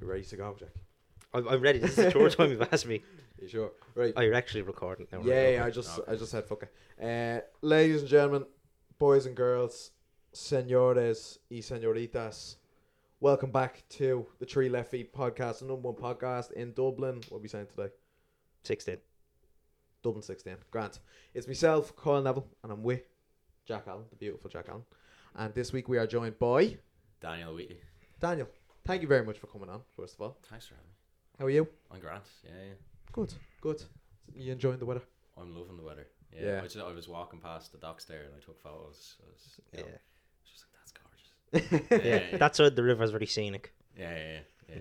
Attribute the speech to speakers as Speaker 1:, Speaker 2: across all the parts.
Speaker 1: We're ready to go, Jack.
Speaker 2: I've, I've read it. This is the third time you've asked me.
Speaker 1: You sure? Right.
Speaker 2: Oh, you're actually recording now. right?
Speaker 1: yeah,
Speaker 2: Okay.
Speaker 1: yeah, I just
Speaker 3: Okay.
Speaker 1: I just said fuck it. Uh, ladies and gentlemen, boys and girls, senores y senoritas, welcome back to the Tree Left Feet podcast, the number one podcast in Dublin. What are we saying today?
Speaker 2: 16.
Speaker 1: Dublin 16. Grant. It's myself, Carl Neville, and I'm with Jack Allen, the beautiful Jack Allen. And this week we are joined by
Speaker 3: Daniel Wheatley.
Speaker 1: Daniel. Thank you very much for coming on, first of all.
Speaker 3: Thanks for having me.
Speaker 1: How are you?
Speaker 3: I'm Grant. Yeah, yeah.
Speaker 1: Good, good. You enjoying the weather?
Speaker 3: I'm loving the weather. Yeah.
Speaker 1: Yeah.
Speaker 3: I, just, I was walking past the docks there and I took photos. I was, you
Speaker 2: Yeah.
Speaker 3: know, I was just like, that's gorgeous. yeah, yeah,
Speaker 2: That side of the river is very scenic.
Speaker 3: yeah, yeah, yeah, yeah.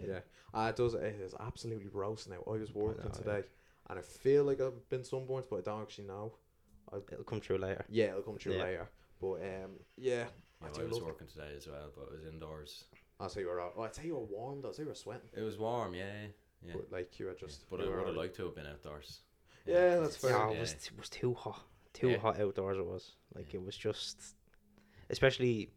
Speaker 1: Yeah, uh, it does. It is absolutely roasting out. I was working
Speaker 2: know, yeah.
Speaker 1: today, and I feel like I've been sunburned, but I don't actually know.
Speaker 2: It'll come through later.
Speaker 1: Yeah, it'll come through
Speaker 2: Yeah.
Speaker 1: later. But um, yeah, I
Speaker 3: Well,
Speaker 1: do
Speaker 3: I was
Speaker 1: love.
Speaker 3: working today as well, but it was indoors.
Speaker 1: I say you were out. Oh, I tell you, you were warm. though. I say you were sweating.
Speaker 3: It was warm, yeah, yeah, yeah.
Speaker 1: But like you were just.
Speaker 3: But
Speaker 1: you
Speaker 3: I
Speaker 1: were
Speaker 3: would have
Speaker 1: alright.
Speaker 3: liked to have been outdoors.
Speaker 1: Yeah, that's fair.
Speaker 2: Yeah, it
Speaker 3: yeah.
Speaker 2: was, it was too hot. Too
Speaker 3: Yeah.
Speaker 2: hot outdoors it was. Like, it was just. Especially,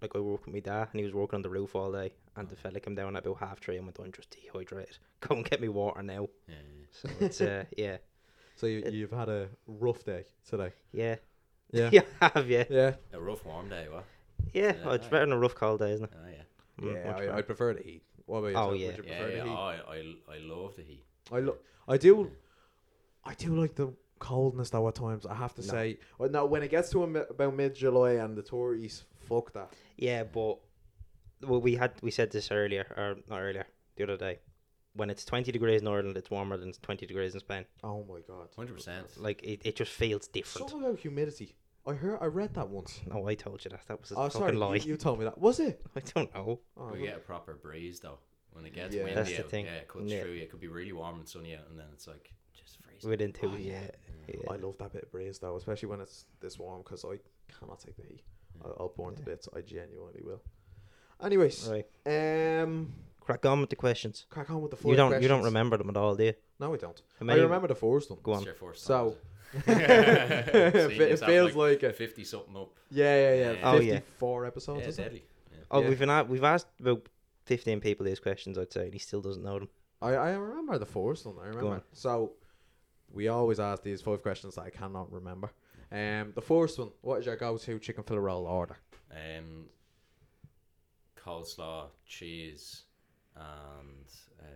Speaker 2: like, I worked with my dad and he was working on the roof all day. And the fella came down at about half three and went, I'm just dehydrated. Go and get me water now.
Speaker 3: Yeah, yeah.
Speaker 2: So it's, uh, yeah.
Speaker 1: So you, you've had a rough day today. Yeah.
Speaker 2: Yeah. Yeah, I have, yeah.
Speaker 1: Yeah,
Speaker 3: yeah. A rough, warm day, what?
Speaker 2: Yeah,
Speaker 3: Yeah,
Speaker 2: oh, it's
Speaker 3: aye.
Speaker 2: better than a rough cold day, isn't it?
Speaker 3: Oh, yeah.
Speaker 2: Mm,
Speaker 1: yeah.
Speaker 2: much
Speaker 1: I,
Speaker 2: better.
Speaker 1: I'd prefer the heat. What about you?
Speaker 2: Oh,
Speaker 1: Would
Speaker 2: yeah.
Speaker 1: you
Speaker 3: Yeah,
Speaker 1: prefer
Speaker 3: yeah.
Speaker 1: the heat?
Speaker 3: I, I, I love the heat.
Speaker 1: I look. I do. I do like the coldness though at times. I have to
Speaker 2: No.
Speaker 1: say. Well, no, when it gets to am- about mid July and the Tories, fuck that.
Speaker 2: Yeah, but well, we had we said this earlier, or not earlier, the other day. When it's twenty degrees in Ireland, it's warmer than twenty degrees in Spain.
Speaker 1: Oh my god.
Speaker 3: 100%.
Speaker 2: Like it, it just feels different.
Speaker 1: Something about humidity. I heard. I read that once.
Speaker 2: No, I told you that. That was a
Speaker 1: Oh,
Speaker 2: fucking
Speaker 1: sorry.
Speaker 2: lie.
Speaker 1: You, you told me that. Was it?
Speaker 2: I don't know.
Speaker 1: Oh,
Speaker 3: We
Speaker 1: look.
Speaker 3: get a proper breeze, though. When it gets
Speaker 1: Yeah.
Speaker 3: windy
Speaker 2: That's the
Speaker 3: out,
Speaker 2: thing.
Speaker 3: yeah, it cuts
Speaker 2: Yeah.
Speaker 3: through you. It could be really warm and sunny out, and then it's like, just freezing.
Speaker 2: Within two,
Speaker 1: Oh,
Speaker 2: yeah. yeah.
Speaker 1: I love that bit of breeze though, especially when it's this warm, because I cannot take the heat. I- I'll burn to
Speaker 2: Yeah.
Speaker 1: bits. I genuinely will. Anyways,
Speaker 2: Right,
Speaker 1: um,
Speaker 2: crack on with the questions.
Speaker 1: crack on with the four.
Speaker 2: You don't you
Speaker 1: questions.
Speaker 2: don't remember them at all, do you?
Speaker 1: No, I don't.
Speaker 2: How
Speaker 1: I
Speaker 2: many-
Speaker 1: remember the first one.
Speaker 2: Go
Speaker 3: It's
Speaker 2: on.
Speaker 3: your first
Speaker 1: So-
Speaker 3: time,
Speaker 1: it fe- it
Speaker 3: yourself,
Speaker 1: feels like,
Speaker 3: is it?
Speaker 1: it.
Speaker 3: 50 something up.
Speaker 1: Yeah, yeah, yeah.
Speaker 2: Oh, yeah.
Speaker 1: Fifty-four episodes.
Speaker 3: yeah,
Speaker 1: isn't it?
Speaker 3: deadly. Yeah.
Speaker 2: Oh,
Speaker 1: Yeah.
Speaker 2: we've been at, we've asked about fifteen people these questions. I'd say, and he still doesn't know them.
Speaker 1: I, I remember the first one. I
Speaker 2: on.
Speaker 1: remember. So we always ask these five questions that I cannot remember. Um, the first one. What is your go-to chicken fillet roll order?
Speaker 3: Um, coleslaw, cheese, and uh,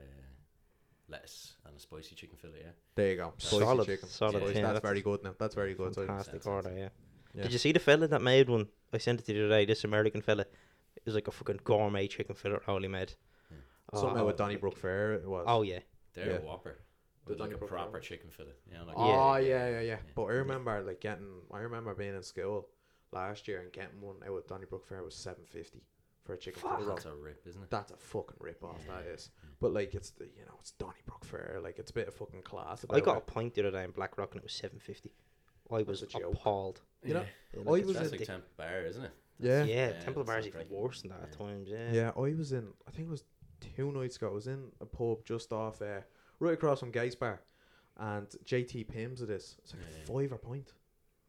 Speaker 3: lettuce, and a spicy chicken fillet. Yeah.
Speaker 1: There you go. Spicy
Speaker 2: Solid,
Speaker 1: chicken.
Speaker 2: solid,
Speaker 1: Spicy.
Speaker 2: yeah,
Speaker 1: that's,
Speaker 2: that's-
Speaker 1: very good. Now that's very good. So
Speaker 2: Fantastic
Speaker 3: sense,
Speaker 2: order, yeah.
Speaker 1: Yeah.
Speaker 2: Did you see the fella that made one? I sent it to you today. This American fella, it was like a fucking gourmet chicken fillet roll he made.
Speaker 3: Hmm.
Speaker 1: something
Speaker 2: oh,
Speaker 1: with Donnybrook Fair. It was.
Speaker 2: Oh yeah,
Speaker 3: They're
Speaker 1: Yeah.
Speaker 3: a whopper.
Speaker 1: The
Speaker 3: With like a
Speaker 1: Donnybrook
Speaker 3: proper
Speaker 1: Roll.
Speaker 3: chicken fillet. Yeah. Like
Speaker 1: Oh, yeah, yeah, yeah, But I
Speaker 3: Yeah.
Speaker 1: remember like getting. I remember being in school last year and getting one out at Donnybrook Fair. It was seven fifty for a chicken fillet roll.
Speaker 3: That's a rip, isn't it?
Speaker 1: That's a fucking rip off. That is. But like it's the you know it's Donnybrook Fair. Like it's a bit of fucking class.
Speaker 2: I
Speaker 1: about
Speaker 2: got
Speaker 1: it.
Speaker 2: a pint the other day in Black Rock and it was seven fifty. I was
Speaker 1: a joke.
Speaker 2: appalled.
Speaker 1: You know,
Speaker 2: Yeah,
Speaker 1: I
Speaker 2: it's
Speaker 1: was
Speaker 3: That's
Speaker 1: in,
Speaker 2: just-
Speaker 3: like temp bar, isn't it?
Speaker 1: yeah,
Speaker 2: yeah,
Speaker 3: Yeah,
Speaker 2: Temple
Speaker 3: that's
Speaker 2: Bar is
Speaker 3: not
Speaker 2: even
Speaker 3: great.
Speaker 2: worse than that at
Speaker 3: Yeah.
Speaker 2: times. Yeah,
Speaker 1: yeah. I was in. I think it was two nights ago. I was in a pub just off, uh, right across from Gays Bar, and JT Pims it is. It's like
Speaker 3: Yeah, yeah.
Speaker 1: a fiver pint.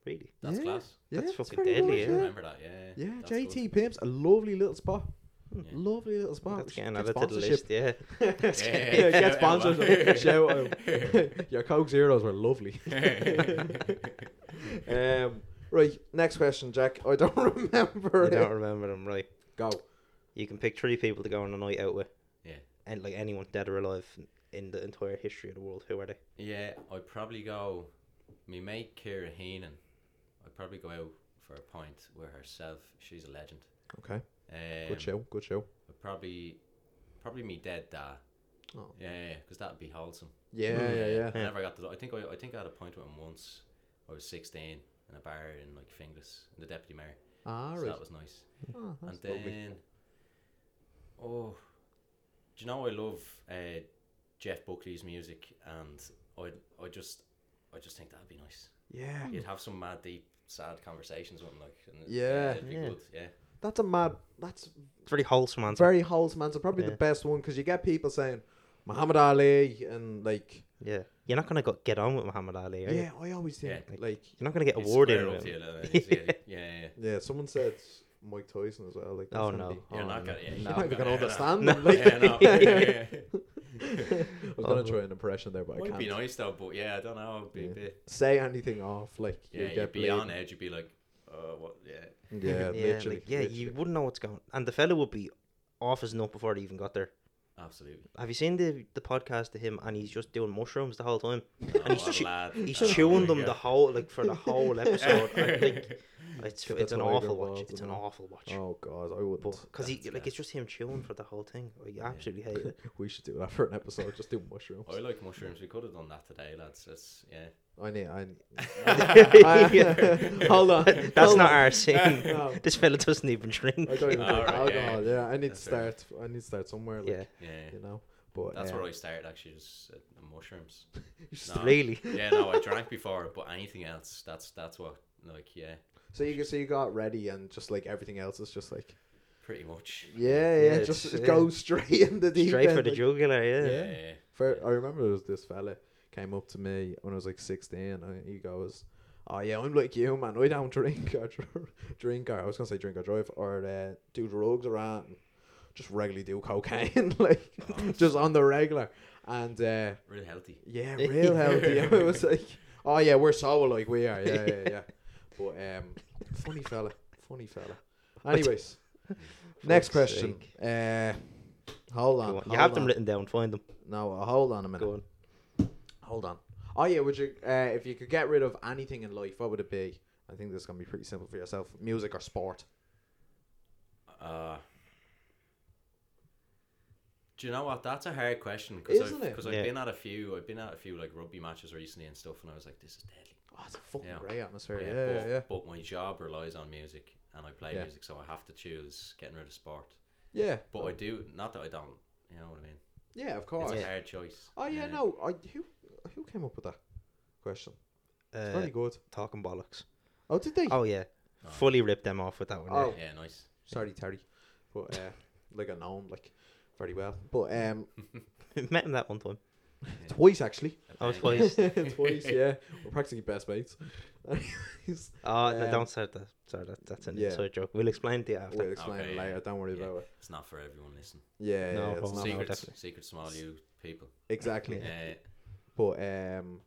Speaker 2: really.
Speaker 3: That's
Speaker 1: Yeah.
Speaker 3: class.
Speaker 2: That's
Speaker 1: it's
Speaker 2: fucking
Speaker 1: pretty
Speaker 2: deadly,
Speaker 1: good,
Speaker 3: I
Speaker 2: yeah.
Speaker 3: remember that. Yeah.
Speaker 1: Yeah,
Speaker 3: That's good.
Speaker 1: JT Pims, a lovely little spot.
Speaker 3: Yeah.
Speaker 1: Lovely little spot.
Speaker 2: That's
Speaker 1: We should
Speaker 2: getting
Speaker 1: get
Speaker 2: added to the list. Yeah,
Speaker 1: sponsorship.
Speaker 3: Yeah, yeah,
Speaker 1: yeah,
Speaker 3: yeah.
Speaker 1: get
Speaker 3: Shout out,
Speaker 1: sponsored.
Speaker 3: man.
Speaker 1: Shout out. Your Coke Zeros were lovely. um, right, next question, Jack. I don't remember
Speaker 2: you
Speaker 1: it.
Speaker 2: don't remember them, right?
Speaker 1: Go.
Speaker 2: You can pick three people to go on a night out with,
Speaker 3: Yeah.
Speaker 2: and like anyone dead or alive in the entire history of the world. Who are they?
Speaker 3: Yeah, I'd probably go. Me mate Kira Heenan. I'd probably go out for a pint with herself. She's a legend.
Speaker 1: Okay.
Speaker 3: Um,
Speaker 1: Good show. Good show.
Speaker 3: But probably, probably me dead dad.
Speaker 1: Oh.
Speaker 3: Yeah, Yeah, because that'd be wholesome.
Speaker 1: Yeah, yeah, yeah.
Speaker 3: I
Speaker 2: Yeah.
Speaker 3: never got to. I think I, I think I had a pint with him once. I was sixteen in a bar in like Finglas, in the deputy mayor.
Speaker 1: All
Speaker 3: so
Speaker 1: right.
Speaker 3: that was nice.
Speaker 1: Oh, that's
Speaker 3: and then,
Speaker 1: lovely.
Speaker 3: oh, do you know I love uh, Jeff Buckley's music, and I I just I just think that'd be nice.
Speaker 1: Yeah.
Speaker 3: You'd have some mad deep. Sad conversations with him, like and
Speaker 1: Mm.
Speaker 3: it-
Speaker 1: Yeah.
Speaker 3: it'd be
Speaker 2: Yeah.
Speaker 3: good, yeah,
Speaker 1: That's a mad. That's
Speaker 2: It's a very wholesome answer.
Speaker 1: very wholesome answer. Probably
Speaker 2: Yeah.
Speaker 1: the best one because you get people saying Muhammad Ali and like.
Speaker 2: Yeah, you're not gonna go, get on with Muhammad Ali, are you?
Speaker 1: Yeah, I always think
Speaker 2: Yeah.
Speaker 1: like.
Speaker 2: You're not gonna get
Speaker 3: He'd
Speaker 2: awarded.
Speaker 3: square
Speaker 2: with
Speaker 3: up to
Speaker 2: him.
Speaker 3: you, like, he's- yeah, yeah, yeah.
Speaker 1: Yeah, someone said Mike Tyson as well. Like, that's
Speaker 2: Oh
Speaker 1: gonna
Speaker 2: no,
Speaker 1: Be,
Speaker 3: You're
Speaker 2: Oh, no.
Speaker 3: not gonna- yeah,
Speaker 1: you're
Speaker 3: No,
Speaker 1: not even
Speaker 3: no,
Speaker 1: gonna
Speaker 3: no, no.
Speaker 1: understand
Speaker 2: No.
Speaker 1: them. Like,
Speaker 3: yeah, no. yeah, yeah, yeah.
Speaker 1: I was gonna try an impression there, but I
Speaker 3: Might
Speaker 1: can't.
Speaker 3: be nice though, but yeah, I don't know. It'd be
Speaker 1: Yeah.
Speaker 3: a bit.
Speaker 1: Say anything off, like
Speaker 3: Yeah,
Speaker 1: you
Speaker 3: you'd
Speaker 1: get
Speaker 3: be on
Speaker 1: bleeding.
Speaker 3: edge. You'd be like, uh, what? Yeah.
Speaker 1: Yeah, literally.
Speaker 2: like, yeah, you
Speaker 1: literally.
Speaker 2: wouldn't know what's going. And the fella would be off his nut before he even got there.
Speaker 3: Absolutely.
Speaker 2: Have you seen the the podcast of him? And he's just doing mushrooms the whole time.
Speaker 3: Oh,
Speaker 2: he's
Speaker 3: what a
Speaker 2: chew-
Speaker 3: lad.
Speaker 2: He's
Speaker 3: Oh,
Speaker 2: chewing
Speaker 3: yeah.
Speaker 2: them the whole like for the whole episode. I think it's
Speaker 1: Get
Speaker 2: it's
Speaker 1: the
Speaker 2: an
Speaker 1: tiger
Speaker 2: awful watch.
Speaker 1: balls
Speaker 2: It's
Speaker 1: in
Speaker 2: an
Speaker 1: there.
Speaker 2: awful watch.
Speaker 1: Oh god, I would. not
Speaker 2: Because he
Speaker 3: That's
Speaker 2: like
Speaker 3: bad.
Speaker 2: it's just him chewing for the whole thing. Like, I absolutely hate it.
Speaker 1: We should do that for an episode. Just do mushrooms.
Speaker 3: I like mushrooms. We could have done that today, lads. That's yeah.
Speaker 1: I need. I.
Speaker 2: Yeah.
Speaker 1: Hold on.
Speaker 2: That's
Speaker 1: hold
Speaker 2: not
Speaker 1: on.
Speaker 2: our scene.
Speaker 1: No.
Speaker 2: This fella doesn't even drink.
Speaker 1: I don't even drink
Speaker 3: Alright, yeah,
Speaker 1: alcohol. Yeah, I need to
Speaker 3: That's fair.
Speaker 1: start. I need to start somewhere. Like,
Speaker 2: yeah,
Speaker 3: Yeah.
Speaker 1: you know. But
Speaker 3: That's
Speaker 1: um,
Speaker 3: where I started actually, just at the mushrooms.
Speaker 1: Just
Speaker 3: No.
Speaker 2: really.
Speaker 3: Yeah, no, I drank before, but anything else, that's that's what like yeah,
Speaker 1: So you so you got ready and just like everything else is just like
Speaker 3: pretty much.
Speaker 1: yeah yeah,
Speaker 2: Yeah,
Speaker 1: just
Speaker 2: it's-
Speaker 1: go
Speaker 2: yeah.
Speaker 1: straight in the deep
Speaker 2: Straight
Speaker 1: end.
Speaker 2: for the
Speaker 1: like,
Speaker 2: jugular. Yeah.
Speaker 1: Yeah.
Speaker 3: yeah.
Speaker 1: for- I remember there was this fella came up to me when I was like sixteen and he goes, "Oh yeah, I'm like you man. I don't drink or dr- drink or I was gonna say drink or drive or uh, do drugs or anything. Just regularly do cocaine like
Speaker 3: Oh,
Speaker 1: just on the regular and uh,
Speaker 3: Really healthy.
Speaker 1: yeah, real healthy. I was like, oh yeah, we're so like we are. Yeah, yeah, yeah. But um, funny fella, funny fella. Anyways, next
Speaker 2: Fuck's
Speaker 1: question.
Speaker 2: sake.
Speaker 1: Uh, hold on.
Speaker 2: Go on. You
Speaker 1: hold
Speaker 2: have them
Speaker 1: on.
Speaker 2: written down. Find them.
Speaker 1: No, uh, hold on a minute.
Speaker 2: Go on.
Speaker 1: Hold on. Oh yeah, would you? Uh, if you could get rid of anything in life, what would it be? I think this is gonna be pretty simple for yourself. Music or sport?
Speaker 3: Uh, do you know what? That's a hard question
Speaker 1: Isn't it?
Speaker 3: because I've
Speaker 2: Yeah.
Speaker 3: been at a few. I've been at a few like rugby matches recently and stuff, and I was like, this is deadly.
Speaker 1: Oh, it's a fucking
Speaker 3: Oh, Yeah.
Speaker 1: great atmosphere.
Speaker 2: Oh,
Speaker 1: Yeah, yeah,
Speaker 3: but,
Speaker 1: yeah.
Speaker 3: but my job relies on music, and I play
Speaker 1: Yeah.
Speaker 3: music, so I have to choose getting rid of sport.
Speaker 1: Yeah,
Speaker 3: But I do not that I don't. You know what I mean?
Speaker 1: yeah. Of
Speaker 3: It's
Speaker 1: course.
Speaker 3: a hard choice.
Speaker 1: Oh yeah, no. I who who came up with that question? It's
Speaker 2: Uh,
Speaker 1: very good.
Speaker 2: talking bollocks.
Speaker 1: Oh, did they?
Speaker 2: Oh yeah,
Speaker 3: Oh.
Speaker 2: fully ripped them off with that one. yeah.
Speaker 1: Oh.
Speaker 3: Yeah, nice.
Speaker 1: Sorry, Terry. But uh, like I know him like very well. But um,
Speaker 2: Met him that one time.
Speaker 1: twice actually.
Speaker 2: I was
Speaker 3: Bang.
Speaker 2: twice.
Speaker 1: twice, yeah. We're practically best mates. Anyways,
Speaker 2: Oh,
Speaker 1: Um,
Speaker 2: no, don't start that. Sorry, that, that's an
Speaker 1: yeah.
Speaker 2: inside joke. We'll explain to you after.
Speaker 1: we'll explain
Speaker 3: Okay,
Speaker 1: it
Speaker 3: yeah,
Speaker 1: later. Don't worry
Speaker 3: yeah.
Speaker 1: about it.
Speaker 3: It's not for everyone. Listen,
Speaker 1: Yeah,
Speaker 2: No
Speaker 1: yeah, it's
Speaker 2: problem.
Speaker 1: not
Speaker 2: Secret.
Speaker 1: about-
Speaker 3: secrets,
Speaker 2: definitely.
Speaker 3: secrets from all you people.
Speaker 1: exactly.
Speaker 3: Yeah,
Speaker 1: But um,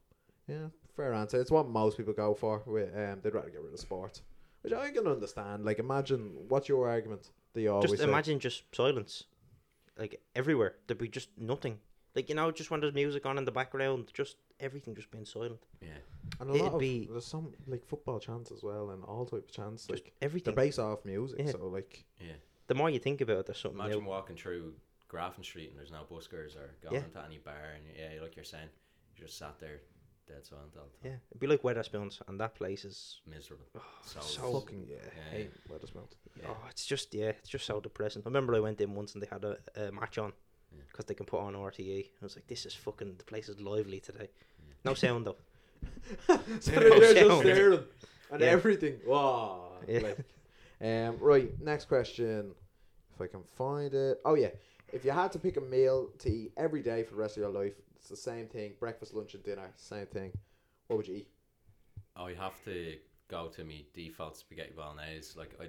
Speaker 1: yeah, fair answer. It's what most people go for. With um, they'd rather get rid of sport, which I can understand. Like, imagine what's your argument? They always
Speaker 2: just
Speaker 1: say-
Speaker 2: imagine just silence, like everywhere. There'd be just nothing. Like you know, just when there's music on in the background, just everything just being silent.
Speaker 3: yeah.
Speaker 1: and a
Speaker 2: it'd
Speaker 1: lot of,
Speaker 2: be-
Speaker 1: there's some like football chants as well, and all type of chants.
Speaker 2: Just
Speaker 1: Like they're
Speaker 2: everything.
Speaker 1: based off music,
Speaker 2: Yeah.
Speaker 1: so like
Speaker 3: Yeah.
Speaker 2: the more you think about it, there's something.
Speaker 3: Imagine
Speaker 2: new.
Speaker 3: walking through Grafton Street and there's no buskers or going
Speaker 2: Yeah.
Speaker 3: into any bar and yeah, like you're saying, you just sat there dead silent all the time.
Speaker 2: Yeah, it'd be like Wetherspoons, and that place is.
Speaker 3: Miserable. so,
Speaker 2: Oh, so-
Speaker 1: fucking yeah,
Speaker 3: Yeah.
Speaker 1: hate Wetherspoons.
Speaker 3: yeah.
Speaker 2: Oh, it's just yeah, it's just so depressing. I remember I went in once and they had a, a match on
Speaker 3: Yeah.
Speaker 2: because they can put on RTE. I was like, this is fucking the place is lively today. No sound though.
Speaker 1: so
Speaker 3: Yeah.
Speaker 1: they're just
Speaker 2: Sound.
Speaker 1: staring and
Speaker 2: Yeah.
Speaker 1: everything. Wow.
Speaker 2: Yeah.
Speaker 1: Like, um, right, next question. If I can find it. Oh, yeah. If you had to pick a meal to eat every day for the rest of your life, it's the same thing breakfast, lunch, and dinner, same thing. What would you eat?
Speaker 2: oh.
Speaker 3: I have to go to me default spaghetti bolognese. Like I,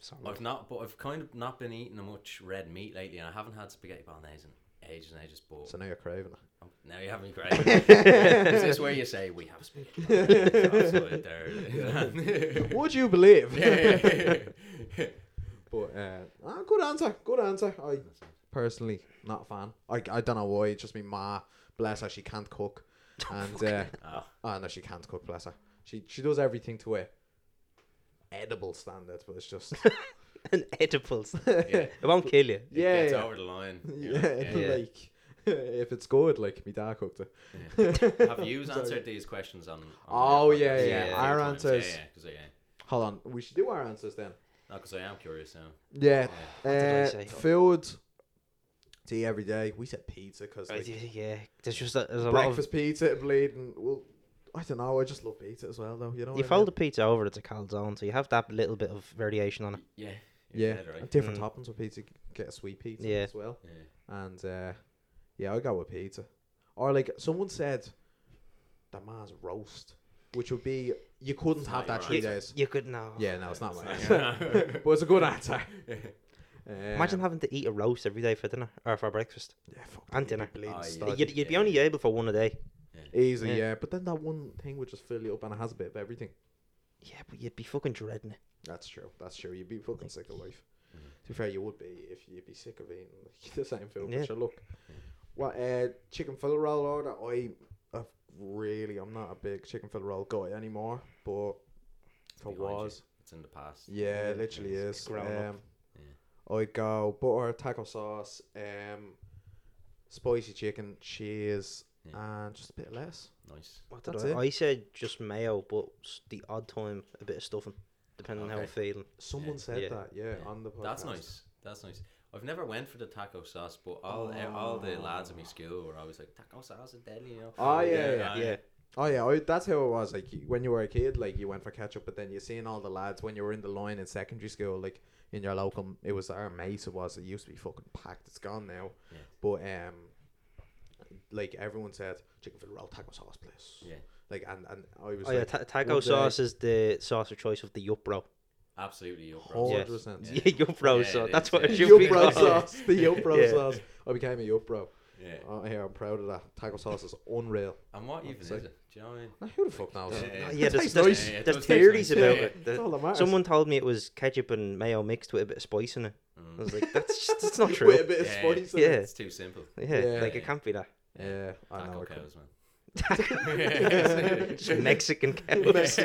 Speaker 2: So
Speaker 3: I've not, but I've kind of not been eating much red meat lately, and I haven't had spaghetti bolognese in ages and ages. But
Speaker 1: So now you're craving it.
Speaker 3: oh, now you have me great. Is this where you say we have spaghetti? bolognese? Absolutely, there.
Speaker 1: would you believe?
Speaker 3: Yeah.
Speaker 1: but uh, ah, good answer. Good answer. I personally not a fan. I, I don't know why. It's just me ma. Bless her. She can't cook. And uh,
Speaker 3: Oh,
Speaker 1: Oh no, she can't cook, bless her. She she does everything to a edible standard, but it's just
Speaker 2: an edibles.
Speaker 3: yeah.
Speaker 2: It won't kill you.
Speaker 3: It
Speaker 1: yeah,
Speaker 3: gets
Speaker 1: yeah,
Speaker 3: over the line. you know,
Speaker 1: yeah, like if it's good, like me dad cooked it.
Speaker 3: yeah. Have you answered these questions on? on
Speaker 1: Oh,
Speaker 3: your
Speaker 1: yeah,
Speaker 3: podcast?
Speaker 2: yeah,
Speaker 3: a few
Speaker 1: our
Speaker 3: times.
Speaker 1: answers.
Speaker 3: Yeah, because yeah,
Speaker 1: Hold on, we should do our answers then.
Speaker 3: because I am curious now.
Speaker 1: Yeah,
Speaker 2: What did I
Speaker 1: uh,
Speaker 2: say?
Speaker 1: food to eat every day. We said pizza because
Speaker 2: Uh,
Speaker 1: like,
Speaker 2: yeah, yeah, there's just a, there's a lot of
Speaker 1: breakfast pizza, bleeding. Well, I don't know. I just love pizza as well, though. You know,
Speaker 2: You
Speaker 1: what I
Speaker 2: fold the
Speaker 1: mean?
Speaker 2: pizza over, it's a calzone, so you have that little bit of variation on it.
Speaker 3: Yeah. you're
Speaker 1: yeah,
Speaker 3: dead right.
Speaker 1: and different
Speaker 2: Mm.
Speaker 1: toppings with pizza. Get a sweet pizza
Speaker 2: Yeah.
Speaker 1: as well.
Speaker 3: Yeah.
Speaker 1: And uh, yeah, I go with pizza. Or like someone said, the man's roast. which would be you couldn't
Speaker 3: It's
Speaker 1: have that
Speaker 3: not your
Speaker 1: three
Speaker 3: answer.
Speaker 1: days.
Speaker 2: You could know.
Speaker 1: Yeah, no, it's not mine.
Speaker 3: It's
Speaker 1: yeah.
Speaker 3: not-
Speaker 1: but it's a good answer.
Speaker 2: Imagine
Speaker 1: Um,
Speaker 2: having to eat a roast every day for dinner or for breakfast
Speaker 1: yeah, fuck,
Speaker 2: and
Speaker 1: you'd be
Speaker 2: dinner.
Speaker 1: bleeding
Speaker 3: Aye.
Speaker 1: stodgy.
Speaker 2: You'd, you'd be
Speaker 3: yeah,
Speaker 2: only
Speaker 3: yeah.
Speaker 2: able for one a day.
Speaker 1: Easy,
Speaker 2: Yeah.
Speaker 1: yeah. But then that one thing would just fill you up and it has a bit of everything.
Speaker 2: Yeah, but you'd be fucking dreading it.
Speaker 1: That's true. That's true. You'd be fucking sick of life.
Speaker 3: Mhm.
Speaker 1: To be fair, you would be if you'd be sick of eating like, the same food.
Speaker 2: Yeah.
Speaker 1: But sure, look,
Speaker 3: Yeah.
Speaker 1: what uh, chicken fillet roll order? I, I really, I'm not a big chicken fillet roll guy anymore. But if I
Speaker 3: Behind you.
Speaker 1: was,
Speaker 3: It's in the past.
Speaker 1: yeah, it literally
Speaker 3: it's
Speaker 1: is.
Speaker 2: grown up.
Speaker 1: Um, I'd go butter, taco sauce, um, spicy chicken, cheese, and just a bit less.
Speaker 3: Nice.
Speaker 2: What
Speaker 1: That's
Speaker 2: I,
Speaker 1: it.
Speaker 2: I said just mayo, but s- the odd time a bit of stuffing, depending on how I'm
Speaker 3: Okay.
Speaker 2: feeling.
Speaker 1: Someone said
Speaker 2: Yeah.
Speaker 1: that, yeah,
Speaker 3: Yeah.
Speaker 1: on the podcast.
Speaker 3: That's nice. That's nice. I've never went for the taco sauce, but all eh, all the lads in my school were always like taco sauce is deadly, you know.
Speaker 1: Oh, yeah, yeah,
Speaker 2: Yeah,
Speaker 3: aye.
Speaker 2: yeah.
Speaker 1: Oh yeah, I, that's how it was. Like you- when you were a kid, like you went for ketchup, but then you seen all the lads when you were in the line in secondary school, like in your local. It was our mace. It was. It used to be fucking packed. It's gone now.
Speaker 3: Yeah.
Speaker 1: But um, like everyone said, chicken fillet roll, taco sauce, please.
Speaker 3: Yeah.
Speaker 1: Like and and I was
Speaker 2: Oh yeah,
Speaker 1: like,
Speaker 2: ta- taco
Speaker 1: one day-
Speaker 2: sauce is the sauce of choice of the yup bro.
Speaker 3: Absolutely. you're right.
Speaker 1: hundred
Speaker 2: Yes.
Speaker 1: percent.
Speaker 2: Yeah,
Speaker 3: Yeah.
Speaker 2: yup bro
Speaker 3: Yeah,
Speaker 2: sauce.
Speaker 3: it
Speaker 2: That's
Speaker 3: is,
Speaker 2: what
Speaker 3: yeah.
Speaker 2: it should
Speaker 1: Yup
Speaker 2: be
Speaker 1: bro
Speaker 2: called.
Speaker 1: sauce. The yup bro
Speaker 2: Yeah.
Speaker 1: sauce. I became a yup bro.
Speaker 3: Yeah.
Speaker 1: Oh, yeah, I'm proud of that. Taco sauce is unreal.
Speaker 3: And what even is
Speaker 1: Sick.
Speaker 3: it? Do you know what I mean?
Speaker 1: Now, who the fuck knows?
Speaker 3: Yeah,
Speaker 1: It
Speaker 3: yeah.
Speaker 2: Yeah, there's,
Speaker 1: tastes
Speaker 2: there's,
Speaker 1: nice. Oh,
Speaker 3: Yeah, yeah, it
Speaker 2: there's
Speaker 3: does taste
Speaker 2: theories
Speaker 3: nice.
Speaker 2: about
Speaker 3: Yeah,
Speaker 2: it.
Speaker 1: That's
Speaker 2: The-
Speaker 1: all that matters.
Speaker 2: Someone told me it was ketchup and mayo mixed with a bit of spice in it. I
Speaker 3: Mm.
Speaker 2: was like, that's just, that's not
Speaker 1: With
Speaker 2: true.
Speaker 1: a bit of
Speaker 3: Yeah.
Speaker 1: spice in it.
Speaker 2: Yeah,
Speaker 3: It's too simple.
Speaker 2: yeah,
Speaker 1: Yeah.
Speaker 2: like it can't be that.
Speaker 1: Yeah, I know.
Speaker 3: Taco
Speaker 1: it could-
Speaker 3: cows, man.
Speaker 2: just Mexican cows.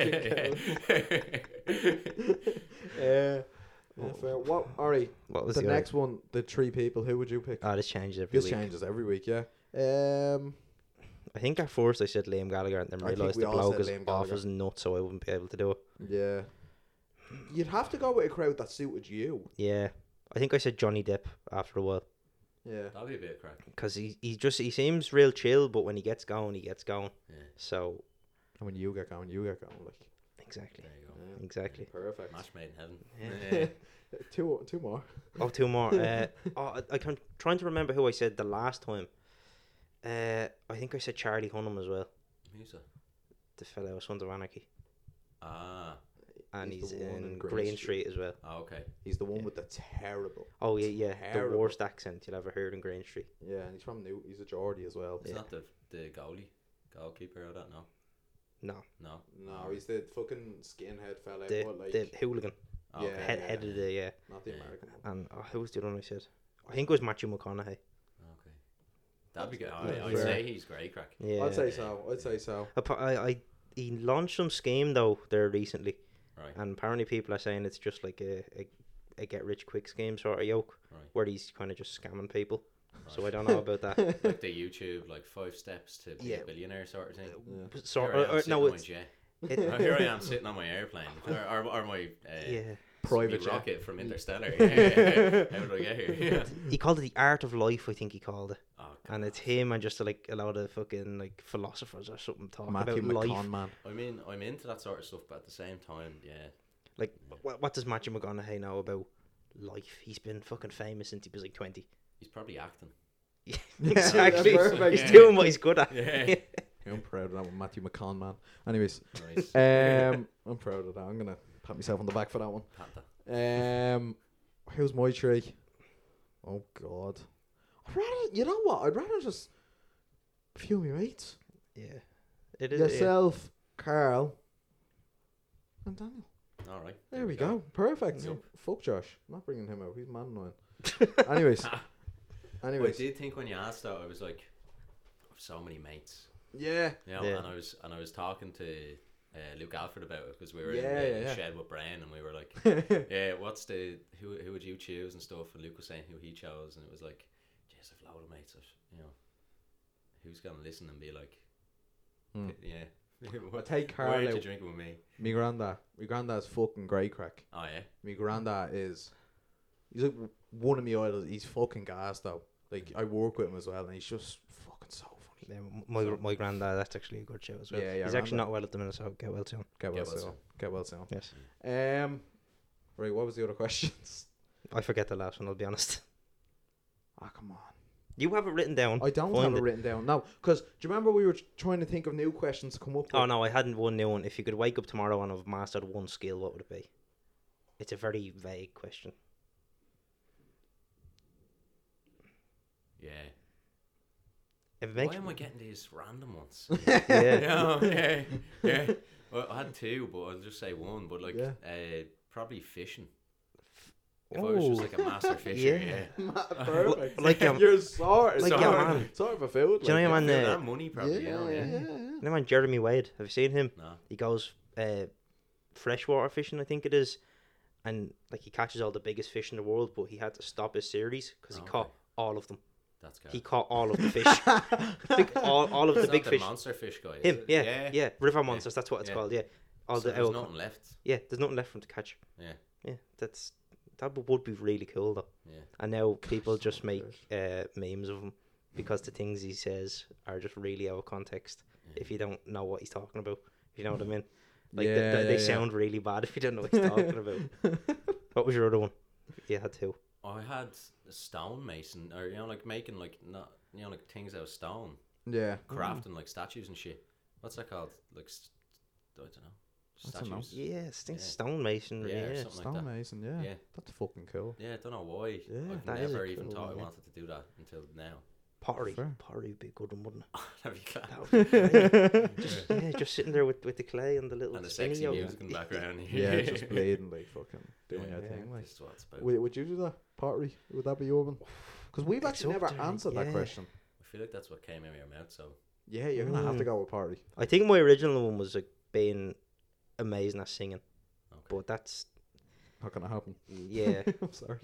Speaker 1: Yeah. fair. What? All right.
Speaker 2: What was
Speaker 1: The
Speaker 2: the, other-
Speaker 1: next one, the three people. Who would you pick?
Speaker 2: Oh, this changes every
Speaker 1: This
Speaker 2: week.
Speaker 1: changes every week. Yeah. Uh, Um.
Speaker 2: I think at first I said Liam Gallagher and then
Speaker 1: I think
Speaker 2: realised
Speaker 1: we
Speaker 2: the
Speaker 1: all said
Speaker 2: bloke is
Speaker 1: Liam
Speaker 2: off
Speaker 1: Gallagher.
Speaker 2: his nuts, so I wouldn't be able to do it.
Speaker 1: Yeah. You'd have to go with a crowd that suited you.
Speaker 2: Yeah, I think I said Johnny Depp after a while
Speaker 1: Yeah.
Speaker 3: That'll be a bit of crack.
Speaker 2: because he, he just he seems real chill, but when he gets going, he gets going.
Speaker 3: Yeah.
Speaker 2: So
Speaker 1: And when you get going, you get going. Like.
Speaker 2: exactly,
Speaker 3: There you go.
Speaker 1: yeah.
Speaker 2: exactly.
Speaker 1: Perfect.
Speaker 3: Match made in heaven.
Speaker 2: Yeah.
Speaker 3: Yeah.
Speaker 1: Two. Two more.
Speaker 2: Oh, two more. Uh, oh, I, I'm trying to remember who I said the last time. Uh, I think I said Charlie Hunnam as well,
Speaker 3: Who's that?
Speaker 2: the fellow with Sons of Anarchy,
Speaker 3: Ah,
Speaker 2: and
Speaker 1: He's
Speaker 2: he's,
Speaker 1: the one
Speaker 2: in
Speaker 1: in
Speaker 2: Green,
Speaker 1: Green
Speaker 2: Street.
Speaker 1: Street.
Speaker 2: as well.
Speaker 3: oh, okay.
Speaker 1: He's the one
Speaker 2: Yeah.
Speaker 1: with the terrible.
Speaker 2: Oh yeah, yeah, the
Speaker 1: Terrible.
Speaker 2: worst accent you'll ever hear in Green Street.
Speaker 1: Yeah, and he's from New. He's a Geordie as well.
Speaker 3: It's
Speaker 2: Yeah.
Speaker 3: not the the goalie, goalkeeper. I don't know.
Speaker 2: No,
Speaker 3: No.
Speaker 1: No, he's the fucking skinhead fella.
Speaker 2: the
Speaker 1: but like,
Speaker 2: the hooligan,
Speaker 3: Oh,
Speaker 1: Yeah,
Speaker 2: head,
Speaker 1: yeah.
Speaker 2: head of the yeah.
Speaker 1: not the
Speaker 3: Yeah.
Speaker 1: American one.
Speaker 2: And oh, who was the other one I said? I think it was Matthew McConaughey.
Speaker 3: Okay. That'd be good. I,
Speaker 1: Yeah,
Speaker 3: I'd
Speaker 1: fair.
Speaker 3: say he's great crack.
Speaker 2: Yeah.
Speaker 1: I'd say so. I'd say so.
Speaker 2: Appa- I, I, he launched some scheme though there recently,
Speaker 3: Right.
Speaker 2: and apparently people are saying it's just like a, a, a get rich quick scheme sort of yoke,
Speaker 3: Right.
Speaker 2: where he's kind of just scamming people. So I
Speaker 3: right.
Speaker 2: don't know about that.
Speaker 3: like the YouTube, like five steps to be
Speaker 2: Yeah.
Speaker 3: a billionaire sort of thing.
Speaker 1: Yeah.
Speaker 2: Uh, But sort
Speaker 3: Here I
Speaker 2: or,
Speaker 3: am
Speaker 2: or, uh,
Speaker 3: sitting
Speaker 2: no,
Speaker 3: on my
Speaker 2: it's
Speaker 3: jet.
Speaker 2: it-
Speaker 3: Oh, Here I am sitting on my airplane or, or, or my uh,
Speaker 2: yeah.
Speaker 1: Private
Speaker 3: me
Speaker 1: jet.
Speaker 3: rocket from Interstellar. Yeah, yeah, yeah. How did I get here? Yeah.
Speaker 2: He called it the art of life, I think he called it,
Speaker 3: Oh,
Speaker 2: and it's him and just like a lot of fucking like philosophers or something talking
Speaker 1: Matthew
Speaker 2: about life.
Speaker 1: McConman.
Speaker 3: I mean, I'm into that sort of stuff, but at the same time, yeah,
Speaker 2: Like, what, what does Matthew McConaughey know about life? He's been fucking famous since he was like twenty.
Speaker 3: he's probably acting.
Speaker 2: exactly.
Speaker 1: that's perfect.
Speaker 2: He's
Speaker 3: Yeah.
Speaker 2: doing what he's good at.
Speaker 3: Yeah.
Speaker 1: I'm proud of that one, Matthew McConman. Anyways,
Speaker 3: nice.
Speaker 2: Uh,
Speaker 1: um, I'm proud of that. I'm gonna pat myself on the back for that one.
Speaker 3: Panther.
Speaker 1: Um, who's my tree? Oh God, I'd rather. You know what? I'd rather just few of my mates.
Speaker 2: Yeah. It is. yeah.
Speaker 1: Yourself, Carl, and Daniel.
Speaker 3: All right.
Speaker 1: There we go. Perfect.
Speaker 3: Yep.
Speaker 1: Fuck Josh. I'm not bringing him out. He's man annoying. Anyways, anyways,
Speaker 3: I did think when you asked that, I was like, I've so many mates.
Speaker 1: yeah.
Speaker 3: You know,
Speaker 2: Yeah.
Speaker 3: and I was and I was talking to uh, Luke Alfred about it because we were
Speaker 1: Yeah,
Speaker 3: in the
Speaker 1: yeah, yeah.
Speaker 3: shed with Brian and we were like,
Speaker 1: Hmm.
Speaker 3: yeah, what's the who who would you choose and stuff? And Luke was saying who he chose, and it was like, jeez, I've load of mates. I've, you know, who's gonna listen and be like,
Speaker 1: Hmm.
Speaker 3: yeah,
Speaker 1: I
Speaker 3: what
Speaker 1: take
Speaker 3: why
Speaker 1: Carl
Speaker 3: aren't you
Speaker 1: out.
Speaker 3: drinking with me?
Speaker 1: Me granda. Me granda is fucking grey crack.
Speaker 3: Oh yeah,
Speaker 1: My granddad is he's like one of my idols. He's fucking gas though. Like I work with him as well, and he's just fucking so funny.
Speaker 2: Yeah, my my granddad, that's actually a good show as well.
Speaker 1: Yeah, yeah,
Speaker 2: He's
Speaker 1: granddad.
Speaker 2: actually not well at the minute, so get well soon.
Speaker 1: Get well
Speaker 3: well
Speaker 1: soon.
Speaker 3: soon.
Speaker 1: Get well soon.
Speaker 2: Yes,
Speaker 1: Um, right. What was the other questions?
Speaker 2: I forget the last one. I'll be honest.
Speaker 1: Ah, come on.
Speaker 2: You have it written down.
Speaker 1: I don't
Speaker 2: Find
Speaker 1: have
Speaker 2: it.
Speaker 1: it written down. No, because do you remember we were t- trying to think of new questions to come up with?
Speaker 2: Oh no, I hadn't one new one. If you could wake up tomorrow and have mastered one skill, what would it be? It's a very vague question.
Speaker 3: Yeah.
Speaker 2: If it
Speaker 3: Why
Speaker 2: makes
Speaker 3: am I getting these random ones?
Speaker 2: yeah,
Speaker 3: yeah, yeah, yeah. Well, I had two, but I'll just say one. But like,
Speaker 1: Yeah.
Speaker 3: uh, probably fishing. If I was just like a master fisher,
Speaker 2: Oh. yeah.
Speaker 3: yeah.
Speaker 1: Perfect.
Speaker 2: L- like um, your-
Speaker 1: you're sorted.
Speaker 2: like
Speaker 1: Like
Speaker 3: your
Speaker 2: man.
Speaker 1: Sort of a food.
Speaker 2: Do you know
Speaker 1: like,
Speaker 2: your man?
Speaker 3: Yeah,
Speaker 2: Uh,
Speaker 3: that money probably. Yeah, yeah.
Speaker 2: you know man Jeremy Wade. Have you seen him?
Speaker 3: No.
Speaker 2: He goes uh, freshwater fishing, I think it is, and like he catches all the biggest fish in the world, but he had to stop his series because he
Speaker 3: Oh, Okay.
Speaker 2: caught all of them.
Speaker 3: That's good.
Speaker 2: He caught all of the fish, Like, all, all of the
Speaker 3: Is that
Speaker 2: big
Speaker 3: the
Speaker 2: fish.
Speaker 3: monster fish guy. is
Speaker 2: Him,
Speaker 3: it?
Speaker 2: yeah, yeah, river monsters. That's what it's
Speaker 3: yeah.
Speaker 2: called. Yeah, all
Speaker 3: So
Speaker 2: the
Speaker 3: there's
Speaker 2: owl-
Speaker 3: nothing left.
Speaker 2: Yeah, there's nothing left for him to catch.
Speaker 3: Yeah.
Speaker 2: Yeah, that's that w- would be really cool though.
Speaker 3: Yeah.
Speaker 2: And now people just make uh, memes of him because the things he says are just really out of context. If you don't know what he's talking about, if you know what I mean. Like th-
Speaker 1: Yeah,
Speaker 2: th- they
Speaker 1: yeah, yeah.
Speaker 2: sound really bad if you don't know what he's talking about. What was your other one? You had two.
Speaker 3: I had a stonemason, or you know, like making like not you know like things out of stone,
Speaker 1: Yeah.
Speaker 2: Mm.
Speaker 3: crafting like statues and shit. What's that called? Like st- I don't know.
Speaker 1: don't know.
Speaker 3: Statues.
Speaker 2: Yeah, I think
Speaker 3: Yeah.
Speaker 2: stonemasonry.
Speaker 3: Yeah, or
Speaker 2: Yeah,
Speaker 3: something like
Speaker 1: Stone
Speaker 3: that.
Speaker 1: Mason, yeah.
Speaker 3: Yeah.
Speaker 1: That's fucking cool.
Speaker 3: Yeah, I don't know why.
Speaker 1: Yeah,
Speaker 3: I've
Speaker 2: that is a
Speaker 3: never even
Speaker 2: cool
Speaker 3: thought
Speaker 2: one,
Speaker 3: I
Speaker 2: yeah.
Speaker 3: wanted to do that until now.
Speaker 2: pottery.
Speaker 1: Fair.
Speaker 2: Pottery would be a good one, wouldn't it?
Speaker 3: That'd be class.
Speaker 2: That would be great. just yeah, just sitting there with, with the clay and the little
Speaker 3: and the
Speaker 2: spinny
Speaker 3: sexy
Speaker 2: yoke.
Speaker 3: music in the background.
Speaker 1: Yeah, just blatantly fucking doing
Speaker 3: Yeah.
Speaker 1: your thing. Like,
Speaker 3: This is what it's about.
Speaker 1: would, would you do that pottery? Would that be your one? Because we've
Speaker 2: It's
Speaker 1: actually
Speaker 2: up
Speaker 1: never
Speaker 2: there,
Speaker 1: answered that
Speaker 2: yeah.
Speaker 1: question.
Speaker 3: I feel like that's what came out of your mouth. So
Speaker 1: Yeah, you're gonna have to
Speaker 2: Mm.
Speaker 1: go with pottery.
Speaker 2: I think my original one was like being amazing at singing,
Speaker 3: Okay.
Speaker 2: but that's
Speaker 1: Not gonna happen.
Speaker 2: yeah.
Speaker 1: I'm sorry.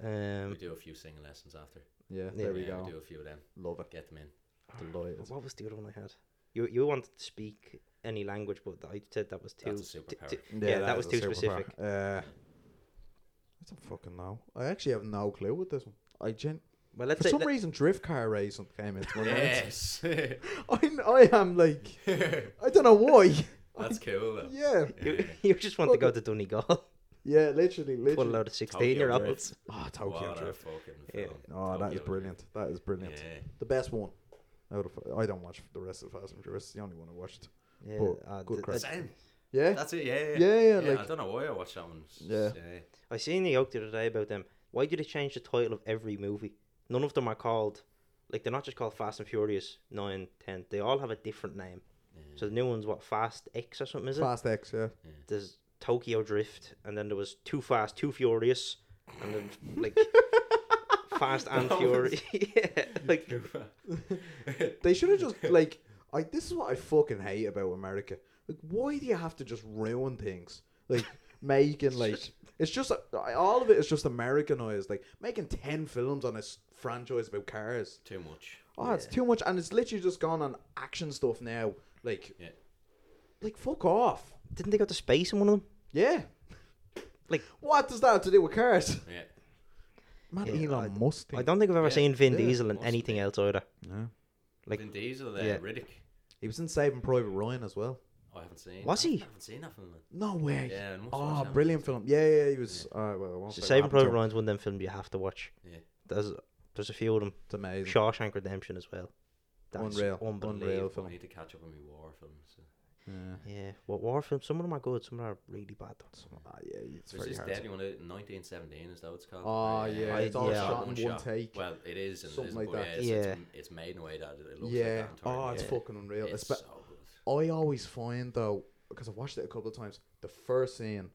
Speaker 3: we
Speaker 2: Um,
Speaker 3: do a few singing lessons after.
Speaker 1: Yeah, there we
Speaker 3: yeah,
Speaker 1: go.
Speaker 3: do a few of them.
Speaker 1: Love it.
Speaker 3: Get them in.
Speaker 1: Delighted.
Speaker 2: what was the other one I had? You you wanted to speak any language, but I said that was too.
Speaker 3: That's a
Speaker 2: t-
Speaker 3: superpower.
Speaker 2: t- Yeah, that was
Speaker 1: is
Speaker 2: too
Speaker 1: a superpower.
Speaker 2: specific.
Speaker 1: Uh, I don't fucking know. I actually have no clue with this one. I gen-
Speaker 2: well, let's
Speaker 1: for
Speaker 2: say
Speaker 1: some
Speaker 2: let-
Speaker 1: reason drift car racing came into my mind.
Speaker 3: yes.
Speaker 1: I, I am like
Speaker 3: that's
Speaker 1: I don't know why.
Speaker 3: cool though.
Speaker 1: yeah,
Speaker 2: you,
Speaker 3: Yeah.
Speaker 2: you just want to go to Donegal,
Speaker 1: yeah, literally,
Speaker 2: put a
Speaker 1: literally.
Speaker 2: load of sixteen-year-olds.
Speaker 1: Oh, Tokyo
Speaker 3: what a
Speaker 1: Drift.
Speaker 3: fucking
Speaker 2: Yeah.
Speaker 3: film.
Speaker 1: Oh, that is
Speaker 3: Tokyo
Speaker 1: brilliant. That is brilliant.
Speaker 3: Drift.
Speaker 1: The best one. Out of, I don't watch the rest of Fast and Furious. It's the only one I watched.
Speaker 2: Yeah,
Speaker 1: But
Speaker 2: uh,
Speaker 1: good
Speaker 2: th-
Speaker 3: Yeah.
Speaker 1: crack.
Speaker 2: th-
Speaker 3: Same.
Speaker 1: Yeah,
Speaker 3: That's it. Yeah.
Speaker 1: yeah, yeah.
Speaker 3: Yeah, I
Speaker 1: like
Speaker 3: don't know why I watched that one. It's-
Speaker 1: Yeah.
Speaker 2: I seen the yoke the other day about them. Why do they change the title of every movie? None of them are called like they're not just called Fast and Furious 9, 10. They all have a different name.
Speaker 3: Yeah.
Speaker 2: So the new one's what Fast X or something is it?
Speaker 1: Fast X. Yeah.
Speaker 2: There's Tokyo Drift, and then there was Too Fast, Too Furious, and then like Fast and
Speaker 3: That was-
Speaker 2: Furious. yeah, like
Speaker 1: They should have just like I this is what I fucking hate about America. Like why do you have to just ruin things? Like making like it's just like, all of it is just Americanized. Like making 10 films on a s- franchise about cars.
Speaker 3: Too much.
Speaker 1: Oh, it's too much and it's literally just gone on action stuff now. Like
Speaker 3: Yeah.
Speaker 1: like fuck off.
Speaker 2: didn't they go to space in one of them?
Speaker 1: Yeah.
Speaker 2: Like-
Speaker 1: what does that have to do with cars?
Speaker 3: Yeah.
Speaker 1: Man,
Speaker 2: Yeah,
Speaker 1: Elon Musk.
Speaker 2: I
Speaker 1: thing.
Speaker 2: don't think I've ever
Speaker 3: Yeah,
Speaker 2: seen Vin
Speaker 1: yeah,
Speaker 2: Diesel in
Speaker 3: must
Speaker 2: anything else either.
Speaker 1: No.
Speaker 2: Like-
Speaker 3: Vin Diesel, uh,
Speaker 2: Yeah.
Speaker 3: Riddick.
Speaker 1: He was in Saving Private Ryan as well.
Speaker 3: Oh, I haven't seen.
Speaker 2: Was
Speaker 3: I
Speaker 2: he?
Speaker 3: haven't seen that film.
Speaker 1: No way.
Speaker 3: Yeah, I must watch
Speaker 1: oh,
Speaker 3: that one.
Speaker 1: brilliant film. Yeah, yeah, he was. Uh, well, I won't
Speaker 2: So
Speaker 1: say what
Speaker 2: Saving
Speaker 1: happened to
Speaker 2: Private
Speaker 1: him.
Speaker 2: Ryan's one of them films you have to watch.
Speaker 3: Yeah.
Speaker 2: There's there's a few of them.
Speaker 1: It's amazing.
Speaker 2: Shawshank Redemption as well. That's
Speaker 1: Unreal,
Speaker 2: unbelievable.
Speaker 1: unreal
Speaker 3: I
Speaker 1: film.
Speaker 3: need to catch up on my war films.
Speaker 1: Yeah.
Speaker 2: Yeah, well, war films. Some of them are good. Some of them are really bad. though.
Speaker 1: Ah, yeah, it's
Speaker 3: There's
Speaker 1: very
Speaker 3: this
Speaker 1: hard.
Speaker 3: deadly one out in 1917, is that what it's called?
Speaker 1: Oh, yeah,
Speaker 2: I-
Speaker 1: it's all
Speaker 2: yeah.
Speaker 1: shot in
Speaker 3: One
Speaker 1: one
Speaker 3: shot.
Speaker 1: take.
Speaker 3: Well, it is, and it
Speaker 1: Something
Speaker 3: isn't,
Speaker 1: like
Speaker 3: but
Speaker 1: that.
Speaker 3: Yeah, it's,
Speaker 2: Yeah.
Speaker 3: It's, it's made in a way that it looks
Speaker 1: yeah.
Speaker 3: like that.
Speaker 1: oh, it's
Speaker 3: entirely.
Speaker 1: fucking unreal.
Speaker 3: It's
Speaker 1: It's
Speaker 3: so
Speaker 1: but
Speaker 3: good.
Speaker 1: I always find though, because I've watched it a couple of times, the first scene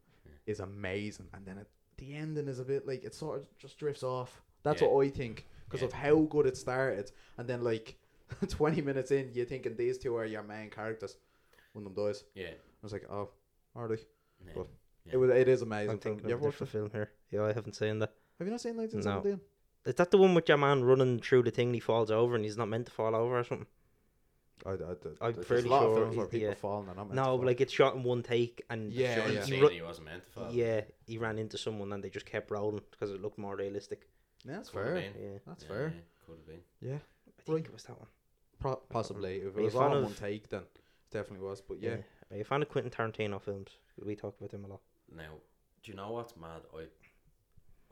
Speaker 1: is amazing, and then it, the ending is a bit like it sort of just drifts off. That's
Speaker 3: Yeah.
Speaker 1: what I think because
Speaker 3: Yeah.
Speaker 1: of how good it started, and then like twenty minutes in, you're thinking these two are your main characters. One of them dies.
Speaker 3: Yeah.
Speaker 1: I was like, oh, are they?
Speaker 3: yeah.
Speaker 1: But
Speaker 3: Yeah.
Speaker 1: It was. It is amazing.
Speaker 2: I'm
Speaker 1: film.
Speaker 2: thinking
Speaker 1: You
Speaker 2: of
Speaker 1: ever
Speaker 2: a
Speaker 1: watched it?
Speaker 2: different film here. Yeah, I haven't seen that.
Speaker 1: Have you not seen 1917?
Speaker 2: Is that the one with your man running through the thing and he falls over and he's not meant to fall over or something?
Speaker 1: I, I, I,
Speaker 2: I'm
Speaker 1: there's
Speaker 2: fairly
Speaker 1: a lot
Speaker 2: sure
Speaker 1: of films where
Speaker 2: he's-
Speaker 1: people
Speaker 2: yeah.
Speaker 1: fall and they're not meant to
Speaker 2: No,
Speaker 1: fall.
Speaker 2: like it's shot in one take and
Speaker 1: Yeah,
Speaker 3: Sure,
Speaker 1: yeah.
Speaker 3: the scene
Speaker 2: Ru-
Speaker 3: he wasn't meant to fall.
Speaker 2: yeah, he ran into someone and they just kept rolling because it looked more realistic.
Speaker 1: Yeah, that's
Speaker 3: Could have
Speaker 1: fair.
Speaker 3: been.
Speaker 2: Yeah,
Speaker 1: That's
Speaker 3: Yeah,
Speaker 1: fair.
Speaker 3: yeah, Could have been.
Speaker 1: Yeah,
Speaker 2: I think
Speaker 1: Right.
Speaker 2: it was that one.
Speaker 1: Pro- possibly. If it
Speaker 2: Are you
Speaker 1: was
Speaker 2: a
Speaker 1: all
Speaker 2: fan
Speaker 1: in
Speaker 2: of-
Speaker 1: one take, then it definitely was. But yeah,
Speaker 2: Are you a fan of Quentin Tarantino films? We talk about them a lot.
Speaker 3: Now, do you know what's mad? I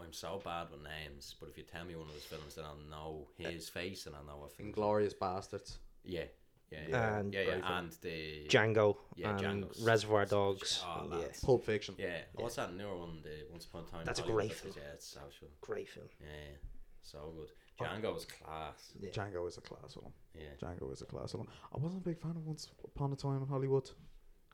Speaker 3: I'm so bad with names, but if you tell me one of his films, then I'll know his face and I'll know a thing.
Speaker 1: Inglorious Bastards.
Speaker 3: Yeah, yeah, yeah,
Speaker 2: And
Speaker 3: yeah, yeah,
Speaker 2: Braveheart.
Speaker 3: and the
Speaker 2: Django
Speaker 3: Yeah,
Speaker 2: and
Speaker 3: Django's-
Speaker 2: Reservoir Dogs.
Speaker 3: Oh,
Speaker 2: and yeah,
Speaker 3: lads.
Speaker 1: Pulp Fiction.
Speaker 3: yeah. What's that newer one? The Once Upon a Time. in
Speaker 2: That's a
Speaker 3: Hollywood,
Speaker 2: great
Speaker 3: it, Yeah, it's so good.
Speaker 2: great film.
Speaker 3: Yeah, so good. Django was class.
Speaker 2: Yeah.
Speaker 1: Django is a class one.
Speaker 3: Yeah,
Speaker 1: Django is a class one. I wasn't a big fan of Once Upon a Time in Hollywood.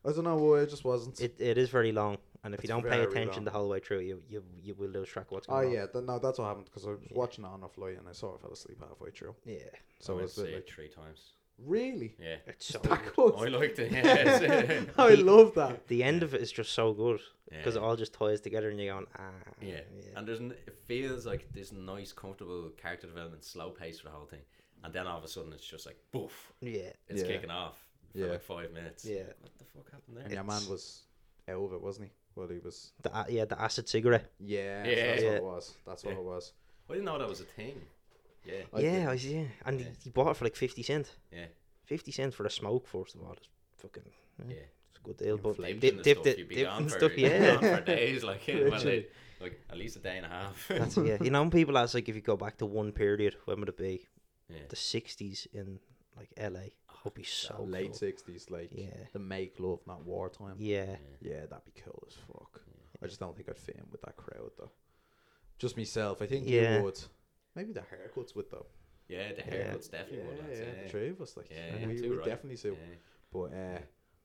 Speaker 1: I don't know why. I just wasn't.
Speaker 2: It, it is very long, and if
Speaker 1: It's
Speaker 2: you don't pay
Speaker 1: very
Speaker 2: attention
Speaker 1: long.
Speaker 2: the whole way through, you you, you will lose track of what's
Speaker 1: oh
Speaker 2: going on.
Speaker 1: yeah, th- no, that's what happened because I was watching it on a flight and I saw I fell asleep halfway through.
Speaker 2: yeah,
Speaker 1: So
Speaker 3: Oh,
Speaker 1: it
Speaker 3: I went
Speaker 1: was
Speaker 3: to
Speaker 1: a
Speaker 3: see
Speaker 1: bit
Speaker 3: it
Speaker 1: like
Speaker 3: three times.
Speaker 1: really.
Speaker 3: Yeah,
Speaker 2: it's so.
Speaker 1: That
Speaker 2: good.
Speaker 1: good.
Speaker 3: I liked it. Yeah,
Speaker 1: I love that.
Speaker 2: The end of it is just so good
Speaker 3: yeah.
Speaker 2: because it all just ties together, and you're going, ah,
Speaker 3: Yeah. and there's n- it feels like this nice, comfortable character development, slow pace for the whole thing, and then all of a sudden it's just like boof,
Speaker 2: yeah,
Speaker 3: it's
Speaker 1: Yeah.
Speaker 3: kicking off for
Speaker 1: Yeah.
Speaker 3: like five minutes.
Speaker 2: Yeah.
Speaker 3: what the fuck happened
Speaker 1: And
Speaker 3: there?
Speaker 1: your man
Speaker 2: It's-
Speaker 1: was out of it, wasn't he? Well, he was.
Speaker 2: the a- yeah, the acid cigarette.
Speaker 1: Yeah,
Speaker 3: Yeah.
Speaker 1: that's what
Speaker 2: Yeah.
Speaker 1: it was. That's what
Speaker 3: Yeah.
Speaker 1: it was.
Speaker 3: I didn't know that was a thing. Yeah,
Speaker 1: I
Speaker 2: yeah,
Speaker 1: did.
Speaker 2: I, yeah, and
Speaker 3: Yeah.
Speaker 2: He, he bought it for like fifty cent.
Speaker 3: Yeah.
Speaker 2: fifty cent for a smoke. First of all, is fucking yeah,
Speaker 3: Yeah.
Speaker 2: it's a good deal. But like,
Speaker 3: Inflation
Speaker 2: dip,
Speaker 3: and
Speaker 2: dip,
Speaker 3: stuff,
Speaker 2: dip,
Speaker 3: you'd be
Speaker 2: dip
Speaker 3: gone
Speaker 2: and
Speaker 3: for-
Speaker 2: stuff.
Speaker 3: you'd be
Speaker 2: Yeah,
Speaker 3: gone for days, like yeah, well,
Speaker 1: Literally.
Speaker 3: they, like at least a day and a half.
Speaker 2: That's yeah. You know, when people ask like if you go back to one period, when would it be?
Speaker 3: Yeah.
Speaker 2: The sixties in like LA
Speaker 3: Oh,
Speaker 2: would be so cool.
Speaker 1: Late sixties, like
Speaker 2: Yeah.
Speaker 1: the make love, not wartime.
Speaker 3: Um,
Speaker 2: Yeah,
Speaker 1: Yeah, that'd be cool as fuck. I just don't think I'd fit in with that crowd though. Just myself, I think
Speaker 2: Yeah.
Speaker 1: you would. Maybe the haircuts would though.
Speaker 3: yeah, the
Speaker 2: Yeah.
Speaker 3: haircuts definitely one. I'd
Speaker 1: yeah,
Speaker 3: say.
Speaker 1: the three of us, like
Speaker 3: Yeah,
Speaker 1: we
Speaker 3: yeah,
Speaker 1: would
Speaker 3: two, right?
Speaker 1: definitely suit.
Speaker 3: Yeah.
Speaker 1: But uh, I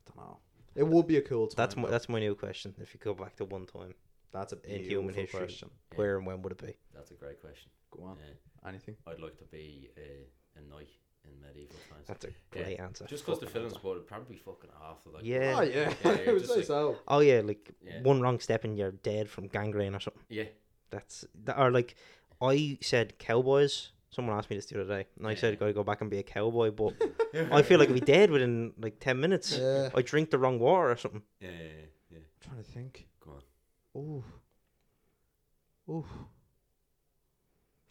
Speaker 1: don't know. It would be a cool time.
Speaker 2: that's my
Speaker 1: though.
Speaker 2: that's my new question. If you go back to one time,
Speaker 1: that's a
Speaker 2: in
Speaker 1: beautiful
Speaker 2: human history.
Speaker 1: question.
Speaker 3: Yeah.
Speaker 2: where and when would it be?
Speaker 3: That's a great question.
Speaker 1: Go on,
Speaker 3: Yeah.
Speaker 1: anything?
Speaker 3: I'd like to be a, a knight in medieval times.
Speaker 2: That's a
Speaker 3: Yeah.
Speaker 2: great answer.
Speaker 3: Just because the
Speaker 2: Fucking
Speaker 3: film's
Speaker 2: answer.
Speaker 3: but it'd probably be fucking awful. Like,
Speaker 2: Yeah.
Speaker 1: Oh yeah,
Speaker 3: Yeah,
Speaker 1: I
Speaker 3: you're
Speaker 1: would
Speaker 3: just
Speaker 1: say
Speaker 3: like-
Speaker 1: so.
Speaker 2: Oh yeah, like
Speaker 3: Yeah.
Speaker 2: one wrong step and you're dead from gangrene or something.
Speaker 3: Yeah.
Speaker 2: That's that are like I said cowboys. Someone asked me this the other day, and I said I
Speaker 3: Yeah.
Speaker 2: gotta go back and be a cowboy, but I feel like I'd be dead within like ten minutes.
Speaker 1: Yeah, I'm
Speaker 2: I drink the wrong water or something.
Speaker 3: Yeah, yeah, yeah.
Speaker 1: trying to think.
Speaker 3: Go on.
Speaker 1: Ooh, ooh,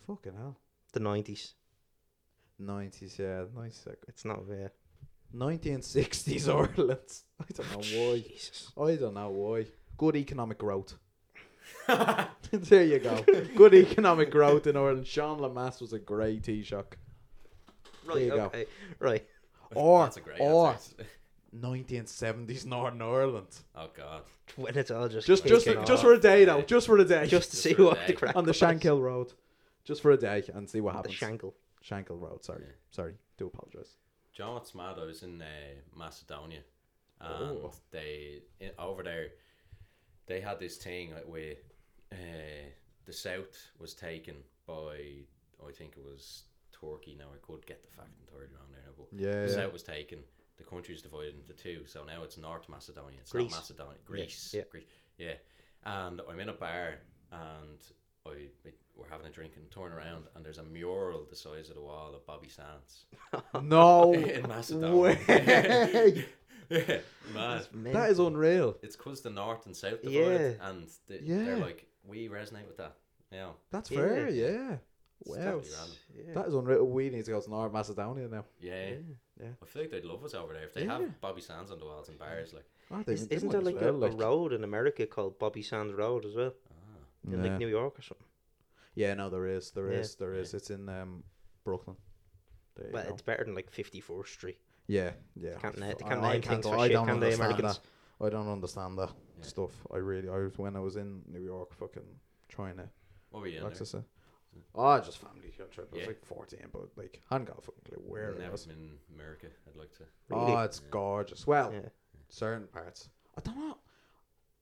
Speaker 1: fucking hell.
Speaker 2: The nineties.
Speaker 1: Nineties, yeah, nice. Sec-
Speaker 2: It's not there.
Speaker 1: 1960s Ireland. I don't know
Speaker 2: Jesus.
Speaker 1: why. I don't know why. Good economic growth. there you go. Good economic growth in Ireland. Sean Lamass was a great Taoiseach.
Speaker 2: Right.
Speaker 1: you go.
Speaker 2: okay. Right.
Speaker 1: Or-
Speaker 3: That's a great
Speaker 1: or-
Speaker 3: answer.
Speaker 1: 1970s Northern Ireland.
Speaker 3: Oh, God.
Speaker 2: When it's all just
Speaker 1: Just, just,
Speaker 2: kicking
Speaker 1: just
Speaker 2: off.
Speaker 1: for a day though. Just for a day.
Speaker 2: just to
Speaker 3: just
Speaker 2: see
Speaker 3: for a
Speaker 2: what
Speaker 3: day.
Speaker 2: the crack
Speaker 1: on the
Speaker 2: was.
Speaker 1: Shankill Road. Just for a day and see what
Speaker 2: The
Speaker 1: happens.
Speaker 2: Shankill.
Speaker 1: Shankill Road. Sorry,
Speaker 3: Yeah.
Speaker 1: sorry. Do apologize.
Speaker 3: John, what's mad? I was in uh, Macedonia, and
Speaker 1: Oh.
Speaker 3: they in, over there they had this thing like, where uh, the south was taken by I think it was Turkey. Now I could get the fact entirely wrong there, now, but
Speaker 1: Yeah.
Speaker 3: the
Speaker 1: yeah.
Speaker 3: south was taken. The country's divided into two, so now it's North Macedonia. It's
Speaker 2: Greece.
Speaker 3: not Macedonia, Greece,
Speaker 2: yeah.
Speaker 3: Greece, yeah. And I'm in a bar, and I we- we're having a drink and turn around, and there's a mural the size of the wall of Bobby Sands.
Speaker 1: No
Speaker 3: In Macedonia.
Speaker 1: way.
Speaker 3: Yeah, man.
Speaker 1: that is unreal.
Speaker 3: It's because the north and south
Speaker 2: Yeah.
Speaker 3: divided, and they,
Speaker 1: Yeah.
Speaker 3: they're like, we resonate with that. You know,
Speaker 1: That's
Speaker 2: Yeah.
Speaker 1: fair. Yeah.
Speaker 3: it's
Speaker 1: Wow.
Speaker 3: totally random.
Speaker 1: That is unreal. We need to go to North Macedonia now.
Speaker 3: Yeah.
Speaker 1: yeah.
Speaker 3: I feel like they'd love us over there if they
Speaker 1: Yeah.
Speaker 3: have Bobby Sands on the walls and bars. Like,
Speaker 1: Oh, they-
Speaker 2: Is,
Speaker 1: they
Speaker 2: isn't
Speaker 1: might
Speaker 2: there
Speaker 1: as
Speaker 2: like
Speaker 1: well,
Speaker 2: a, a road in America called Bobby Sands Road as well
Speaker 3: ah,
Speaker 2: in
Speaker 1: Yeah.
Speaker 2: like New York or something?
Speaker 1: Yeah, no, there is, there is,
Speaker 2: Yeah.
Speaker 1: there is. It's in um, Brooklyn. There you
Speaker 2: Well,
Speaker 1: go.
Speaker 2: it's better than like 54th Street.
Speaker 1: yeah, yeah.
Speaker 2: Can't na-
Speaker 1: I-
Speaker 2: they can't
Speaker 1: I
Speaker 2: name
Speaker 1: can't-
Speaker 2: things for
Speaker 1: I
Speaker 2: shit,
Speaker 1: don't
Speaker 2: can they,
Speaker 1: understand
Speaker 2: Americans?
Speaker 1: that. I don't understand that
Speaker 3: Yeah.
Speaker 1: stuff. I really, I was when I was in New York, fucking trying to
Speaker 3: what were you in there?
Speaker 1: access it.
Speaker 2: Mm.
Speaker 1: Oh, just family trip. I was
Speaker 3: Yeah.
Speaker 1: like fourteen, but like, hadn't got a fucking clue where it
Speaker 3: Never
Speaker 1: was.
Speaker 3: been in America. I'd like to.
Speaker 2: Really?
Speaker 1: Oh, it's gorgeous. Well,
Speaker 2: Yeah.
Speaker 1: certain parts. I don't know.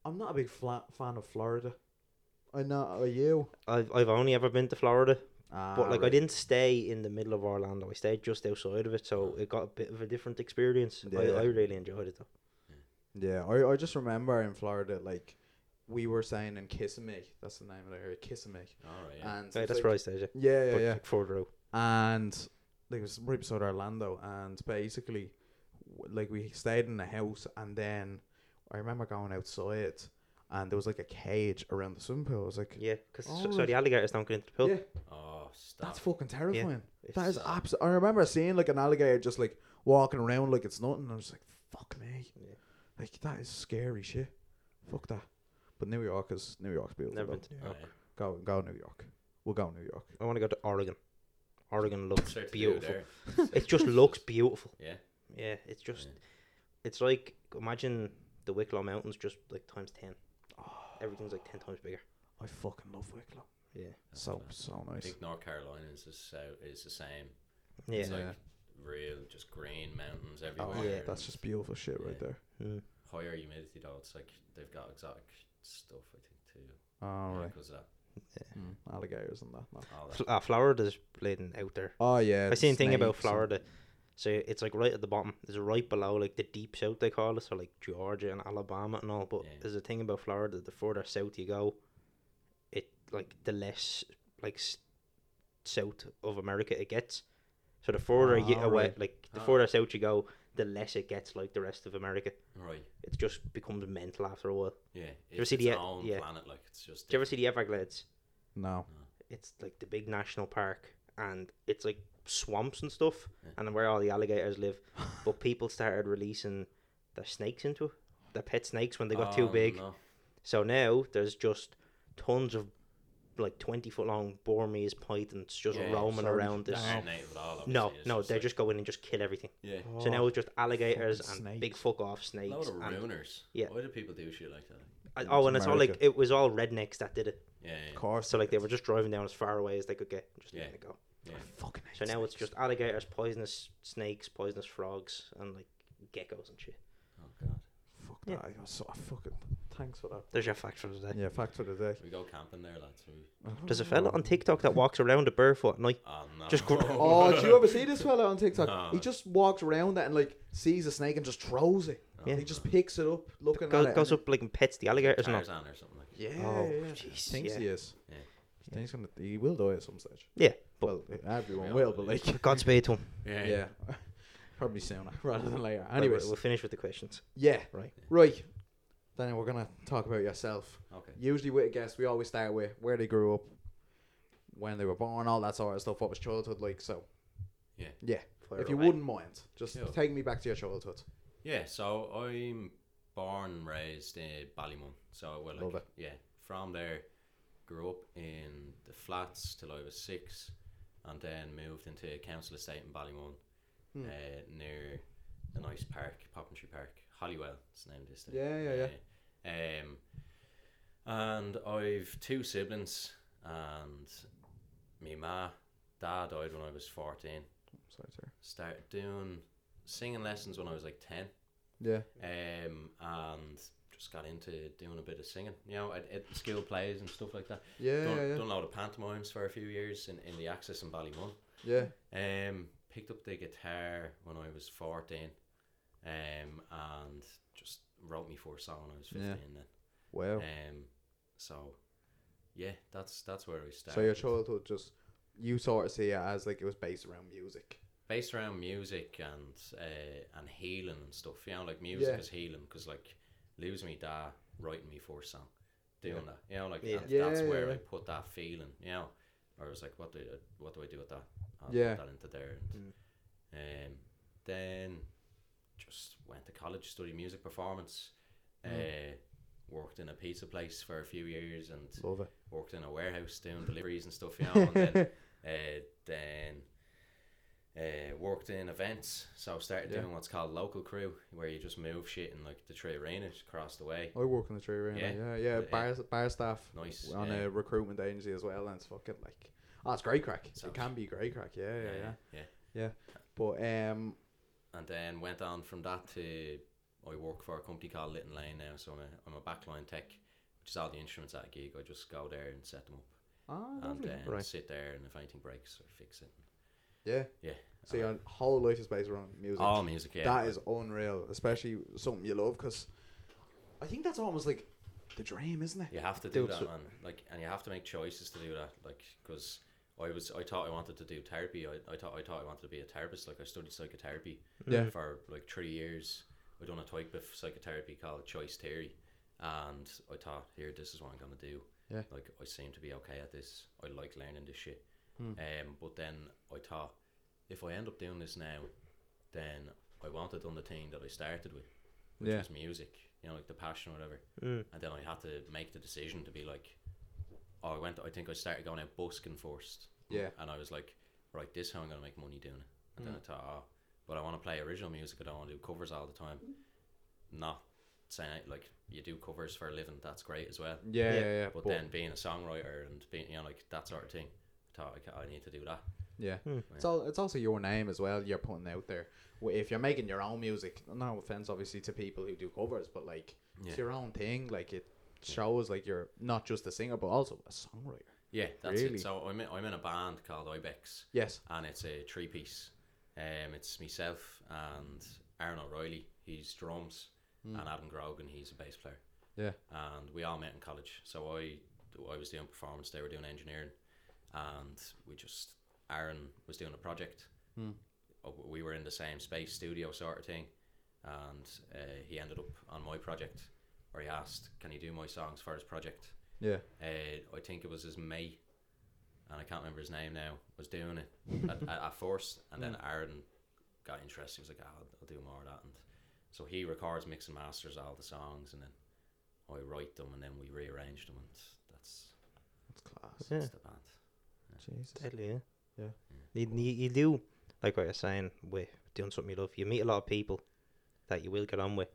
Speaker 1: I'm not a big fla- fan of Florida. I know. Are you?
Speaker 2: I've I've only ever been to Florida,
Speaker 1: Ah,
Speaker 2: but like I
Speaker 1: right.
Speaker 2: didn't stay in the middle of Orlando. I stayed just outside of it, so it got a bit of a different experience. I,
Speaker 1: Yeah.
Speaker 2: I really enjoyed it though.
Speaker 1: Yeah, I, I just remember in Florida, like, we were saying in Kissimmee, that's the name of the area, Kissimmee.
Speaker 3: All right, yeah.
Speaker 1: And
Speaker 2: Yeah,
Speaker 1: it's
Speaker 2: that's
Speaker 1: like-
Speaker 2: where I stayed. Yeah,
Speaker 1: Yeah, yeah,
Speaker 2: but
Speaker 1: yeah.
Speaker 2: like further out.
Speaker 1: And like, it was right beside Orlando, and basically, w- like, we stayed in a house, and then I remember going outside, and there was like a cage around the swimming pool. I was like,
Speaker 2: Yeah, because so,
Speaker 1: Alright.
Speaker 2: the alligators don't get into the pool.
Speaker 1: Oh, Yeah.
Speaker 3: Oh, stop.
Speaker 1: that's fucking terrifying. That
Speaker 2: It's-
Speaker 1: is absolutely. I remember seeing like an alligator just like walking around like it's nothing. And I was like, "Fuck me!"
Speaker 2: Yeah.
Speaker 1: Like that is scary shit. Fuck that. But New York is New York's beautiful.
Speaker 2: Never
Speaker 1: though.
Speaker 2: been to
Speaker 3: All right.
Speaker 1: Go go New York. We'll go New York.
Speaker 2: I want to go to Oregon. Oregon looks
Speaker 3: Start to do
Speaker 2: beautiful.
Speaker 3: there.
Speaker 2: It just looks beautiful.
Speaker 3: Yeah.
Speaker 2: Yeah, it's just, it's like imagine the Wicklow Mountains just like times ten. Everything's like ten times bigger.
Speaker 1: Ah, I fucking love Wicklow.
Speaker 2: Yeah,
Speaker 3: That's
Speaker 1: So
Speaker 3: fine.
Speaker 1: so
Speaker 3: I
Speaker 1: nice.
Speaker 3: think North Carolina is the sou- is the same.
Speaker 2: yeah.
Speaker 3: It's like
Speaker 1: Yeah.
Speaker 3: real, just green mountains
Speaker 1: Oh
Speaker 3: everywhere.
Speaker 1: yeah,
Speaker 3: and
Speaker 1: that's just beautiful shit right there.
Speaker 2: Mm.
Speaker 3: higher humidity though. It's like they've got exotic stuff. I think too.
Speaker 2: Oh,
Speaker 1: All right,
Speaker 3: Because Oh,
Speaker 1: Mm, alligators and that. no.
Speaker 3: all that.
Speaker 2: Fl- uh, Florida's bleeding out there.
Speaker 1: Oh yeah,
Speaker 2: I seen a thing about
Speaker 1: snakes and-
Speaker 2: Florida. So it's like right at the bottom. There's right below like the deep south they call it, so like Georgia and Alabama and all. But
Speaker 3: Yeah.
Speaker 2: there's a thing about Florida. The further south you go, it like the less like s- south of America it gets. So the further you
Speaker 1: Ah,
Speaker 2: away,
Speaker 1: right.
Speaker 2: like the
Speaker 3: Ah.
Speaker 2: further south you go, the less it gets like the rest of America.
Speaker 3: Right.
Speaker 2: It just becomes mental after a while.
Speaker 3: Yeah.
Speaker 2: ever
Speaker 3: It's
Speaker 2: see
Speaker 3: its
Speaker 2: the- uh,
Speaker 3: own
Speaker 2: yeah.
Speaker 3: planet. Like it's just.
Speaker 2: Did you ever
Speaker 3: different.
Speaker 2: see the Everglades?
Speaker 1: No.
Speaker 2: it's like the big national park and it's like swamps and stuff
Speaker 3: Yeah.
Speaker 2: and where all the alligators live but people started releasing their snakes into it their pet snakes when they got too
Speaker 3: Oh,
Speaker 2: big
Speaker 3: no.
Speaker 2: so now there's just tons of like 20 foot long burmese pythons just
Speaker 3: Yeah,
Speaker 2: roaming
Speaker 1: sorry.
Speaker 2: around this
Speaker 3: That's not native at all. obviously,
Speaker 2: no
Speaker 3: it's
Speaker 2: no they
Speaker 3: like-
Speaker 2: just go in and just kill everything
Speaker 3: Yeah.
Speaker 2: so now it's just alligators and
Speaker 1: fucking
Speaker 2: big
Speaker 1: snakes.
Speaker 2: fuck off
Speaker 3: A
Speaker 2: snakes
Speaker 3: load of
Speaker 2: and,
Speaker 3: ruiners.
Speaker 2: yeah.
Speaker 3: Why do people do shit like that?
Speaker 2: I- oh and it's all like
Speaker 1: America.
Speaker 2: it was all rednecks that did it
Speaker 3: Yeah.
Speaker 1: Of
Speaker 3: yeah.
Speaker 1: course.
Speaker 2: so like they were just driving down as far away as they could get just
Speaker 3: Yeah.
Speaker 2: letting it go
Speaker 1: I fucking hate
Speaker 2: So now it's
Speaker 1: snakes.
Speaker 2: just alligators, poisonous snakes, poisonous frogs, and like geckos and shit.
Speaker 3: Oh god.
Speaker 1: fuck
Speaker 2: Yeah.
Speaker 1: that. I was so I fucking thanks for that.
Speaker 2: There's your fact for today.
Speaker 1: Yeah, fact for the day.
Speaker 3: We go camping there, lads. We...
Speaker 2: There's a fella on TikTok that walks around at barefoot at night.
Speaker 3: Oh no.
Speaker 2: Just gr-
Speaker 1: Oh, did you ever see this fella on TikTok?
Speaker 3: No.
Speaker 1: He just walks around it and like sees a snake and just throws it.
Speaker 2: Yeah.
Speaker 1: He just picks it up, looking
Speaker 2: Go,
Speaker 1: at it.
Speaker 2: goes
Speaker 1: and-
Speaker 2: up like and pets the alligators and all.
Speaker 3: Tarzan or something like. that.
Speaker 1: Yeah,
Speaker 2: Oh,
Speaker 1: yeah, yeah.
Speaker 2: jeez,
Speaker 1: Thinks
Speaker 2: yeah.
Speaker 1: he is.
Speaker 3: Yeah.
Speaker 1: He thinks gonna, he will die at some stage.
Speaker 2: Yeah,
Speaker 1: Well,
Speaker 2: but
Speaker 1: everyone
Speaker 3: Yeah,
Speaker 1: will,
Speaker 3: but
Speaker 1: but like,
Speaker 2: Godspeed to him.
Speaker 3: Yeah.
Speaker 1: yeah, probably sooner rather than later.
Speaker 2: Right,
Speaker 1: Anyways,
Speaker 2: we'll, we'll finish with the questions.
Speaker 1: yeah,
Speaker 2: Right.
Speaker 1: right. Daniel, we're gonna talk about yourself.
Speaker 3: Okay.
Speaker 1: Usually with a guest, we always start with where they grew up, when they were born, all that sort of stuff. What was childhood like? So,
Speaker 3: Yeah.
Speaker 1: yeah.
Speaker 2: Fire
Speaker 1: if you
Speaker 2: away.
Speaker 1: wouldn't mind, just
Speaker 3: Sure.
Speaker 1: take me back to your childhood.
Speaker 3: Yeah, so I'm born and raised in Ballymun. So well, like,
Speaker 1: Love it.
Speaker 3: yeah, from there, grew up in the flats till I was six, and then moved into a council estate in Ballymun,
Speaker 1: Hmm.
Speaker 3: uh, near a nice park, Poppentree Park, Hollywell. It's named this thing.
Speaker 1: Yeah, yeah,
Speaker 3: yeah. Um, and I've two siblings, and me ma, dad died when I was fourteen.
Speaker 1: Sorry, sir.
Speaker 3: Started doing singing lessons when I was like ten
Speaker 1: Yeah.
Speaker 3: um, and just got into doing a bit of singing. You know, at, at school plays and stuff like that.
Speaker 1: Yeah,
Speaker 3: done,
Speaker 1: yeah, yeah.
Speaker 3: done a lot of pantomimes for a few years in, in the Axis and Ballymun.
Speaker 1: Yeah.
Speaker 3: Um, picked up the guitar when I was fourteen, um, and just wrote me first song when I was fifteen.
Speaker 1: Yeah. Oh. Wow.
Speaker 3: Then, um, so yeah, that's that's where we started.
Speaker 1: So your childhood just you sort of see it as like it was based around music.
Speaker 3: based around music and uh, and healing and stuff. You know, like music
Speaker 1: Yeah.
Speaker 3: is healing because like losing me dad, writing me first song, doing
Speaker 1: Yeah.
Speaker 3: that. You know, like
Speaker 2: Yeah.
Speaker 3: and
Speaker 1: Yeah,
Speaker 3: that's
Speaker 1: yeah,
Speaker 3: where I
Speaker 1: yeah.
Speaker 3: put that feeling. You know, I was like, what do I, what do I do with that? I'll
Speaker 1: Yeah. Mm.
Speaker 3: put that into there. And, um, then just went to college, studied music performance.
Speaker 1: Mm.
Speaker 3: Uh, worked in a pizza place for a few years and
Speaker 1: Love it.
Speaker 3: worked in a warehouse doing deliveries and stuff, you know. Oh, And then, uh, then uh, worked in events, so I started
Speaker 1: Yeah.
Speaker 3: doing what's called local crew, where you just move shit in like the three arenas across the way.
Speaker 1: I work in the tree right
Speaker 3: Yeah.
Speaker 1: now. Yeah, yeah.
Speaker 3: Yeah.
Speaker 1: Bar bar staff
Speaker 3: Nice,
Speaker 1: on
Speaker 3: yeah.
Speaker 1: a recruitment agency as well, and it's fucking like oh, it's great crack. It
Speaker 3: Sounds-
Speaker 1: can be great crack. Yeah, yeah, yeah.
Speaker 3: Uh, yeah.
Speaker 1: But um,
Speaker 3: And then went on from that to I work for a company called Litton Lane now, so I'm a I'm a backline tech, which is all the instruments at a gig. I just go there and set them up,
Speaker 1: oh,
Speaker 3: and
Speaker 1: lovely.
Speaker 3: then
Speaker 2: Right.
Speaker 3: sit there, and if anything breaks, I fix it.
Speaker 1: yeah.
Speaker 3: Yeah.
Speaker 1: So your whole life is based around music.
Speaker 3: All music, Oh, yeah.
Speaker 1: That is unreal, especially something you love, because I think that's almost like the dream, isn't it?
Speaker 3: You have to
Speaker 2: Do
Speaker 3: do
Speaker 2: it
Speaker 3: that,
Speaker 2: so-
Speaker 3: man. Like, and you have to make choices to do that. Like, because I was, I thought I wanted to do therapy. I, I thought, I thought I wanted to be a therapist. Like, I studied psychotherapy
Speaker 1: Yeah.
Speaker 3: for like three years. I done a type of psychotherapy called choice theory, and I thought, here, this is what I'm gonna do.
Speaker 1: Yeah.
Speaker 3: Like, I seem to be okay at this. I like learning this shit.
Speaker 1: Hmm.
Speaker 3: Um, but then I thought, if I end up doing this now, then I wanted to done the thing that I started with which
Speaker 1: Yeah.
Speaker 3: was music, you know, like the passion or whatever.
Speaker 2: Mm.
Speaker 3: And then I had to make the decision to be like, oh, I went. I think I started going out busking first.
Speaker 1: Yeah. Mm.
Speaker 3: And I was like, right, this how I'm gonna make money doing it. And then I thought, oh, but I want to play original music. I don't want to do covers all the time. Not saying like you do covers for a living. That's great as well.
Speaker 1: Yeah, yeah,
Speaker 2: Yeah.
Speaker 1: yeah.
Speaker 3: But, then being a songwriter and being you know like that sort of thing, I thought I, ca- I need to do that.
Speaker 1: Yeah. It's all it's also your name as well you're putting out there. W- If you're making your own music, no offense obviously to people who do covers, but like
Speaker 3: Yeah.
Speaker 1: it's your own thing. Like it shows like you're not just a singer but also a songwriter.
Speaker 3: Yeah, that's
Speaker 1: Really?
Speaker 3: it. So I'm in, I'm in a band called Ibex,
Speaker 1: Yes.
Speaker 3: and it's a three piece. Um, it's myself and Aaron O'Reilly. He's drums, and Adam Grogan. He's a bass player.
Speaker 1: Hmm. Yeah.
Speaker 3: and we all met in college. So I I was doing performance, they were doing engineering, and we just Aaron was doing a project.
Speaker 1: Hmm.
Speaker 3: Uh, We were in the same space, studio sort of thing, and uh, he ended up on my project, where he asked, "Can you do my songs for his project?"
Speaker 1: Yeah.
Speaker 3: Uh, I think it was his mate, and I can't remember his name now. Was doing it at, at, at first, and then Aaron got interested. He was like, "Ah, I'll, "I'll do more of that," and so he records, mix, and masters all the songs, and then I write them, and then we rearrange them, and that's
Speaker 1: That's class.
Speaker 2: Yeah.
Speaker 3: that's the band.
Speaker 1: Jesus.
Speaker 2: Deadly, yeah.
Speaker 1: Yeah.
Speaker 2: You, you, you do, like what I was saying, with doing something you love, you meet a lot of people that you will get on with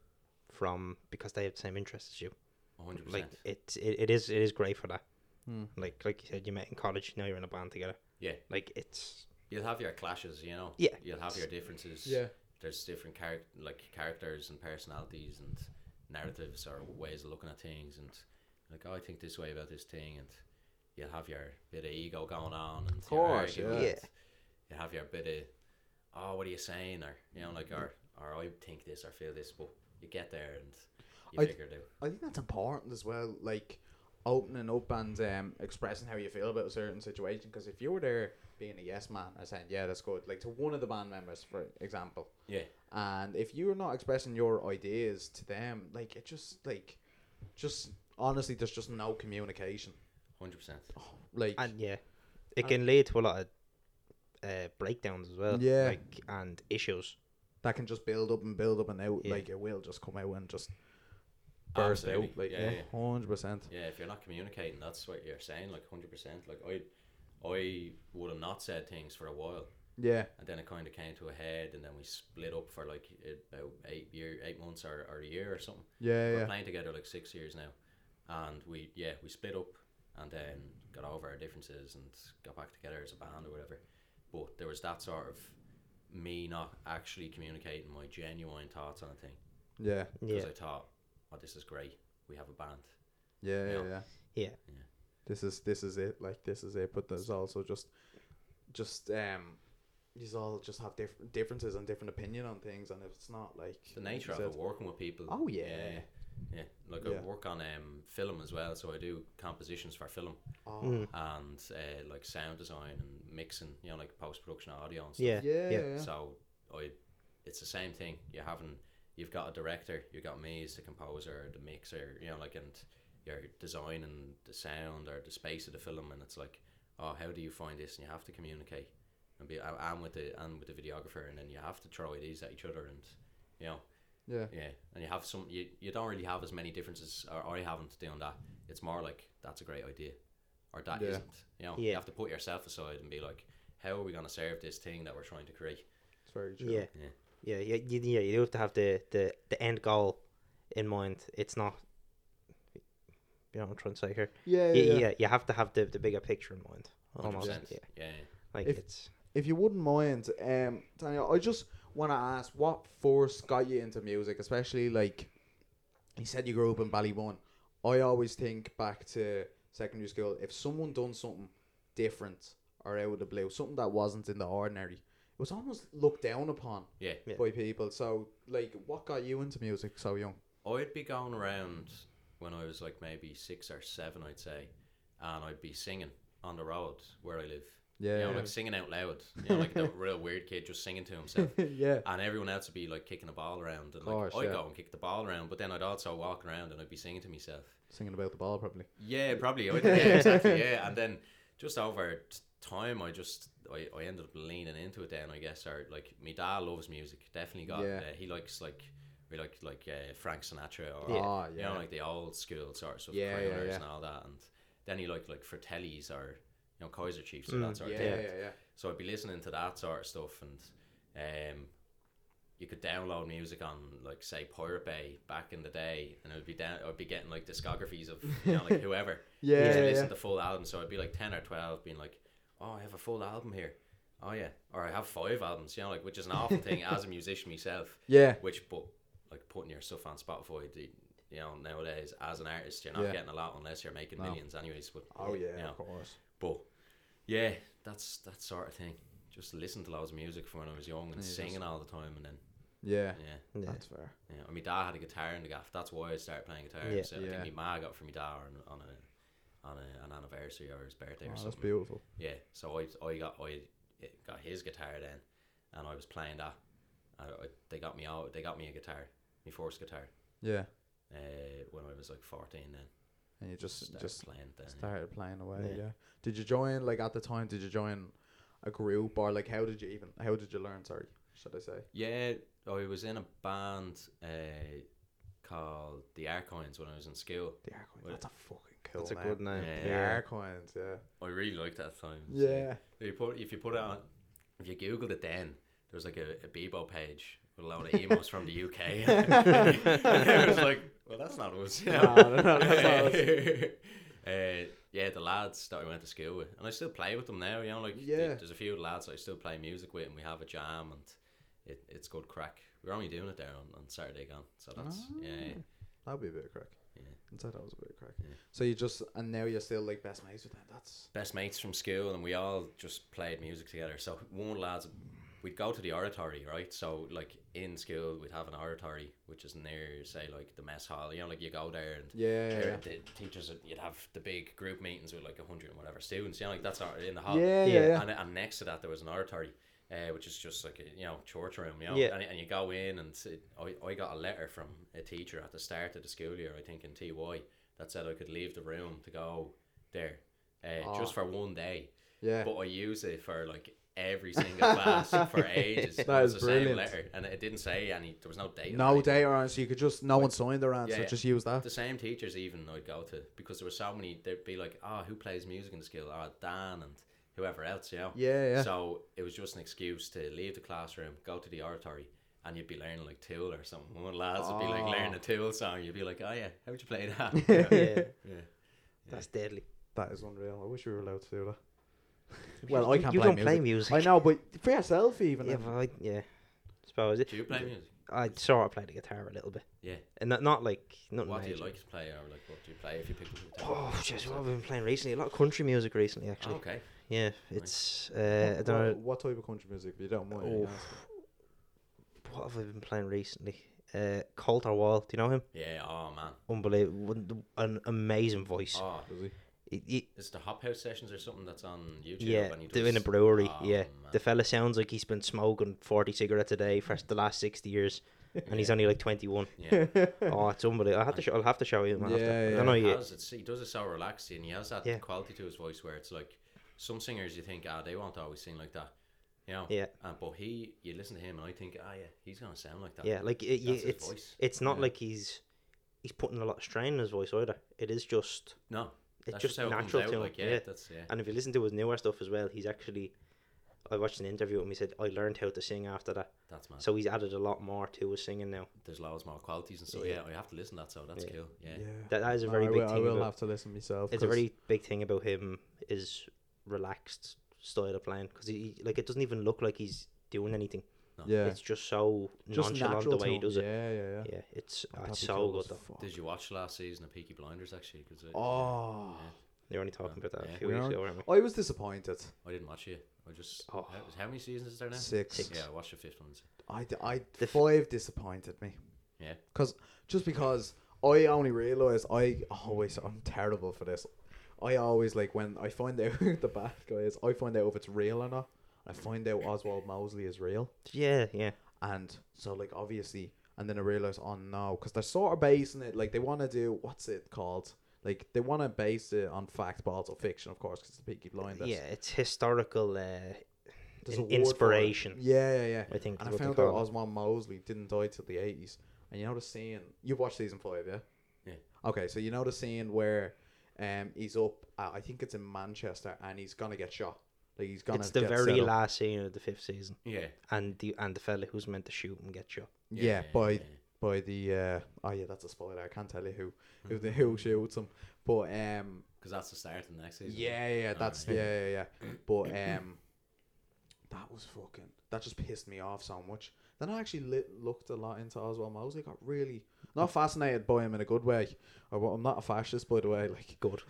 Speaker 2: from because they have the same interests as you.
Speaker 3: One hundred
Speaker 2: Like
Speaker 3: percent.
Speaker 2: it's it, it is it is great for that.
Speaker 1: Hmm.
Speaker 2: Like like you said, you met in college, now you're in a band together.
Speaker 3: Yeah,
Speaker 2: Like it's
Speaker 3: you'll have your clashes, you know.
Speaker 2: Yeah.
Speaker 3: you'll have your differences. there's different character like characters and personalities and narratives or ways of looking at things and like oh, I think this way about this thing and you'll have your bit of ego going on and your
Speaker 1: course, yeah.
Speaker 3: argument,
Speaker 2: Yeah.
Speaker 3: you have your bit of oh what are you saying or you know like or or I think this or feel this but you get there and you
Speaker 1: I-
Speaker 3: figure it out
Speaker 1: I think that's important as well, like opening up and um, expressing how you feel about a certain situation. Because if you were there being a yes man and saying, yeah, that's good, like to one of the band members, for example,
Speaker 3: yeah
Speaker 1: and if you're not expressing your ideas to them, like it just, like, just honestly, there's just no communication.
Speaker 3: hundred percent
Speaker 1: Like,
Speaker 2: and yeah, it can lead to a lot of uh, breakdowns as well.
Speaker 1: Yeah.
Speaker 2: like and issues.
Speaker 1: that can just build up and build up and out.
Speaker 2: Yeah.
Speaker 1: Like, it will just come out and just burst out. Like,
Speaker 3: yeah, yeah.
Speaker 1: 100%.
Speaker 3: Yeah, if you're not communicating, that's what you're saying, like hundred percent. Like I, I would have not said things for a while,
Speaker 1: Yeah.
Speaker 3: and then it kind of came to a head, and then we split up for like about eight year, eight months or, or a year or something.
Speaker 1: Yeah.
Speaker 3: We're
Speaker 1: Yeah.
Speaker 3: playing together like six years now, and we yeah we split up, and then got over our differences and got back together as a band or whatever. But there was that sort of me not actually communicating my genuine thoughts on a thing
Speaker 1: Yeah.
Speaker 2: Yeah,
Speaker 3: because I thought, oh, this is great. We have a band.
Speaker 1: Yeah. Yeah.
Speaker 3: Yeah.
Speaker 1: yeah.
Speaker 2: yeah,
Speaker 1: this is this is it like this is it but there's also just just um these all just have different differences and different opinion on things and if it's not like
Speaker 3: the
Speaker 1: like
Speaker 3: nature
Speaker 1: you
Speaker 3: of
Speaker 1: said-
Speaker 3: it, working with people.
Speaker 1: Oh, yeah.
Speaker 3: yeah, yeah. Like
Speaker 1: Yeah.
Speaker 3: I work on um, film as well, so I do compositions for film
Speaker 1: oh,
Speaker 2: Mm.
Speaker 3: Mm. and uh, like sound design and mixing. You know, like post production audio and stuff.
Speaker 2: yeah,
Speaker 1: yeah, yeah.
Speaker 3: So I, it's the same thing. You're having, you've got a director, you've got me as the composer, the mixer. You know, like and you're designing the sound or the space of the film, and it's like, oh, how do you find this? And you have to communicate and be and and with the and with the videographer, and then you have to throw ideas at each other, and you know.
Speaker 1: yeah
Speaker 3: Yeah, and you have some. You, you don't really have as many differences, or I haven't doing that. It's more like that's a great idea, or that
Speaker 1: Yeah.
Speaker 3: not You know, you
Speaker 2: Yeah.
Speaker 3: have to put yourself aside and be like, how are we going to serve this thing that we're trying to create?
Speaker 1: it's very true
Speaker 2: yeah,
Speaker 3: Yeah.
Speaker 2: yeah, yeah. You, yeah, you do have to have the, the the end goal in mind. It's not. You know what I'm trying to say here.
Speaker 1: yeah,
Speaker 2: yeah,
Speaker 1: yeah, yeah.
Speaker 2: yeah, you have to have the, the bigger picture in mind.
Speaker 3: Hundred
Speaker 2: Almost,
Speaker 3: percent.
Speaker 2: yeah.
Speaker 3: Yeah.
Speaker 2: Like
Speaker 1: If-
Speaker 2: it's
Speaker 1: if you wouldn't mind um Daniel I just want to ask what force got you into music especially like you said you grew up in Ballymun I always think back to secondary school if someone done something different or out of the blue something that wasn't in the ordinary it was almost looked down upon
Speaker 3: yeah,
Speaker 2: Yeah.
Speaker 1: by people. So, like, what got you into music so young?
Speaker 3: I'd be going around when I was like maybe six or seven, I'd say, and I'd be singing on the road where I live. You know, like singing out loud. You know, like the real weird kid just singing to himself.
Speaker 1: yeah,
Speaker 3: and everyone else would be like kicking the ball around and
Speaker 1: Course,
Speaker 3: like I'd
Speaker 1: yeah.
Speaker 3: go and kick the ball around but then I'd also walk around and I'd be singing to myself
Speaker 1: singing about the ball, probably.
Speaker 3: yeah probably I would, yeah exactly yeah and then just over t- time I just I, I ended up leaning into it then I guess or like my dad loves music definitely got
Speaker 1: Yeah.
Speaker 3: uh, he likes like we like like uh, Frank Sinatra or
Speaker 1: Yeah. Ah,
Speaker 3: you
Speaker 1: yeah.
Speaker 3: know like the old school sort of stuff
Speaker 1: Yeah, yeah,
Speaker 3: Crooners
Speaker 1: yeah.
Speaker 3: and all that and Then he liked like Fratellis or you know Kaiser Chiefs
Speaker 2: Mm,
Speaker 3: and that sort
Speaker 1: yeah,
Speaker 3: of thing.
Speaker 1: yeah,
Speaker 2: dead.
Speaker 1: yeah,
Speaker 3: So I'd be listening to that sort of stuff, and um, you could download music on like say Pirate Bay back in the day, and it would be down. I'd be getting like discographies of you know, like whoever.
Speaker 1: yeah,
Speaker 3: to
Speaker 1: yeah, yeah,
Speaker 3: listen
Speaker 1: yeah.
Speaker 3: to full albums. So I'd be like ten or twelve, being like, "Oh, I have a full album here." Oh yeah, or I have five albums. You know, like which is an awful thing as a musician myself.
Speaker 1: yeah.
Speaker 3: Which, but like putting your stuff on Spotify, the- you know, nowadays as an artist, you're not
Speaker 1: Yeah.
Speaker 3: getting a lot unless you're making
Speaker 1: No.
Speaker 3: millions, anyways. But
Speaker 1: Oh yeah,
Speaker 3: Yeah.
Speaker 1: of course.
Speaker 3: but yeah, that's that sort of thing. Just listen to loads of music from when I was young and
Speaker 1: Yeah,
Speaker 3: singing all the time, and then
Speaker 1: Yeah,
Speaker 3: yeah.
Speaker 2: Yeah.
Speaker 1: that's fair.
Speaker 3: Yeah, and my dad had a guitar in the gaff. That's why I started playing guitar.
Speaker 2: Yeah.
Speaker 3: So I
Speaker 1: Yeah.
Speaker 3: think my ma got it for my dad on, on a on a, an anniversary or his birthday
Speaker 1: Oh,
Speaker 3: or
Speaker 1: that's
Speaker 3: something.
Speaker 1: beautiful.
Speaker 3: Yeah, so I I got I got his guitar then, and I was playing that. I, I, they got me out. They got me a guitar, my first guitar,
Speaker 1: Yeah,
Speaker 3: uh, when I was like fourteen. Then
Speaker 1: and you just
Speaker 3: started
Speaker 1: just
Speaker 3: playing then.
Speaker 1: started playing away. Yeah.
Speaker 2: Yeah.
Speaker 1: Did you join like at the time? Did you join a group or like how did you even how did you learn? Sorry, should I say?
Speaker 3: Yeah, I was in a band uh, called the Arcoins when I was in school.
Speaker 1: The Arcoins.
Speaker 3: Well,
Speaker 1: That's a fucking cool
Speaker 2: That's a
Speaker 1: name.
Speaker 2: good name.
Speaker 3: Yeah.
Speaker 1: The Arcoins. Yeah.
Speaker 3: I really liked that at the time. so-
Speaker 1: Yeah.
Speaker 3: If you put if you put it on if you googled it then there was like a, a Bebo page with a load of emos from the UK. it was like, well, that's not us. you know.
Speaker 1: No, no, no, that's not
Speaker 3: Uh, yeah, the lads that I went to school with, and I still play with them now. You know, like th-
Speaker 1: Yeah.
Speaker 3: there's a few lads that I still play music with, and we have a jam, and it, it's good crack. We're only doing it there on, on Saturday gone, so that's
Speaker 1: Ah.
Speaker 3: yeah, yeah,
Speaker 1: That'd be a bit of crack.
Speaker 3: yeah.
Speaker 1: I'd say that was a bit of crack.
Speaker 3: Yeah.
Speaker 1: So you just and now you're still like best mates with them. That's
Speaker 3: best mates from school and we all just played music together. So one lads we'd go to the oratory, right? So like in school we'd have an oratory which is near say like the mess hall. You know, like you go there and
Speaker 1: yeah. Yeah.
Speaker 3: there
Speaker 1: yeah.
Speaker 3: the teachers would- you'd have the big group meetings with like a hundred and whatever students, you know, like that's not in the hall.
Speaker 1: Yeah, yeah,
Speaker 2: Yeah.
Speaker 1: yeah.
Speaker 3: And, and next to that there was an oratory. Uh, which is just like a you know church room, you know,
Speaker 2: Yeah.
Speaker 3: and, and you go in and it, I, I got a letter from a teacher at the start of the school year, I think in TY, that said I could leave the room to go there, uh,
Speaker 1: Oh.
Speaker 3: just for one day
Speaker 1: yeah.
Speaker 3: but I use it for like every single class for ages. It
Speaker 1: That
Speaker 3: was
Speaker 1: is
Speaker 3: the
Speaker 1: brilliant.
Speaker 3: Same letter, and it didn't say any. There was no date. or
Speaker 1: No
Speaker 3: anything.
Speaker 1: day around, so you could just no one signed around,
Speaker 3: Yeah,
Speaker 1: so
Speaker 3: yeah.
Speaker 1: just use that.
Speaker 3: The same teachers even I'd go to because there were so many. They'd be like, "Oh, who plays music in the school? Oh, Dan and whoever else." You know.
Speaker 1: Yeah, yeah.
Speaker 3: So it was just an excuse to leave the classroom, go to the oratory. And you'd be learning like Tool or something. One of the lads would be like
Speaker 1: Oh.
Speaker 3: learning a Tool song. You'd be like, "Oh yeah, how'd you play that?"
Speaker 2: yeah.
Speaker 3: yeah.
Speaker 2: That's deadly.
Speaker 1: That is unreal. I wish we were allowed to do that. well, I
Speaker 2: You-
Speaker 1: can't
Speaker 2: you
Speaker 1: play,
Speaker 2: don't
Speaker 1: music.
Speaker 2: play music.
Speaker 1: I know, but for yourself, even.
Speaker 2: Yeah,
Speaker 1: if-
Speaker 2: but I, yeah. Suppose it.
Speaker 3: Do you play music?
Speaker 2: I sort of play the guitar a little bit,
Speaker 3: Yeah.
Speaker 2: and not not like not.
Speaker 3: What do you like to play, or like what do you play if you pick up the guitar?
Speaker 2: Oh, jeez, what I've been playing recently. A lot of country music recently, actually.
Speaker 3: okay.
Speaker 2: Yeah, it's uh, I
Speaker 1: what,
Speaker 2: don't know
Speaker 1: what type of country music? If you don't mind. me
Speaker 2: Oh.
Speaker 1: asking.
Speaker 2: what have I been playing recently. Uh, Coulter Wall, do you know him?
Speaker 3: Yeah. Oh man.
Speaker 2: Unbelievable, One- an amazing voice.
Speaker 3: Oh,
Speaker 1: Does he?
Speaker 2: He- he-
Speaker 3: Is the Hop House sessions or something that's on YouTube?
Speaker 2: yeah,
Speaker 3: he
Speaker 2: doing a
Speaker 3: does-
Speaker 2: brewery.
Speaker 3: Oh,
Speaker 2: yeah,
Speaker 3: man.
Speaker 2: the fella sounds like he's been smoking forty cigarettes a day for the last sixty years, and he's only like twenty one.
Speaker 3: yeah.
Speaker 2: oh, it's unbelievable. I have to. Show, I'll have to show you. Man,
Speaker 1: Yeah,
Speaker 2: after.
Speaker 1: yeah.
Speaker 2: I know
Speaker 3: He,
Speaker 2: you.
Speaker 3: has, it's, he does it so relaxed and he has that
Speaker 2: Yeah.
Speaker 3: quality to his voice where it's like some singers you think ah they won't always sing like that, you know.
Speaker 2: Yeah.
Speaker 3: And but he, you listen to him and I think ah yeah he's gonna sound like that.
Speaker 2: Yeah, like it, you,
Speaker 3: That's his
Speaker 2: it's
Speaker 3: voice.
Speaker 2: it's not
Speaker 1: Yeah.
Speaker 2: like he's he's putting a lot of strain in his voice either. It is just
Speaker 3: No.
Speaker 2: it's
Speaker 3: that's
Speaker 2: just
Speaker 3: how it comes
Speaker 2: natural
Speaker 3: out,
Speaker 2: to him.
Speaker 3: Like, yeah,
Speaker 2: yeah.
Speaker 3: That's yeah.
Speaker 2: And if you listen to his newer stuff as well, he's actually. I watched an interview with him. He said I learned how to sing after that,
Speaker 3: That's man.
Speaker 2: so he's added a lot more to his singing now.
Speaker 3: There's loads more qualities and so yeah.
Speaker 2: Yeah.
Speaker 3: I have to listen to that so that's
Speaker 2: Yeah.
Speaker 3: cool. Yeah.
Speaker 2: That, that is a
Speaker 1: No,
Speaker 2: very
Speaker 1: I
Speaker 2: big
Speaker 1: will,
Speaker 2: thing.
Speaker 1: I will
Speaker 2: about-
Speaker 1: have to listen myself.
Speaker 2: it's a
Speaker 1: 'cause-
Speaker 2: very big thing about him is relaxed style of playing because he he- like it doesn't even look like he's doing anything.
Speaker 1: yeah,
Speaker 2: It's just so
Speaker 1: just
Speaker 2: nonchalant
Speaker 1: natural
Speaker 2: the way he
Speaker 1: to him.
Speaker 2: does it.
Speaker 1: Yeah, yeah, yeah.
Speaker 2: Yeah, it's
Speaker 1: Oh, that'd
Speaker 2: it's
Speaker 1: be
Speaker 2: so
Speaker 1: cool
Speaker 2: good
Speaker 1: as
Speaker 2: though.
Speaker 1: fuck.
Speaker 3: Did you watch last season of Peaky Blinders actually? Cause it-
Speaker 1: Oh,
Speaker 2: They were only talking about that
Speaker 3: Yeah.
Speaker 2: a few
Speaker 1: We
Speaker 2: weeks
Speaker 1: are-
Speaker 2: ago, weren't we?
Speaker 1: I was disappointed.
Speaker 3: I didn't watch it. I just
Speaker 2: Oh.
Speaker 3: how, how many seasons is there now?
Speaker 1: Six.
Speaker 3: Yeah, I watched the fifth one.
Speaker 1: I, d- I
Speaker 2: The f-
Speaker 1: five disappointed me.
Speaker 3: Yeah.
Speaker 1: Cause just because I only realised I always I'm terrible for this. I always like when I find out who the bad guy is. I find out if it's real or not. I find out Oswald Mosley is real,
Speaker 2: Yeah, yeah,
Speaker 1: and so like obviously, and then I realise oh no, because they're sort of basing it like they want to do what's it called? Like they want to base it on fact, but also fiction, of course, because it's Peaky Blinders.
Speaker 2: yeah. It's historical uh,
Speaker 1: There's
Speaker 2: in-
Speaker 1: a word for it.
Speaker 2: inspiration.
Speaker 1: Yeah, yeah, yeah.
Speaker 2: I think.
Speaker 1: And
Speaker 2: is
Speaker 1: I
Speaker 2: what they
Speaker 1: found out
Speaker 2: call it.
Speaker 1: Osman Mosley didn't die till the eighties. And you know the scene you've watched season five, yeah?
Speaker 3: Yeah.
Speaker 1: Okay, so you know the scene where Um, he's up. At, I think it's in Manchester, and he's gonna get shot. Like he's gonna.
Speaker 2: It's the
Speaker 1: get set
Speaker 2: very
Speaker 1: up.
Speaker 2: last scene of the fifth season,
Speaker 3: Yeah.
Speaker 2: and the and the fella who's meant to shoot him gets shot.
Speaker 1: Yeah, by by the. Uh, oh yeah, that's a spoiler. I can't tell you who who the who shoots him, but um,
Speaker 3: Because that's the start of the next season.
Speaker 1: Yeah, yeah, yeah, that's
Speaker 3: yeah.
Speaker 1: yeah, yeah, yeah. But um, that was fucking. That just pissed me off so much. Then I actually lit, looked a lot into Oswald Mosley. Got really not fascinated by him in a good way. I, wa- I'm not a fascist, by the way. Like,
Speaker 2: Good.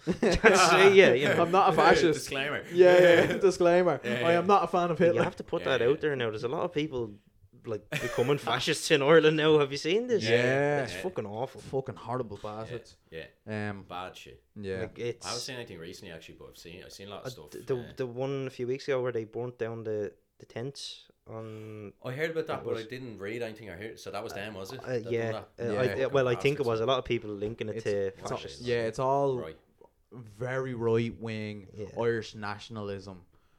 Speaker 2: yeah, you know.
Speaker 1: I'm not a fascist.
Speaker 3: Disclaimer.
Speaker 1: yeah, yeah, yeah. Disclaimer.
Speaker 3: Yeah,
Speaker 1: I
Speaker 3: yeah.
Speaker 1: am not a fan of
Speaker 2: You
Speaker 1: Hitler.
Speaker 2: have to put
Speaker 3: Yeah,
Speaker 2: that
Speaker 3: yeah.
Speaker 2: out there now. There's a lot of people like becoming fascists in Ireland now. Have you seen this?
Speaker 1: Yeah.
Speaker 2: It's fucking awful.
Speaker 1: Fucking horrible
Speaker 3: Yeah,
Speaker 1: bastards.
Speaker 3: yeah.
Speaker 1: Um.
Speaker 3: Bad shit.
Speaker 1: Yeah.
Speaker 2: Like, it's
Speaker 3: I haven't seen anything recently actually, but I've seen I've seen a lot
Speaker 2: uh,
Speaker 3: of stuff.
Speaker 2: th- the
Speaker 3: uh,
Speaker 2: the one a few weeks ago where they burnt down the the tents on.
Speaker 3: I heard about that,
Speaker 2: That
Speaker 3: but
Speaker 2: was-
Speaker 3: I didn't read anything I heard. So that was them, was it?
Speaker 2: Uh,
Speaker 3: that done
Speaker 2: yeah,
Speaker 3: that?
Speaker 2: uh, I-
Speaker 1: Yeah.
Speaker 2: uh, well, I think it was
Speaker 3: Bastards.
Speaker 2: a lot of people linking it
Speaker 1: It's-
Speaker 2: to
Speaker 1: It's all,
Speaker 2: uh, fascists.
Speaker 1: yeah, it's all
Speaker 3: Right.
Speaker 1: very right wing
Speaker 2: Yeah.
Speaker 1: Irish nationalism,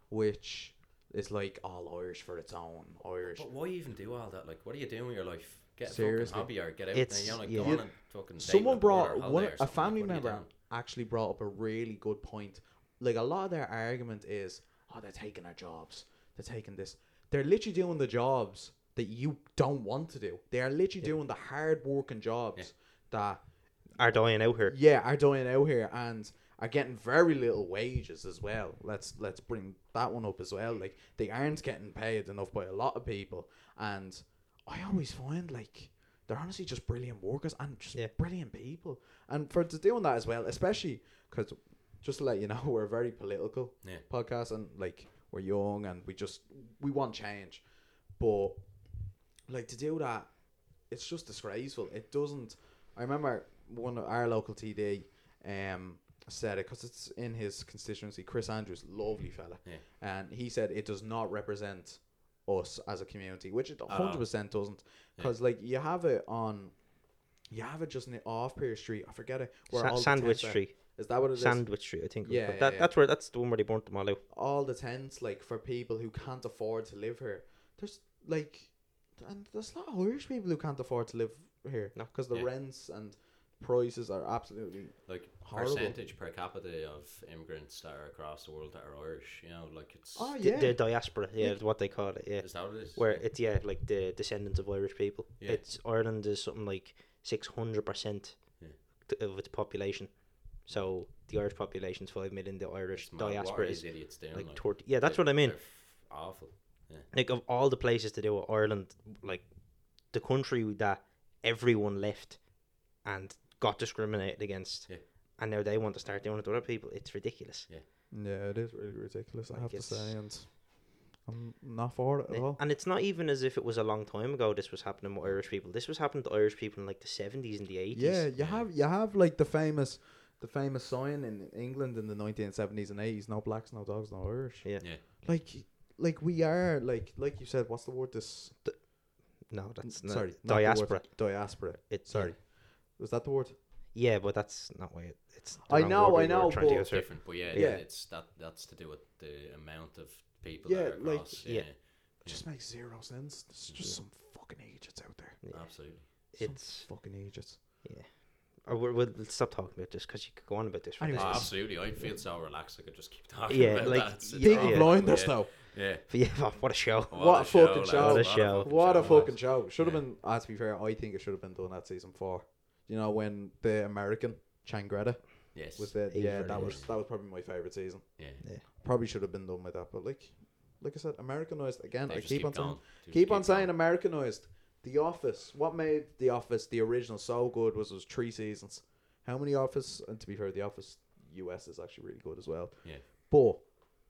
Speaker 1: which is like all Irish for its own Irish.
Speaker 3: But why even do all that? Like, what are you doing with your life? Get a
Speaker 1: Seriously.
Speaker 3: fucking hobby or get out
Speaker 2: It's-
Speaker 3: there. You know, like
Speaker 2: yeah.
Speaker 3: go on and fucking. date with
Speaker 1: Oh, Someone
Speaker 3: a brother
Speaker 1: brought
Speaker 3: or
Speaker 1: one
Speaker 3: holiday or
Speaker 1: a
Speaker 3: something,
Speaker 1: family
Speaker 3: like, what are you
Speaker 1: member
Speaker 3: doing?
Speaker 1: actually brought up a really good point. Like a lot of their argument is, oh, they're taking our jobs. They're taking this. They're literally doing the jobs that you don't want to do. They are literally doing the hard working jobs that
Speaker 2: Are dying out here.
Speaker 1: yeah are dying out here and are getting very little wages as well let's let's bring that one up as well like they aren't getting paid enough by a lot of people and i always find like they're honestly just brilliant workers and just
Speaker 2: Yeah.
Speaker 1: brilliant people and for to doing that as well especially because just to let you know we're a very political
Speaker 3: Yeah.
Speaker 1: podcast and like we're young and we just we want change but like to do that it's just disgraceful it doesn't i remember one of our local td um said it because it's in his constituency chris andrews lovely fella
Speaker 3: Yeah.
Speaker 1: and he said it does not represent us as a community which it 100% doesn't because like you have it on you have it just in the off Pier Street. I forget it. where
Speaker 2: Sa-
Speaker 1: all the
Speaker 2: Sandwich
Speaker 1: tents are.
Speaker 2: Street.
Speaker 1: Is that what it is?
Speaker 2: Sandwich Street, I think. it was
Speaker 1: Yeah,
Speaker 2: called.
Speaker 1: yeah,
Speaker 2: that,
Speaker 1: yeah.
Speaker 2: That's where that's the one where they burnt them all out.
Speaker 1: all the tents like for people who can't afford to live here. There's like, and there's a lot of Irish people who can't afford to live here
Speaker 2: No.
Speaker 1: because the
Speaker 3: Yeah.
Speaker 1: rents and prices are absolutely
Speaker 3: Like
Speaker 1: Horrible.
Speaker 3: percentage per capita of immigrants that are across the world that are Irish. You know, like it's.
Speaker 1: oh
Speaker 2: The-
Speaker 1: yeah
Speaker 2: The diaspora, yeah, is what they call it, yeah.
Speaker 3: Is that what it is?
Speaker 2: Where it's yeah, like the descendants of Irish people.
Speaker 3: Yeah.
Speaker 2: It's Ireland is something like six hundred percent
Speaker 3: Yeah.
Speaker 2: of its population. So the Irish population is five million. The Irish
Speaker 3: It's mad. what
Speaker 2: diaspora
Speaker 3: are
Speaker 2: is
Speaker 3: these idiots doing?
Speaker 2: like
Speaker 3: like,
Speaker 2: twenty. Yeah, that's
Speaker 3: They're-
Speaker 2: what I mean.
Speaker 3: they're f- Awful.
Speaker 2: Like of all the places to do it, Ireland, like the country that everyone left and got discriminated against,
Speaker 3: Yeah.
Speaker 2: and now they want to start doing it to other people. It's ridiculous.
Speaker 1: yeah it is really ridiculous. I
Speaker 2: Like,
Speaker 1: have to
Speaker 2: it's-
Speaker 1: say, and I'm not for it at
Speaker 2: Yeah,
Speaker 1: all.
Speaker 2: And it's not even as if it was a long time ago this was happening with Irish people. This was happening to Irish people in like the 70s and the 80s.
Speaker 1: Yeah, you have you have like the famous the famous sign in England in the 1970s and 80s: no blacks, no dogs, no Irish.
Speaker 2: Yeah.
Speaker 3: Yeah.
Speaker 1: Like like we are like like you said. What's the word? This
Speaker 2: No, that's not.
Speaker 1: sorry not the word.
Speaker 2: Diaspora.
Speaker 1: Diaspora.
Speaker 2: It's
Speaker 1: Sorry, was that the word?
Speaker 2: Yeah, but that's not why it, it's. the
Speaker 1: I
Speaker 2: wrong
Speaker 1: know,
Speaker 2: word we
Speaker 1: I
Speaker 2: were
Speaker 1: know,
Speaker 2: trying to
Speaker 1: but-
Speaker 2: go
Speaker 3: It's
Speaker 2: through.
Speaker 3: different, but yeah,
Speaker 1: Yeah.
Speaker 3: it's that that's to do with the amount of people
Speaker 1: Yeah,
Speaker 3: that are
Speaker 1: like-
Speaker 3: across.
Speaker 2: Yeah.
Speaker 3: yeah,
Speaker 1: It just makes zero sense. There's just some fucking idiots out there.
Speaker 2: Yeah.
Speaker 3: absolutely.
Speaker 2: It's.
Speaker 1: Some fucking idiots.
Speaker 2: Oh, we'll, we'll we'll stop talking about this because you could go on about this for
Speaker 1: Anyway.
Speaker 2: days.
Speaker 1: It's-
Speaker 3: Oh,
Speaker 1: Ah,
Speaker 3: absolutely, I feel so relaxed. I could just keep talking
Speaker 2: Yeah,
Speaker 3: about
Speaker 2: like,
Speaker 3: that. It's- it's
Speaker 2: yeah.
Speaker 1: Peaky
Speaker 3: awful,
Speaker 1: Blinders,
Speaker 3: yeah.
Speaker 1: though.
Speaker 3: Yeah,
Speaker 2: But yeah, what a show.
Speaker 1: What a fucking
Speaker 3: like,
Speaker 1: show.
Speaker 2: What a show.
Speaker 1: What a
Speaker 3: like.
Speaker 1: fucking show. Should have
Speaker 3: Yeah.
Speaker 1: been, ah, to be fair, I think it should have been done at season four. You know, when the American, Changreta,
Speaker 3: Yes.
Speaker 1: was there.
Speaker 2: He was
Speaker 1: Yeah,
Speaker 2: very
Speaker 1: that
Speaker 2: good.
Speaker 1: was that was probably my favourite season.
Speaker 3: yeah.
Speaker 1: Probably should have been done with that. But, like like I said, Americanized. Again,
Speaker 3: They
Speaker 1: I
Speaker 3: just
Speaker 1: keep on saying.
Speaker 3: going. They just
Speaker 1: Keep on
Speaker 3: going.
Speaker 1: saying Americanized. The Office. What made The Office, the original, so good was those three seasons. How many Office, and to be fair, The Office US is actually really good as well.
Speaker 3: Yeah.
Speaker 1: But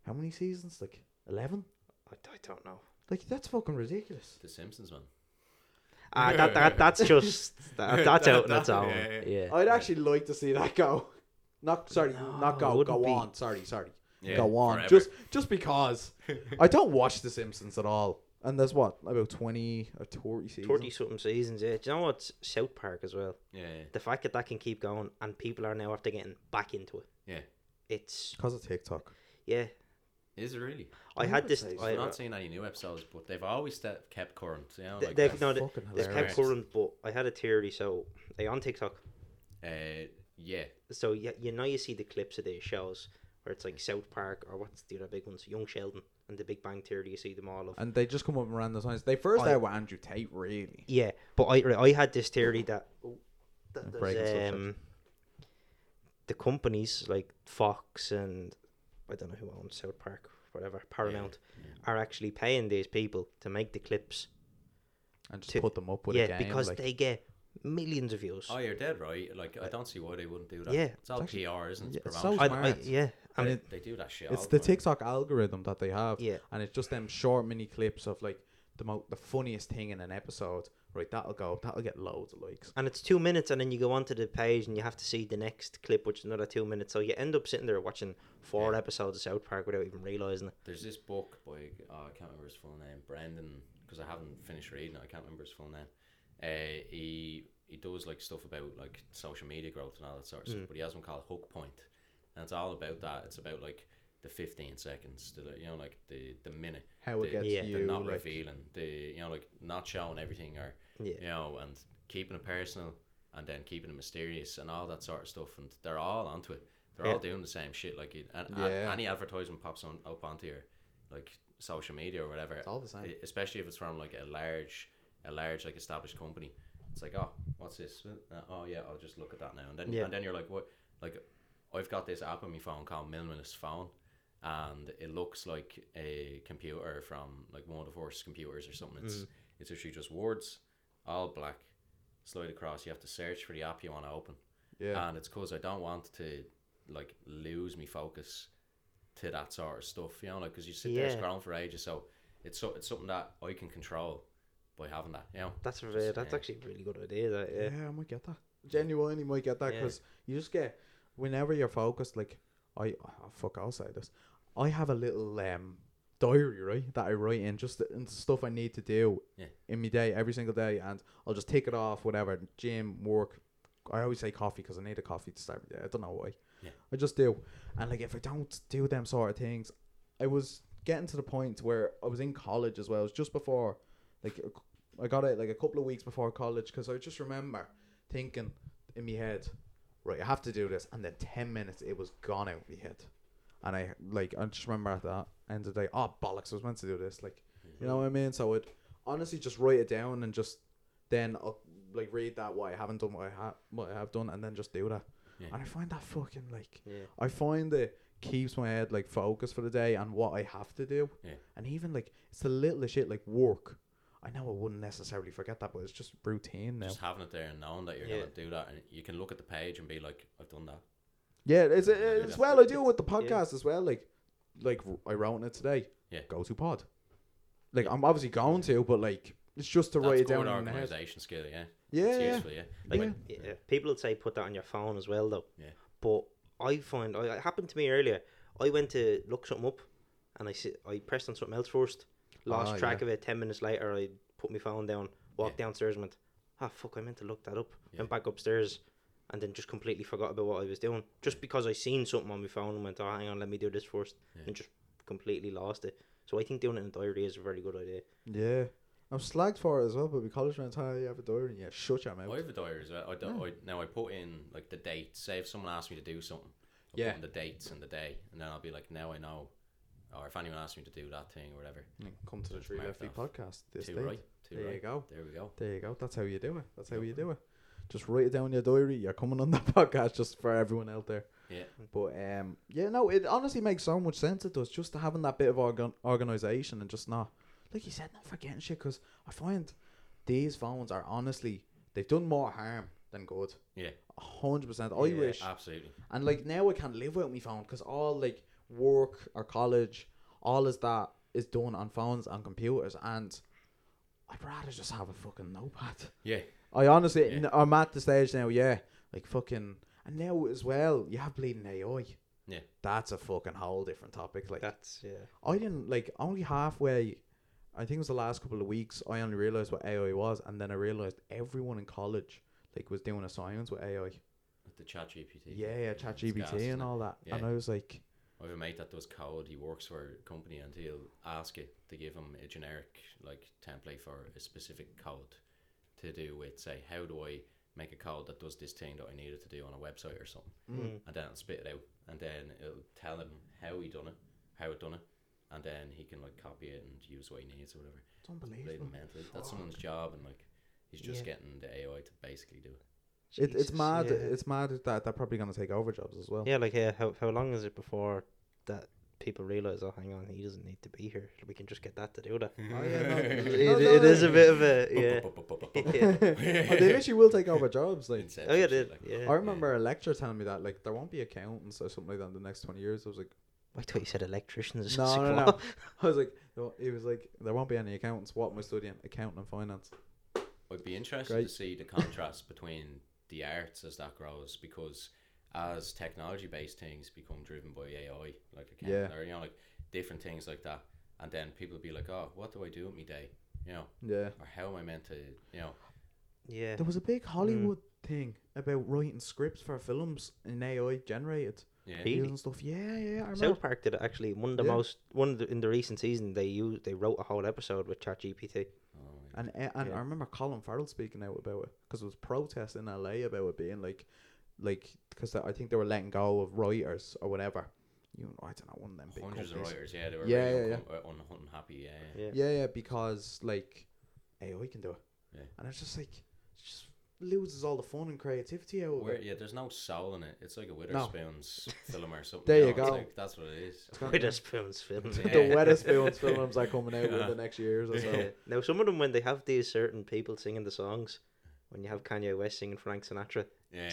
Speaker 1: how many seasons? Like eleven?
Speaker 2: I, I don't know.
Speaker 1: Like that's fucking ridiculous.
Speaker 3: The Simpsons, man.
Speaker 2: Ah, that, that, that's just. That, that's
Speaker 3: That-
Speaker 2: out on
Speaker 3: that-
Speaker 2: its own.
Speaker 3: yeah,
Speaker 2: Yeah.
Speaker 1: I'd actually like to see that go. Not sorry,
Speaker 2: No,
Speaker 1: not
Speaker 2: it
Speaker 1: go.
Speaker 2: wouldn't
Speaker 1: Go
Speaker 2: be.
Speaker 1: on. Sorry, sorry.
Speaker 3: Yeah,
Speaker 1: go on.
Speaker 3: forever.
Speaker 1: Just just because I don't watch The Simpsons at all. And there's what about twenty or thirty seasons?
Speaker 2: 30 something seasons, yeah. Do you know what's South Park as well?
Speaker 3: Yeah,
Speaker 2: the fact that that can keep going and people are now after getting back into it.
Speaker 3: Yeah.
Speaker 2: It's
Speaker 1: Because of TikTok.
Speaker 2: yeah.
Speaker 3: is it really?
Speaker 2: I,
Speaker 1: I
Speaker 2: had
Speaker 1: would
Speaker 2: this.
Speaker 1: say so.
Speaker 2: I,
Speaker 3: I've not seen any new episodes, but they've always sta- kept current. You know,
Speaker 2: They-
Speaker 3: like
Speaker 2: they've
Speaker 3: that's-
Speaker 2: not- No,
Speaker 1: fucking
Speaker 2: this
Speaker 1: hilarious.
Speaker 2: kept current, but I had a theory. So are you on TikTok?
Speaker 3: uh, Yeah,
Speaker 2: So you, you know you see the clips of the shows where it's like South Park or what's the other big ones, Young Sheldon and The Big Bang Theory. You see them all of.
Speaker 1: And they just come up in random times. They first
Speaker 2: I-
Speaker 1: out with Andrew Tate, really.
Speaker 2: Yeah, but I right, I had this theory that, oh, that
Speaker 1: breaking
Speaker 2: there's,
Speaker 1: subject.
Speaker 2: um, the companies like Fox and I don't know who owns South Park, whatever Paramount, are actually paying these people to make the clips.
Speaker 1: And just
Speaker 2: To-
Speaker 1: put them up with
Speaker 2: yeah,
Speaker 1: a game.
Speaker 2: because
Speaker 1: like,
Speaker 2: they get millions of views.
Speaker 3: oh, you're dead right. Like I don't see why they wouldn't do that.
Speaker 2: Yeah.
Speaker 3: it's all
Speaker 1: actually-
Speaker 3: PR, isn't it?
Speaker 1: yeah,
Speaker 3: It's
Speaker 1: it's so
Speaker 3: promotion.
Speaker 2: I, I,
Speaker 1: smart.
Speaker 2: yeah, I
Speaker 1: And
Speaker 2: mean,
Speaker 1: it-
Speaker 3: they do that shit.
Speaker 1: it's
Speaker 3: all
Speaker 1: the
Speaker 3: time.
Speaker 1: TikTok algorithm that they have.
Speaker 2: Yeah.
Speaker 1: And it's just them short mini clips of like the mo- the funniest thing in an episode. Right, that'll go. That'll get loads of likes.
Speaker 2: and it's two minutes, and then you go onto the page and you have to see the next clip, which is another two minutes. So you end up sitting there watching four episodes of South Park without even realizing it.
Speaker 3: There's this book by oh, I can't remember his full name, Brendan, because I haven't finished reading it. I can't remember his full name. Uh, he he does like stuff about like social media growth and all that sort of
Speaker 1: Mm.
Speaker 3: stuff, but he has one called Hook Point, and it's all about that. It's about like the 15 seconds, to the, you know, like the the minute,
Speaker 1: How it
Speaker 3: the,
Speaker 1: gets
Speaker 2: Yeah.
Speaker 1: you.
Speaker 3: the not
Speaker 1: like,
Speaker 3: revealing, the you know, like not showing everything or
Speaker 2: Yeah.
Speaker 3: you know, and keeping it personal and then keeping it mysterious and all that sort of stuff. And they're all onto it. They're all
Speaker 2: Yeah.
Speaker 3: doing the same shit. Like, it- and, and
Speaker 1: Yeah.
Speaker 3: any advertisement pops on up onto your like social media or whatever. It's
Speaker 1: all the same.
Speaker 3: E, Especially if it's from like a large, a large like established company. It's like, oh, what's this? Uh, oh yeah, I'll just look at that now. And then
Speaker 2: Yeah.
Speaker 3: and then you're like, what? Like, I've got this app on my phone called Minimalist Phone. And it looks like a computer from like one of the horse computers or something. It's
Speaker 1: Mm-hmm.
Speaker 3: it's actually just words, all black, slide across. You have to search for the app you want to open,
Speaker 4: Yeah.
Speaker 3: and it's because I don't want to like lose me focus to that sort of stuff. You know, like because you sit
Speaker 2: Yeah.
Speaker 3: there scrolling for ages, so it's so it's something that I can control by having that. You know,
Speaker 2: That's a very, that's
Speaker 3: yeah.
Speaker 2: actually a really good idea. That yeah.
Speaker 1: I might get that.
Speaker 4: Genuinely might get that
Speaker 2: Yeah.
Speaker 4: because you just get
Speaker 1: Whenever you're focused, like I oh, fuck, I'll say this. I have a little um diary right that I write in just the, in the stuff I need to do
Speaker 3: Yeah.
Speaker 1: in my day every single day, and I'll just tick it off. Whatever, gym, work. I always say coffee because I need a coffee to start my day. I don't know why.
Speaker 3: Yeah.
Speaker 1: I just do, and like if I don't do them sort of things, I was getting to the point where I was in college as well. It was just before, like, I got it like a couple of weeks before college because I just remember thinking in my head, right, I have to do this, and then ten minutes it was gone out of my head, and I like I just remember at that end of the day, oh bollocks, I was meant to do this, like, you know what I mean? So I'd honestly just write it down and just then I'll like read that what I haven't done, what I ha- what I have done, and then just do that,
Speaker 3: Yeah.
Speaker 1: and I find that fucking like.
Speaker 2: Yeah.
Speaker 1: I find it keeps my head like focused for the day and what I have to do.
Speaker 3: Yeah.
Speaker 1: And even like it's the littlest shit like work. I know I wouldn't necessarily forget that, but it's just routine now.
Speaker 3: just having it there and knowing that you're
Speaker 2: Yeah.
Speaker 3: gonna do that, and you can look at the page and be like, I've done that.
Speaker 1: yeah, it's,
Speaker 3: Yeah,
Speaker 1: it's
Speaker 3: that's-
Speaker 1: as well I do with the podcast as well. Like, like I wrote in it today.
Speaker 3: Yeah.
Speaker 1: Go to pod. Like I'm obviously going to, but like it's just to write it
Speaker 3: That's
Speaker 1: down
Speaker 3: good
Speaker 1: in my head.
Speaker 3: organization skill. Yeah,
Speaker 1: Yeah,
Speaker 3: it's
Speaker 1: yeah.
Speaker 3: useful. Yeah, like
Speaker 1: Yeah.
Speaker 2: Yeah, Uh, people would say put that on your phone as well, though.
Speaker 3: Yeah.
Speaker 2: But I find I, it happened to me earlier. I went to look something up, and I si- I pressed on something else first. Lost
Speaker 1: Ah,
Speaker 2: track
Speaker 1: yeah.
Speaker 2: of it. Ten minutes later, I put my phone down, walked downstairs, and went, "Ah, fuck! I meant to look that up." Went back upstairs, and then just completely forgot about what I was doing, just because I seen something on my phone and went, "Oh, hang on, let me do this first. and just completely lost it. So I think doing it in a diary is a very good idea.
Speaker 1: Yeah. I'm slagged for it as well, but we college friends, hi, you have a diary, and yeah, shut your mouth.
Speaker 3: I have a diary as well. I, do, I now I put in like the date. Say if someone asks me to do something, I'll
Speaker 1: Yeah.
Speaker 3: put in the dates and the day, and then I'll be like, now I know. Or if anyone asks me to do that thing or whatever,
Speaker 1: Come to the Tree
Speaker 3: Mark
Speaker 1: Lefty
Speaker 3: off.
Speaker 1: podcast this
Speaker 3: two
Speaker 1: date.
Speaker 3: right, two
Speaker 1: There
Speaker 3: right.
Speaker 1: you go.
Speaker 3: There we go.
Speaker 1: There you go. That's how you do it. That's how you do it. Just write it down in your diary. You're coming on the podcast just for everyone out there.
Speaker 3: Yeah,
Speaker 1: But um, yeah, no, it honestly makes so much sense. It does just having that bit of organ- organization and just not, like you said, not forgetting shit. Because I find these phones are honestly they've done more harm than good.
Speaker 3: yeah.
Speaker 1: A hundred percent. I
Speaker 3: Yeah, uh,
Speaker 1: wish
Speaker 3: absolutely.
Speaker 1: and like now I can't live without my phone because all like work or college, all is that is done on phones and computers. And I'd rather just have a fucking notepad.
Speaker 3: Yeah,
Speaker 1: I honestly,
Speaker 3: Yeah.
Speaker 1: n- I'm at the stage now. Yeah, like fucking, and now as well, you have bleeding AI.
Speaker 3: Yeah.
Speaker 1: that's a fucking whole different topic. Like
Speaker 2: That's yeah.
Speaker 1: I didn't like only halfway. I think it was the last couple of weeks. I only realized what AI was, and then I realized everyone in college like was doing assignments with AI.
Speaker 3: with the chat GPT.
Speaker 1: Yeah, yeah, chat
Speaker 3: gas, isn't
Speaker 1: GBT and
Speaker 3: it?
Speaker 1: all that. And
Speaker 3: Yeah.
Speaker 1: I was like,
Speaker 3: I have a mate that does code. He works for a company, and he'll ask it to give him a generic like template for a specific code to do with say, how do I make a code that does this thing that I needed to do on a website or something,
Speaker 2: Mm.
Speaker 3: and then it'll spit it out, and then it'll tell him how he done it, how it done it, and then he can like copy it and use what he needs or whatever.
Speaker 1: It's unbelievable.
Speaker 3: Completely mental. That's someone's job, and like he's just
Speaker 2: Yeah.
Speaker 3: getting the AI to basically do it.
Speaker 1: It, it's
Speaker 2: Jesus,
Speaker 1: mad.
Speaker 2: yeah.
Speaker 1: It's mad that they're probably gonna take over jobs as well.
Speaker 2: Yeah, like yeah, how how long is it before that people realize? Oh, hang on, he doesn't need to be here. We can just get that to do that.
Speaker 1: Oh, yeah, no,
Speaker 2: it,
Speaker 1: no, no,
Speaker 2: it is a
Speaker 1: no.
Speaker 2: bit of a yeah. yeah.
Speaker 1: oh, they literally will take over jobs. Like
Speaker 3: Inception
Speaker 2: Oh yeah,
Speaker 3: shit
Speaker 2: did
Speaker 3: like that.
Speaker 2: yeah.
Speaker 1: I remember a lecturer telling me that like there won't be accountants or something like that in the next twenty years. I was like,
Speaker 2: I thought you said electricians.
Speaker 1: no,
Speaker 2: It's
Speaker 1: no,
Speaker 2: like,
Speaker 1: no.
Speaker 2: what?
Speaker 1: I was like, no, he was like, there won't be any accountants. What am I studying? Accounting and finance.
Speaker 3: I'd be interested
Speaker 1: Great.
Speaker 3: to see the contrast between the arts as that grows because as technology based things become driven by AI, like accounting
Speaker 1: Yeah.
Speaker 3: or you know, like different things like that. And then people be like, Oh, what do I do with me day? You know,
Speaker 1: Yeah.
Speaker 3: or how am I meant to you know
Speaker 2: Yeah.
Speaker 1: There was a big Hollywood thing about writing scripts for films in AI generated
Speaker 3: yeah.
Speaker 2: Really?
Speaker 1: using stuff. Yeah, yeah. I remember.
Speaker 2: South Park did it actually. One of the
Speaker 1: Yeah.
Speaker 2: most one of the, in the recent season they used they wrote a whole episode with ChatGPT.
Speaker 3: Oh, yeah.
Speaker 1: And eh, and
Speaker 2: Yeah.
Speaker 1: I remember Colin Farrell speaking out about it because there was protest in LA about it being like, like because I think they were letting go of writers or whatever. You know, I don't know one of them big
Speaker 3: hundreds of
Speaker 1: companies.
Speaker 3: writers, yeah, they were
Speaker 1: Yeah,
Speaker 3: really
Speaker 1: yeah,
Speaker 3: uncom- uh, un- unhappy, yeah. yeah.
Speaker 2: Yeah.
Speaker 1: Yeah, yeah, because like AI can do it,
Speaker 3: Yeah.
Speaker 1: and it's just like it just loses all the fun and creativity out of
Speaker 3: Where,
Speaker 1: it.
Speaker 3: yeah, there's no soul in it. It's like a Witherspoon's film or something.
Speaker 1: There you
Speaker 3: know, it's
Speaker 1: go.
Speaker 3: like- that's what it is.
Speaker 1: gonna-
Speaker 2: Witherspoon's films.
Speaker 3: Yeah.
Speaker 1: the wettest films films are coming out in the next years or so.
Speaker 2: Yeah. Now some of them when they have these certain people singing the songs, when you have Kanye West singing Frank Sinatra,
Speaker 3: Yeah,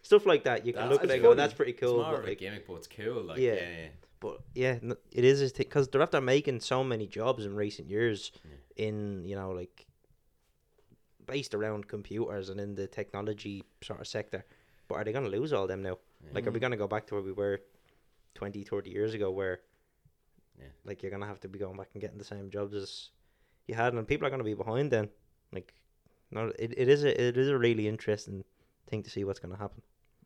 Speaker 2: stuff like that, you can
Speaker 3: That's
Speaker 2: look at it
Speaker 3: actually
Speaker 2: and go,
Speaker 3: funny.
Speaker 2: "That's pretty cool."
Speaker 3: it's more
Speaker 2: but,
Speaker 3: of a
Speaker 2: like,
Speaker 3: gimmick, but it's cool. Like,
Speaker 2: Yeah.
Speaker 3: yeah, yeah.
Speaker 2: but yeah, n- it is a thing because they're after making so many jobs in recent years, in you know like based around computers and in the technology sort of sector. But are they going to lose all them now? Like, are we going to go back to where we were 20, 30 years ago, where
Speaker 3: Yeah.
Speaker 2: like you're going to have to be going back and getting the same jobs as you had, and people are going to be behind then. Like, no, it, it is a it is a really interesting thing to see what's going to happen.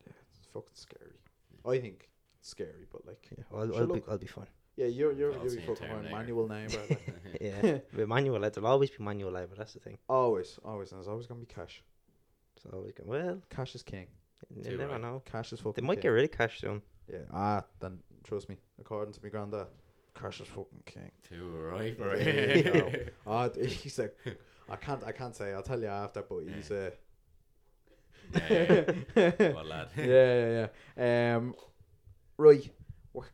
Speaker 1: It's fucking scary. I think it's scary, but like
Speaker 2: Yeah, I'll,
Speaker 1: Sure,
Speaker 2: I'll, be,
Speaker 1: look.
Speaker 2: I'll be fine.
Speaker 1: yeah, you're you're
Speaker 3: I'll
Speaker 1: you'll
Speaker 3: see
Speaker 1: be
Speaker 3: you
Speaker 1: fucking fine.
Speaker 3: Terminator.
Speaker 1: Manual neighbor. Like,
Speaker 2: yeah, with manual labor, there'll always be manual labor. That's the thing.
Speaker 1: always, always, and there's always gonna be cash.
Speaker 2: So always go well.
Speaker 1: Cash is king.
Speaker 2: You
Speaker 3: Too
Speaker 2: never
Speaker 3: right.
Speaker 2: know.
Speaker 1: Cash is
Speaker 2: They
Speaker 1: fucking.
Speaker 2: might get
Speaker 1: king.
Speaker 2: rid of cash soon.
Speaker 1: Yeah. Ah, then trust me. According to my granddad, cash is fucking king.
Speaker 3: Too right,
Speaker 1: There you go.
Speaker 3: right.
Speaker 1: Ah, d- he's like, I can't, I can't say. I'll tell you after. But he's uh,
Speaker 3: yeah, yeah. Well, lad.
Speaker 1: yeah, yeah, yeah. Um, right,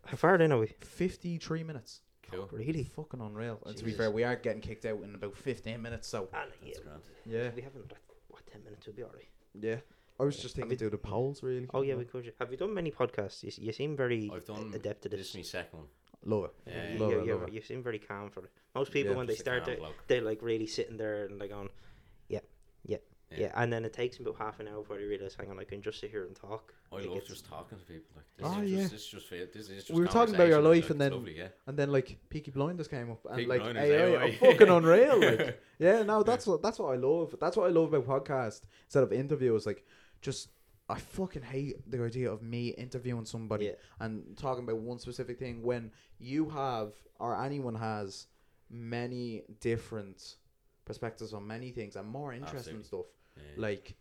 Speaker 2: How far in are we?
Speaker 1: fifty-three minutes.
Speaker 3: Cool.
Speaker 2: Really?
Speaker 1: Fucking unreal. And to be
Speaker 2: Jesus.
Speaker 1: fair, we are getting kicked out in about fifteen minutes. So
Speaker 2: Ah, no, yeah.
Speaker 3: That's grand.
Speaker 1: yeah,
Speaker 2: We haven't like, what ten minutes would be alright.
Speaker 1: yeah. I was just thinking we do the polls really.
Speaker 2: Oh yeah, we could. Have you done many podcasts? You, s- you seem very
Speaker 3: I've done.
Speaker 2: adept at
Speaker 3: This is
Speaker 2: this.
Speaker 3: my second one.
Speaker 1: love it.
Speaker 3: Yeah,
Speaker 2: You-
Speaker 1: love
Speaker 2: you,
Speaker 1: it,
Speaker 2: you-
Speaker 1: love it.
Speaker 2: you seem very calm for it. Most people
Speaker 1: Yeah.
Speaker 2: when they
Speaker 3: Just a calm
Speaker 2: start, they
Speaker 3: bloke.
Speaker 2: they're like really sitting there and they're going, yeah, yeah, yeah,
Speaker 3: Yeah.
Speaker 2: and then it takes them about half an hour before they realize, hang on, I can just sit here and talk.
Speaker 3: I
Speaker 2: Like,
Speaker 3: love
Speaker 2: it's-
Speaker 3: just talking to people. Like, this
Speaker 1: Ah,
Speaker 3: is
Speaker 1: yeah.
Speaker 3: just, this is just, fa- this is just
Speaker 1: We were talking about your
Speaker 3: conversation,
Speaker 1: life and
Speaker 3: like, it's
Speaker 1: then-
Speaker 3: lovely, yeah.
Speaker 1: And then like Peaky Blinders came up, and
Speaker 3: Peaky
Speaker 1: like
Speaker 3: Blinders,
Speaker 1: AI,
Speaker 3: AI.
Speaker 1: are fucking unreal. Like, yeah, no, that's what that's what I love. That's what I love about podcast instead of interviews. Like, just I fucking hate the idea of me interviewing somebody
Speaker 2: Yeah.
Speaker 1: and talking about one specific thing when you have or anyone has many different perspectives on many things and more interesting
Speaker 3: Absolutely.
Speaker 1: stuff.
Speaker 3: Yeah.
Speaker 1: Like,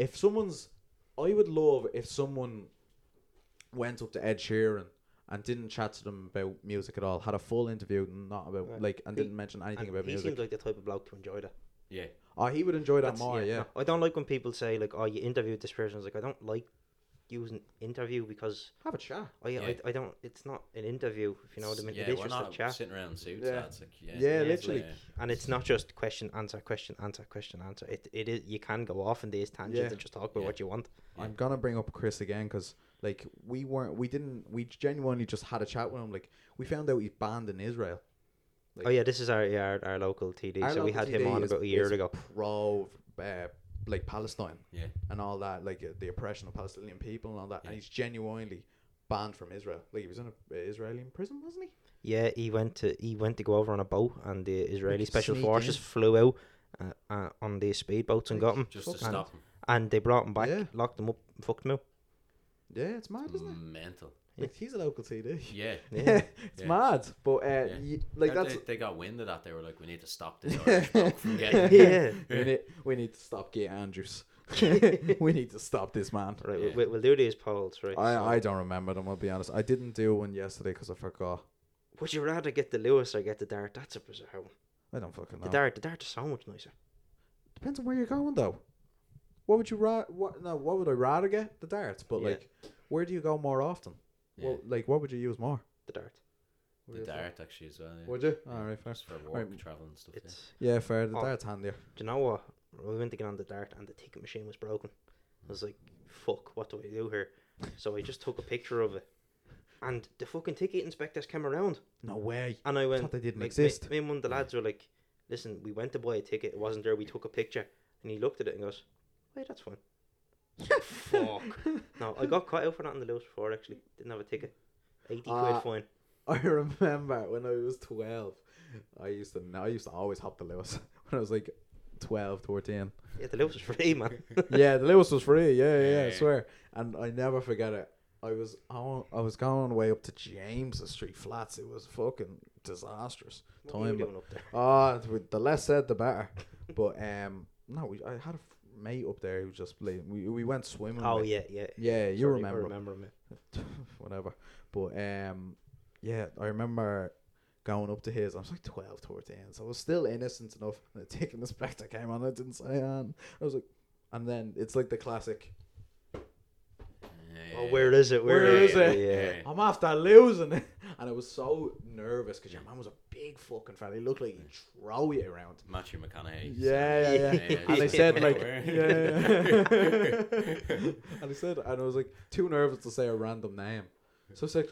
Speaker 1: if someone's, I would love if someone went up to Ed Sheeran and didn't chat to them about music at all, had a full interview, and not about
Speaker 2: Right.
Speaker 1: like, and
Speaker 2: He-
Speaker 1: didn't mention anything
Speaker 2: and
Speaker 1: about
Speaker 2: he
Speaker 1: music.
Speaker 2: seems like the type of bloke to enjoy that.
Speaker 3: yeah.
Speaker 1: oh, he would enjoy that
Speaker 2: That's-
Speaker 1: more. Yeah,
Speaker 2: no, I don't like when people say like, "Oh, you interviewed this person." I was like, I don't like using interview because
Speaker 1: have a chat.
Speaker 2: I, I,
Speaker 3: Yeah.
Speaker 2: I don't. It's not an interview, if you know what I mean.
Speaker 3: yeah,
Speaker 2: it is
Speaker 3: we're
Speaker 2: just
Speaker 3: not
Speaker 2: a chat,
Speaker 3: sitting around in suits.
Speaker 1: Yeah.
Speaker 3: Yeah. It's like, yeah,
Speaker 1: Yeah,
Speaker 3: it's
Speaker 1: literally.
Speaker 3: like,
Speaker 2: and it's not just question answer question answer question answer. It it is. You can go off in these tangents
Speaker 1: Yeah.
Speaker 2: and just talk about
Speaker 3: Yeah.
Speaker 2: what you want.
Speaker 3: Yeah.
Speaker 1: I'm gonna bring up Chris again because like we weren't, we didn't, we genuinely just had a chat with him. Like we found out he's banned in Israel. Like-
Speaker 2: oh yeah, this is our yeah, our, our local TD.
Speaker 1: Our
Speaker 2: so we
Speaker 1: local
Speaker 2: had him
Speaker 1: TD
Speaker 2: on
Speaker 1: is-
Speaker 2: about a year
Speaker 1: is
Speaker 2: ago.
Speaker 1: Pro, uh, like Palestine.
Speaker 3: Yeah.
Speaker 1: and all that, like uh, the oppression of Palestinian people and all that. And
Speaker 3: Yeah.
Speaker 1: he's genuinely banned from Israel. Like he was in an Israeli prison, wasn't he?
Speaker 2: Yeah, he went to he went to go over on a boat, and the Israeli
Speaker 1: Like,
Speaker 2: special
Speaker 1: sneak
Speaker 2: forces
Speaker 1: in.
Speaker 2: flew out. Uh, uh, on these speedboats and got him,
Speaker 3: Just to
Speaker 2: Fuck, man.
Speaker 3: stop him.
Speaker 2: and they brought him back,
Speaker 1: Yeah.
Speaker 2: locked him up, and fucked him out.
Speaker 1: Yeah, it's mad, isn't it?
Speaker 3: Mental.
Speaker 1: Like he's a local TD.
Speaker 3: Yeah.
Speaker 2: Yeah,
Speaker 1: Mm. it's
Speaker 3: Yeah.
Speaker 1: mad, but uh,
Speaker 3: Yeah.
Speaker 1: y- like
Speaker 3: They-
Speaker 1: that's
Speaker 3: They got wind of that. They were like, we need to stop this Irish bloke from getting
Speaker 2: yeah.
Speaker 1: we need we need to stop gay Andrews. we need to stop this man.
Speaker 2: Right,
Speaker 3: Yeah.
Speaker 2: we, we'll do these polls, right? so-
Speaker 1: I, I don't remember them. I'll be honest. I didn't do one yesterday because I forgot.
Speaker 2: Would you rather get the Lewis or get the dart? That's a bizarre one.
Speaker 1: I don't fucking
Speaker 2: The
Speaker 1: know.
Speaker 2: dart, the dart is so much nicer.
Speaker 1: Depends on where you're going though. What would you ra- What no? What would I rather get? The darts, but
Speaker 2: Yeah.
Speaker 1: like, where do you go more often?
Speaker 3: Yeah.
Speaker 1: Well, like, what would you use more?
Speaker 2: The dart.
Speaker 3: the dart actually as well. Yeah.
Speaker 1: Would you? All right, fair.
Speaker 3: Just for work,
Speaker 1: Right.
Speaker 3: travel and stuff.
Speaker 2: It's.
Speaker 1: Yeah, fair. The
Speaker 2: Oh.
Speaker 1: darts handier.
Speaker 2: Do you know what? We went to get on the dart and the ticket machine was broken. I was like, fuck, what do I do here? So I just took a picture of it. And the fucking ticket inspectors came around.
Speaker 1: No way.
Speaker 2: And I went,
Speaker 1: Thought they didn't
Speaker 2: like,
Speaker 1: exist.
Speaker 2: Me, me and one of the lads were like, listen, we went to buy a ticket. It wasn't there. We took a picture. And he looked at it and goes, wait, that's fun. fuck. No, I got caught out for that in the Lewis before, actually. Didn't have a ticket. 80
Speaker 1: Ah.
Speaker 2: quid fine.
Speaker 1: I remember when I was 12, I used to I used to always hop the Lewis when I was like 12, 14.
Speaker 2: Yeah, the Lewis was free, man.
Speaker 1: yeah, the Lewis was free. Yeah, yeah, yeah, I
Speaker 3: Yeah.
Speaker 1: swear. And I never forget it. I was on, I was going on the way up to James Street Flats. It was fucking disastrous.
Speaker 2: What were you
Speaker 1: Time.
Speaker 2: doing up there?
Speaker 1: Ah, th- the less said, the better. But um, no, we, I had a f- mate up there who just played. We we went swimming.
Speaker 2: Oh,
Speaker 1: with-
Speaker 2: yeah, yeah.
Speaker 1: yeah, you
Speaker 2: Sorry,
Speaker 1: remember.
Speaker 2: I
Speaker 1: him
Speaker 2: remember him.
Speaker 1: whatever. But um, yeah, I remember going up to his. I was like 12, 13, so I was still innocent enough. And the ticket inspector came on. I didn't say on. I was like, and then it's like the classic.
Speaker 3: Yeah.
Speaker 2: Oh, where is it?
Speaker 1: Where is it?
Speaker 2: Yeah.
Speaker 1: I'm after losing it, and I was so nervous because your man was a big fucking fella. He looked like he'd throw you around.
Speaker 3: Matthew McConaughey.
Speaker 1: Yeah,
Speaker 3: so-
Speaker 1: yeah, yeah.
Speaker 3: just
Speaker 1: And I
Speaker 3: get
Speaker 1: said
Speaker 3: them
Speaker 1: like,
Speaker 3: out
Speaker 1: yeah,
Speaker 3: where-
Speaker 1: yeah, yeah. and I said, and I was like too nervous to say a random name, so I said,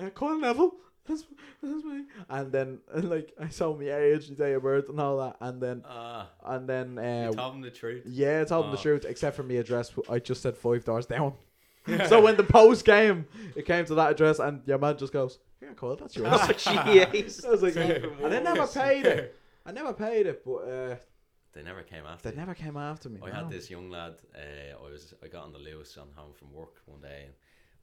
Speaker 1: uh, Colin Neville. That's, that's me. And then and like I saw my age, the day of birth, and all that, and then
Speaker 3: Ah,
Speaker 1: and then
Speaker 3: you
Speaker 1: uh,
Speaker 3: told him the truth.
Speaker 1: yeah, it's all the
Speaker 3: Oh.
Speaker 1: truth except for me address. I just said five doors down. so when the post came, it came to that address, and your man just goes, "Yeah, Colin, that's yours."
Speaker 2: Oh, jeez.
Speaker 1: I was like,
Speaker 2: Even
Speaker 1: I never
Speaker 2: worse.
Speaker 1: paid it. I never paid it, but uh,
Speaker 3: They never came after.
Speaker 1: they never came after me.
Speaker 3: I
Speaker 1: no.
Speaker 3: had this young lad. Uh, I was I got on the Lewis on home from work one day, and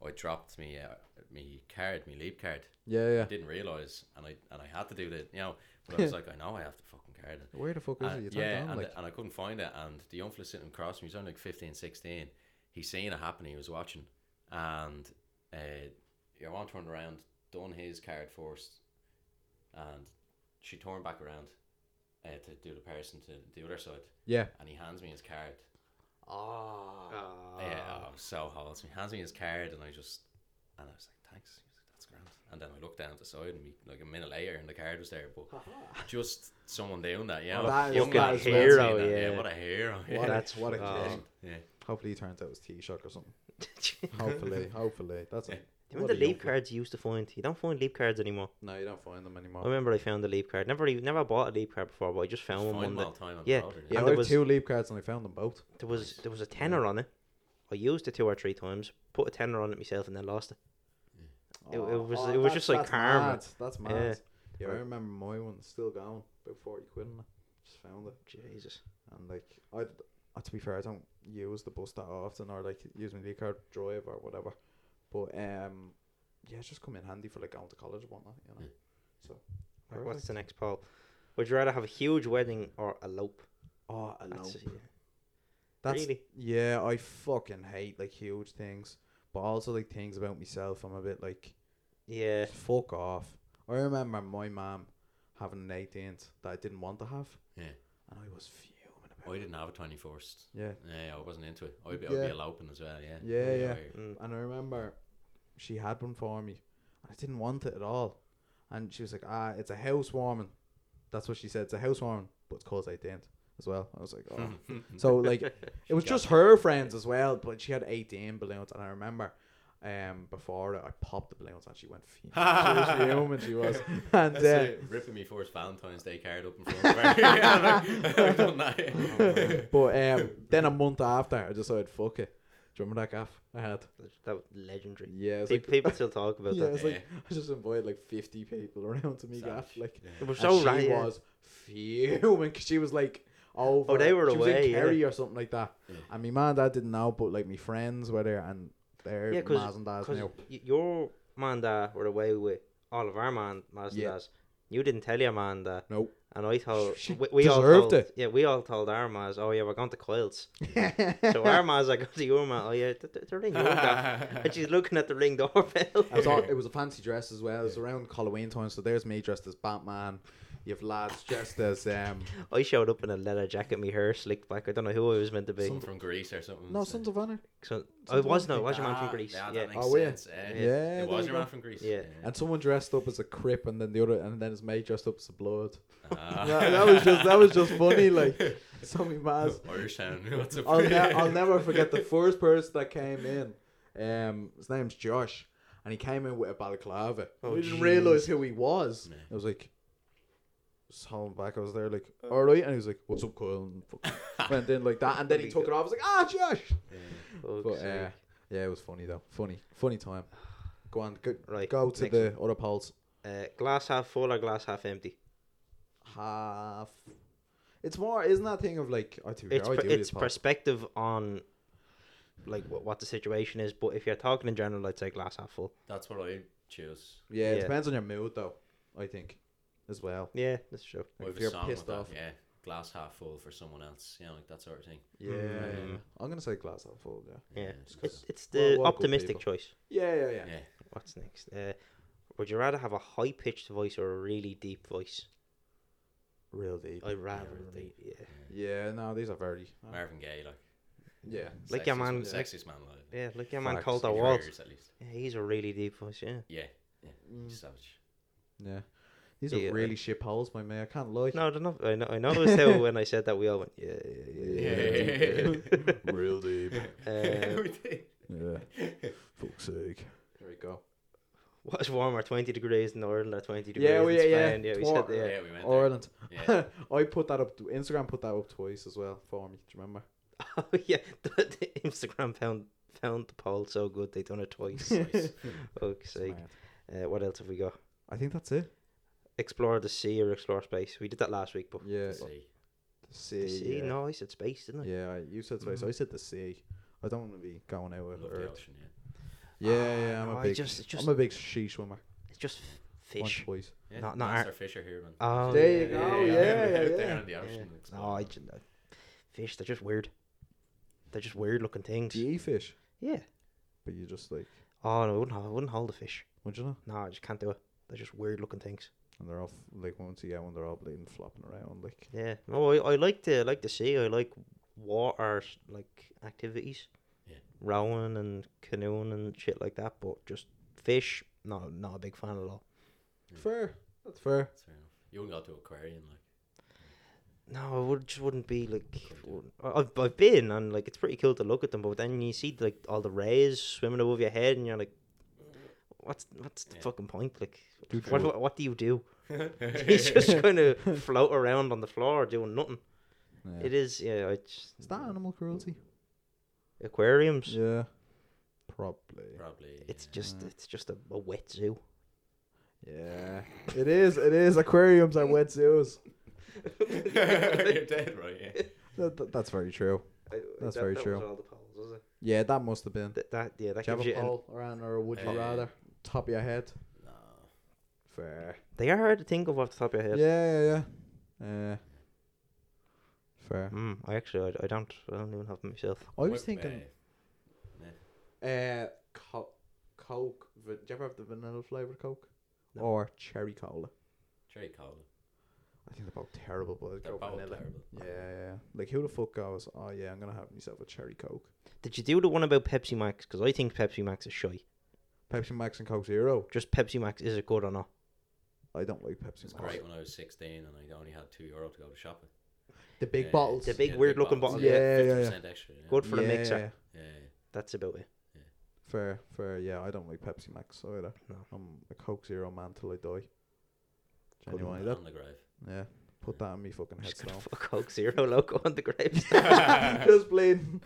Speaker 3: I dropped me uh, me card, me leap card.
Speaker 1: Yeah, yeah.
Speaker 3: I didn't realize, and I and I had to do that, you know. But I was like, I know I have to fucking card it.
Speaker 1: Where the fuck is
Speaker 3: And-
Speaker 1: it? You
Speaker 3: Uh, yeah,
Speaker 1: Uh, yeah,
Speaker 3: and,
Speaker 1: like,
Speaker 3: and I couldn't find it. And the young fella sitting across from me, he was only like 15, 16. He seen it happen. He was watching, and uh, your mom turned around, done his card first, and she turned back around uh, to do the person to the other side,
Speaker 1: yeah.
Speaker 3: and he hands me his card.
Speaker 1: Oh.
Speaker 3: Yeah, oh, I'm so holds me. Hands me his card, and I just and I was like, thanks. He was like, That's grand. And then I looked down at the side, and me, like a minute later, and the card was there.
Speaker 1: Ah.
Speaker 3: But just someone doing that, yeah.
Speaker 1: Oh, that is-
Speaker 3: Young
Speaker 1: that
Speaker 3: lad
Speaker 1: is
Speaker 3: doing
Speaker 2: hero,
Speaker 3: that,
Speaker 2: yeah.
Speaker 3: What a hero.
Speaker 1: What,
Speaker 3: yeah.
Speaker 1: a, what a
Speaker 2: Oh.
Speaker 1: kid.
Speaker 3: yeah.
Speaker 1: Hopefully he turns out his T-shirt or something.
Speaker 2: Do you
Speaker 1: Hopefully, hopefully. That's it.
Speaker 2: remember the leap cards you used to find? You don't find leap cards anymore.
Speaker 1: No, you don't find them
Speaker 2: I
Speaker 1: anymore.
Speaker 2: remember I found a leap card. Never, even- never bought a leap card before, but I just found
Speaker 3: Find
Speaker 2: one one
Speaker 3: them
Speaker 2: day.
Speaker 3: all the time on the
Speaker 2: Yeah.
Speaker 3: road, isn't it?
Speaker 1: Yeah,
Speaker 2: and
Speaker 1: I
Speaker 2: there
Speaker 1: have
Speaker 2: was-
Speaker 1: two leap cards and I found them both.
Speaker 2: There was there was a tenner on it. I used it two or three times. Put a tenner on it myself, and then lost it. It- it was- it was
Speaker 1: Oh, that's-
Speaker 2: just like
Speaker 1: that's
Speaker 2: karma.
Speaker 1: Mad. That's mad.
Speaker 2: Yeah.
Speaker 1: Yeah. I remember my one still going about forty quid. In it. Just found it
Speaker 2: Jesus.
Speaker 1: and like I, uh, to be fair, I don't use the bus that often or like use my leap card drive or whatever. But um, yeah, it's just come in handy for like going to college and whatnot. You know. So
Speaker 2: Right,
Speaker 1: perfect.
Speaker 2: Hmm. what's the next poll? Would you rather have a huge wedding or elope?
Speaker 1: Oh, I know.
Speaker 2: That's,
Speaker 1: That's
Speaker 2: really
Speaker 1: yeah. I fucking hate like huge things, but also like things about myself. I'm a bit like
Speaker 2: yeah.
Speaker 1: fuck off. I remember my mom having an 18th that I didn't want to have,
Speaker 3: Yeah.
Speaker 1: and I was fuming
Speaker 3: I
Speaker 1: about. it.
Speaker 3: didn't have a twenty first.
Speaker 1: Yeah.
Speaker 3: Yeah, I wasn't into it. I'd be,
Speaker 1: Yeah.
Speaker 3: I'd be eloping as well. Yeah.
Speaker 1: Yeah, yeah.
Speaker 3: I-
Speaker 2: Mm.
Speaker 1: And I remember she had one for me. And I didn't want it at all. And she was like, ah, it's a housewarming. That's what she said. It's a housewarming, but it's cause I didn't as well. I was like, oh. so like, it was just her friends as well, but she had 18 balloons. And I remember um, before it, I popped the balloons and she went, fuming. she was fuming, she was. And
Speaker 3: That's
Speaker 1: uh,
Speaker 3: it. Ripping me first Valentine's Day card up in front of her. I've done that.
Speaker 1: but um, then a month after, I decided, fuck it. Do you remember that gaff I had?
Speaker 2: That- That was legendary.
Speaker 1: Yeah, it was
Speaker 2: Pe-
Speaker 1: like,
Speaker 2: people still talk about
Speaker 1: yeah, it
Speaker 2: that.
Speaker 1: was like I just invited like 50 people around to me gaff.
Speaker 3: Savage.
Speaker 1: Like,
Speaker 2: It was
Speaker 1: And
Speaker 2: so
Speaker 1: she
Speaker 2: right. yeah.
Speaker 1: was fuming because she was like, over.
Speaker 2: Oh, they were
Speaker 1: she was
Speaker 2: away,
Speaker 1: in
Speaker 2: yeah.
Speaker 1: Kerry or something like that.
Speaker 3: Yeah.
Speaker 1: And my mom and dad didn't know, but like my friends were there and their
Speaker 2: Yeah, 'cause-
Speaker 1: mas and dads
Speaker 2: Because
Speaker 1: knew.
Speaker 2: y- your man and dad were away with all of our man, ma's and
Speaker 1: Yeah.
Speaker 2: dads. You didn't tell your man that.
Speaker 1: Nope.
Speaker 2: And I told
Speaker 1: She
Speaker 2: we, we all
Speaker 1: deserved
Speaker 2: told,
Speaker 1: it.
Speaker 2: Yeah, we all told our mas, oh yeah, we're going to Coils. so our mas, I go to your ma, oh yeah, the, the, the ring doorbell. and she's looking at the ring doorbell.
Speaker 1: It was, all, it was a fancy dress as well. It was around Halloween time, so there's me dressed as Batman. You have lads dressed as um,
Speaker 2: I showed up in a leather jacket, my hair slicked back. I don't know who I was meant to be.
Speaker 3: Something from Greece or something.
Speaker 1: no
Speaker 3: was it?
Speaker 1: Sons of Honor,
Speaker 2: So I
Speaker 1: Something
Speaker 2: was
Speaker 1: like
Speaker 2: no, I was your man
Speaker 3: Ah,
Speaker 2: from Greece.
Speaker 3: Yeah,
Speaker 2: yeah,
Speaker 3: that makes
Speaker 1: Oh, yeah.
Speaker 3: sense. eh?
Speaker 1: Yeah, there
Speaker 3: it was
Speaker 1: you
Speaker 3: your
Speaker 1: go.
Speaker 3: man from Greece.
Speaker 2: Yeah.
Speaker 1: and someone dressed up as a Crip, and then the other, and then his mate dressed up as a Blood.
Speaker 3: Ah.
Speaker 1: that, that was just that was just funny. Like so many mas.
Speaker 3: Irish town. What's up?
Speaker 1: I'll, ne- I'll never forget the first person that came in. Um, his name's Josh, and he came in with a balaclava.
Speaker 2: Oh,
Speaker 1: we didn't
Speaker 2: jeez.
Speaker 1: realize who he was.
Speaker 3: Yeah.
Speaker 1: I was like, just holding back. I was there, like,
Speaker 3: Oh.
Speaker 1: all right, and he was like, "What's up, Kyle?" And fuck- went in like that, and then he took it off. I was like, "Ah, Josh."
Speaker 2: Fuck's
Speaker 1: But
Speaker 2: sake.
Speaker 1: uh, yeah, it was funny though. Funny, funny time. Go on, go,
Speaker 2: Right,
Speaker 1: go to
Speaker 2: next
Speaker 1: the other polls.
Speaker 2: Uh, glass half full or glass half empty?
Speaker 1: Half. It's more, isn't that thing of like, I do,
Speaker 2: It's
Speaker 1: I
Speaker 2: per-
Speaker 1: do
Speaker 2: it's
Speaker 1: this poll.
Speaker 2: perspective on like what, what the situation is. But if you're talking in general, I'd say glass half full.
Speaker 3: That's what I choose.
Speaker 1: Yeah, it
Speaker 2: Yeah.
Speaker 1: depends on your mood though. I think, as well.
Speaker 2: Yeah, that's true.
Speaker 3: We
Speaker 1: Like,
Speaker 3: have
Speaker 1: if
Speaker 3: a
Speaker 1: you're
Speaker 3: song
Speaker 1: pissed
Speaker 3: with that,
Speaker 1: off.
Speaker 3: Yeah, glass half full for someone else. You know, like that sort of thing.
Speaker 1: Yeah,
Speaker 2: Mm.
Speaker 1: I'm gonna say glass half full. Yeah.
Speaker 2: Yeah,
Speaker 3: it's
Speaker 2: it,
Speaker 3: good.
Speaker 2: it's
Speaker 1: Well,
Speaker 2: the
Speaker 1: well, good
Speaker 2: optimistic
Speaker 1: people.
Speaker 2: choice.
Speaker 1: Yeah, yeah, yeah.
Speaker 3: Yeah.
Speaker 2: What's next? Uh, would you rather have a high pitched voice or a really deep voice?
Speaker 1: Real deep.
Speaker 2: I'd rather
Speaker 3: really
Speaker 2: deep. Yeah,
Speaker 1: Yeah, no, these are very. uh,
Speaker 3: Marvin Gaye, like
Speaker 1: yeah.
Speaker 2: Like your
Speaker 3: sexiest-
Speaker 2: man-
Speaker 3: sexiest man alive.
Speaker 2: yeah. Like your man
Speaker 1: Facts.
Speaker 2: called the
Speaker 3: In your
Speaker 2: Waltz.
Speaker 3: ears, at least.
Speaker 2: Yeah, he's a really deep voice. Yeah.
Speaker 3: Yeah,
Speaker 1: Mm.
Speaker 3: savage.
Speaker 1: Yeah. These
Speaker 2: Mm. Yeah,
Speaker 1: are really shit holes, my man. I can't lie.
Speaker 2: No, I don't know. I know. I noticed how when I said that, we all went, yeah, yeah, yeah. yeah,
Speaker 1: Real deep.
Speaker 2: yeah. uh,
Speaker 1: Yeah. Fuck's sake. There we go.
Speaker 2: what's warmer, twenty degrees in Ireland or twenty degrees
Speaker 1: Yeah,
Speaker 2: in
Speaker 1: we-
Speaker 2: Spain?
Speaker 1: yeah,
Speaker 2: yeah, we
Speaker 1: twar-
Speaker 2: said, yeah.
Speaker 3: Oh, we went there.
Speaker 1: Ireland.
Speaker 3: Yeah.
Speaker 1: I put that up. Instagram put that up twice as well for me. Do you remember?
Speaker 2: Oh yeah, the, the Instagram found found the poll so good they done it twice.
Speaker 3: Nice.
Speaker 2: Fuck's sake.
Speaker 1: Mad.
Speaker 2: Uh, what else have we got?
Speaker 1: I think that's it.
Speaker 2: Explore the sea or explore space. We did that last week, but
Speaker 1: Yeah.
Speaker 3: See.
Speaker 1: The
Speaker 2: the
Speaker 1: sea.
Speaker 2: sea.
Speaker 1: yeah.
Speaker 2: No, I said space, didn't I?
Speaker 1: Yeah, I- you said space.
Speaker 2: Mhm.
Speaker 1: I said the sea. I don't want to be going out with
Speaker 3: Mm-hmm. Love the
Speaker 1: Earth.
Speaker 3: ocean, yeah.
Speaker 1: Yeah,
Speaker 2: Ah,
Speaker 1: yeah. I'm
Speaker 2: no,
Speaker 1: a
Speaker 2: I
Speaker 1: big.
Speaker 2: just- it just-
Speaker 1: I'm a big she swimmer.
Speaker 2: It's just f-
Speaker 1: Fish.
Speaker 2: fish.
Speaker 1: Twice.
Speaker 3: yeah.
Speaker 2: Not-
Speaker 3: Not,
Speaker 2: not
Speaker 3: not Master Fisher here, man.
Speaker 2: Oh,
Speaker 1: There you go, yeah,
Speaker 2: yeah.
Speaker 1: yeah,
Speaker 3: out
Speaker 1: yeah. Oh,
Speaker 3: there in the
Speaker 2: Yeah.
Speaker 3: ocean.
Speaker 2: No, I
Speaker 3: exploring.
Speaker 2: just, uh, fish. They're just weird. They're just weird looking things.
Speaker 1: Do you eat E fish?
Speaker 2: Yeah.
Speaker 1: But you just like,
Speaker 2: Oh no, I wouldn't. I wouldn't hold a fish.
Speaker 1: would you know?
Speaker 2: No, I just can't do it. They're just weird looking things.
Speaker 1: And they're off like once you get one, they're all bleeding, flopping around like.
Speaker 2: Yeah. No, I, I like the I like the sea. I like water like activities.
Speaker 3: Yeah.
Speaker 2: Rowing and canoeing and shit like that, but just fish, no not a big fan at all.
Speaker 3: Yeah.
Speaker 1: Fair. That's fair.
Speaker 3: That's fair enough. You wouldn't go to aquarium, like.
Speaker 2: No, I would just wouldn't be like.
Speaker 3: Couldn't do
Speaker 2: wouldn't- I- I've, I've been and like it's pretty cool to look at them, but then you see like all the rays swimming above your head, and you're like, what's what's the
Speaker 3: Yeah.
Speaker 2: fucking point? Like,
Speaker 1: Dude,
Speaker 2: what, what what do you do? you just kind of float around on the floor doing nothing.
Speaker 1: Yeah.
Speaker 2: It is yeah. I just,
Speaker 1: Is that animal cruelty?
Speaker 2: aquariums.
Speaker 1: Yeah. Probably.
Speaker 3: Probably.
Speaker 2: It's
Speaker 3: yeah.
Speaker 2: just
Speaker 1: Yeah.
Speaker 2: it's just a, a wet zoo.
Speaker 1: Yeah. it is. It is. Aquariums are wet zoos.
Speaker 3: You're dead, right? Yeah.
Speaker 1: That, that- that's very true. That's very
Speaker 2: that
Speaker 1: true.
Speaker 2: Was all the polls, was it?
Speaker 1: Yeah, that must have been.
Speaker 2: That, that yeah, that
Speaker 1: Do you have
Speaker 2: gives you.
Speaker 1: a
Speaker 2: an-
Speaker 1: poll around, or would you
Speaker 3: Uh,
Speaker 1: rather? Top of your head.
Speaker 3: No.
Speaker 1: Fair.
Speaker 2: they are hard to think of off the top of your
Speaker 1: Yeah,
Speaker 2: head.
Speaker 1: yeah, yeah. Uh, fair.
Speaker 2: Mm, I actually I, I don't I don't even have them myself.
Speaker 1: I was
Speaker 3: Wh-
Speaker 1: thinking,
Speaker 3: eh,
Speaker 1: uh, co- Coke. Va- Do you ever have the vanilla flavored Coke?
Speaker 2: No.
Speaker 1: Or cherry cola?
Speaker 3: cherry cola.
Speaker 1: I think they're both terrible, but I'd
Speaker 3: They're
Speaker 1: go
Speaker 3: both
Speaker 1: vanilla.
Speaker 3: terrible.
Speaker 1: Yeah, yeah, yeah. Like who the fuck goes? Oh yeah, I'm gonna have myself a cherry Coke.
Speaker 2: Did you do the one about Pepsi Max? Because I think Pepsi Max is shy.
Speaker 1: Pepsi Max and Coke Zero.
Speaker 2: Just Pepsi Max, is it good or not?
Speaker 1: I don't like Pepsi
Speaker 3: It's
Speaker 1: Max.
Speaker 3: great when I was 16 and I only had two euro to go to shopping.
Speaker 1: The big
Speaker 3: Yeah,
Speaker 1: bottles.
Speaker 2: The big weird looking
Speaker 3: bottles,
Speaker 2: bottle, yeah.
Speaker 1: Yeah, yeah,
Speaker 3: 50% extra. Yeah.
Speaker 2: Good for the
Speaker 1: Yeah,
Speaker 2: mixer.
Speaker 1: yeah.
Speaker 3: Yeah.
Speaker 2: That's about it.
Speaker 1: Fair, fair. Yeah, I don't like Pepsi Max either.
Speaker 2: No.
Speaker 1: I'm a Coke Zero man till I die.
Speaker 2: Good
Speaker 1: Genuinely,
Speaker 3: On
Speaker 1: that,
Speaker 3: the grave.
Speaker 1: yeah. Put that on me fucking
Speaker 2: Just
Speaker 1: headstone.
Speaker 2: gonna fuck Coke Zero logo on the grapes.
Speaker 1: just bleeding,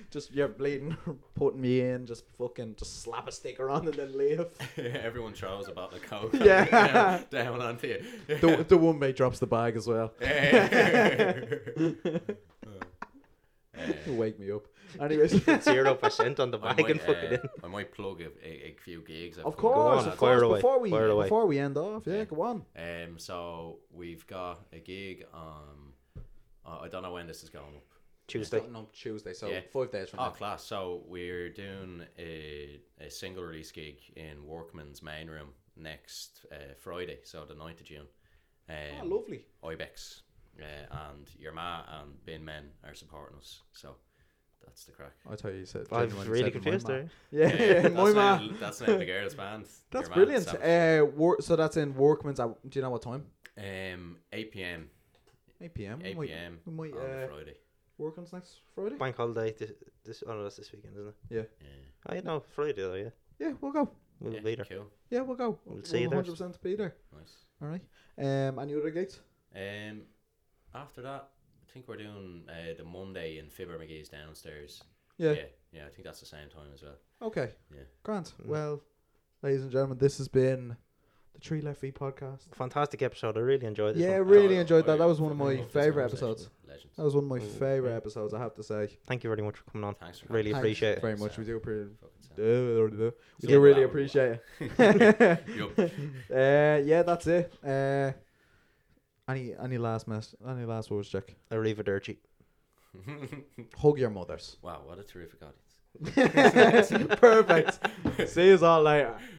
Speaker 1: just yeah, bleeding, putting me in, just fucking, just slap a sticker on and then leave.
Speaker 3: Everyone throws a bottle of coke
Speaker 1: Yeah.
Speaker 3: down, down onto you.
Speaker 1: the, the one mate drops the bag as well.
Speaker 3: Eh. Eh.
Speaker 1: Wake me up.
Speaker 5: Anyways,
Speaker 2: Zero percent on the back and fuck it
Speaker 1: eh.
Speaker 3: uh,
Speaker 2: in.
Speaker 3: I might plug a, a, a few gigs. I've
Speaker 5: of
Speaker 3: got going
Speaker 5: course,
Speaker 2: on,
Speaker 5: of
Speaker 3: at
Speaker 5: course.
Speaker 2: fire away,
Speaker 5: Before we
Speaker 2: fire away.
Speaker 5: before we end off, yeah,
Speaker 3: Yeah.
Speaker 5: go on.
Speaker 3: Um, so we've got a gig. Um, I I don't know when this is going up.
Speaker 2: Tuesday.
Speaker 1: Starting on Tuesday, so
Speaker 3: Yeah.
Speaker 1: five days from
Speaker 3: Oh,
Speaker 1: now.
Speaker 3: class! So we're doing a, a single release gig in Workman's main room next uh, Friday, so the 9th of June.
Speaker 5: Oh,
Speaker 1: Ah,
Speaker 3: Um,
Speaker 1: lovely.
Speaker 3: Ibex, uh, and your ma and Bin Men are supporting us, so that's the crack.
Speaker 1: I tell you, you said.
Speaker 2: I'm
Speaker 1: genuinely
Speaker 2: really eh?
Speaker 1: said my
Speaker 2: confused
Speaker 1: man.
Speaker 2: there.
Speaker 5: Yeah, yeah,
Speaker 3: that's
Speaker 5: my
Speaker 3: now-
Speaker 5: man.
Speaker 3: That's now the girls' band.
Speaker 5: That's
Speaker 3: Your man,
Speaker 5: brilliant.
Speaker 3: Savage.
Speaker 1: Uh, wor- so that's in Workman's. At, do you know what time?
Speaker 3: um, 8 p.m.
Speaker 1: 8 p.m.
Speaker 3: 8
Speaker 1: We might,
Speaker 3: p.m.
Speaker 1: we might
Speaker 3: on the
Speaker 1: uh,
Speaker 3: Friday.
Speaker 1: Workman's next Friday.
Speaker 2: Bank holiday this, this oh no, that's this weekend, isn't it?
Speaker 3: Yeah,
Speaker 2: I Oh, know, Friday though, yeah.
Speaker 1: Yeah, we'll go.
Speaker 2: We'll
Speaker 3: yeah,
Speaker 2: be there.
Speaker 3: Cool.
Speaker 1: Yeah, we'll go.
Speaker 2: We'll see you there.
Speaker 1: 100% to be there.
Speaker 3: Nice.
Speaker 1: All right. Um, any other gigs?
Speaker 3: Um, after that, I think we're doing uh, the Monday in Fibber McGee's downstairs.
Speaker 1: Yeah.
Speaker 3: yeah, yeah, I think that's the same time as well.
Speaker 1: Okay.
Speaker 3: Yeah.
Speaker 1: Grant.
Speaker 2: Mm.
Speaker 1: Well, ladies and gentlemen, this has been the Tree Left Feet podcast.
Speaker 2: Fantastic episode. I really enjoyed this
Speaker 1: Yeah,
Speaker 2: one.
Speaker 1: really
Speaker 3: Oh,
Speaker 1: enjoyed that.
Speaker 3: I
Speaker 1: That was one of
Speaker 3: fucking
Speaker 1: my
Speaker 3: love this
Speaker 1: favorite
Speaker 3: conversation.
Speaker 1: episodes.
Speaker 3: Legends.
Speaker 1: That was one of my
Speaker 2: Mm.
Speaker 1: favorite episodes, I have to say.
Speaker 2: Thank you very much for coming on.
Speaker 3: Thanks for
Speaker 2: Really
Speaker 3: having
Speaker 1: Thanks
Speaker 2: appreciate it.
Speaker 1: very much. We do appreciate.
Speaker 3: me. Fucking sound.
Speaker 1: Do we
Speaker 3: Sound
Speaker 1: do really
Speaker 3: loud.
Speaker 1: appreciate it.
Speaker 3: Yup.
Speaker 1: Uh, yeah, that's it. Uh, any any last mess? Any last words, Jack?
Speaker 2: Arrivederci.
Speaker 1: Hug your mothers.
Speaker 3: wow, what a terrific audience.
Speaker 1: Perfect. See you all later.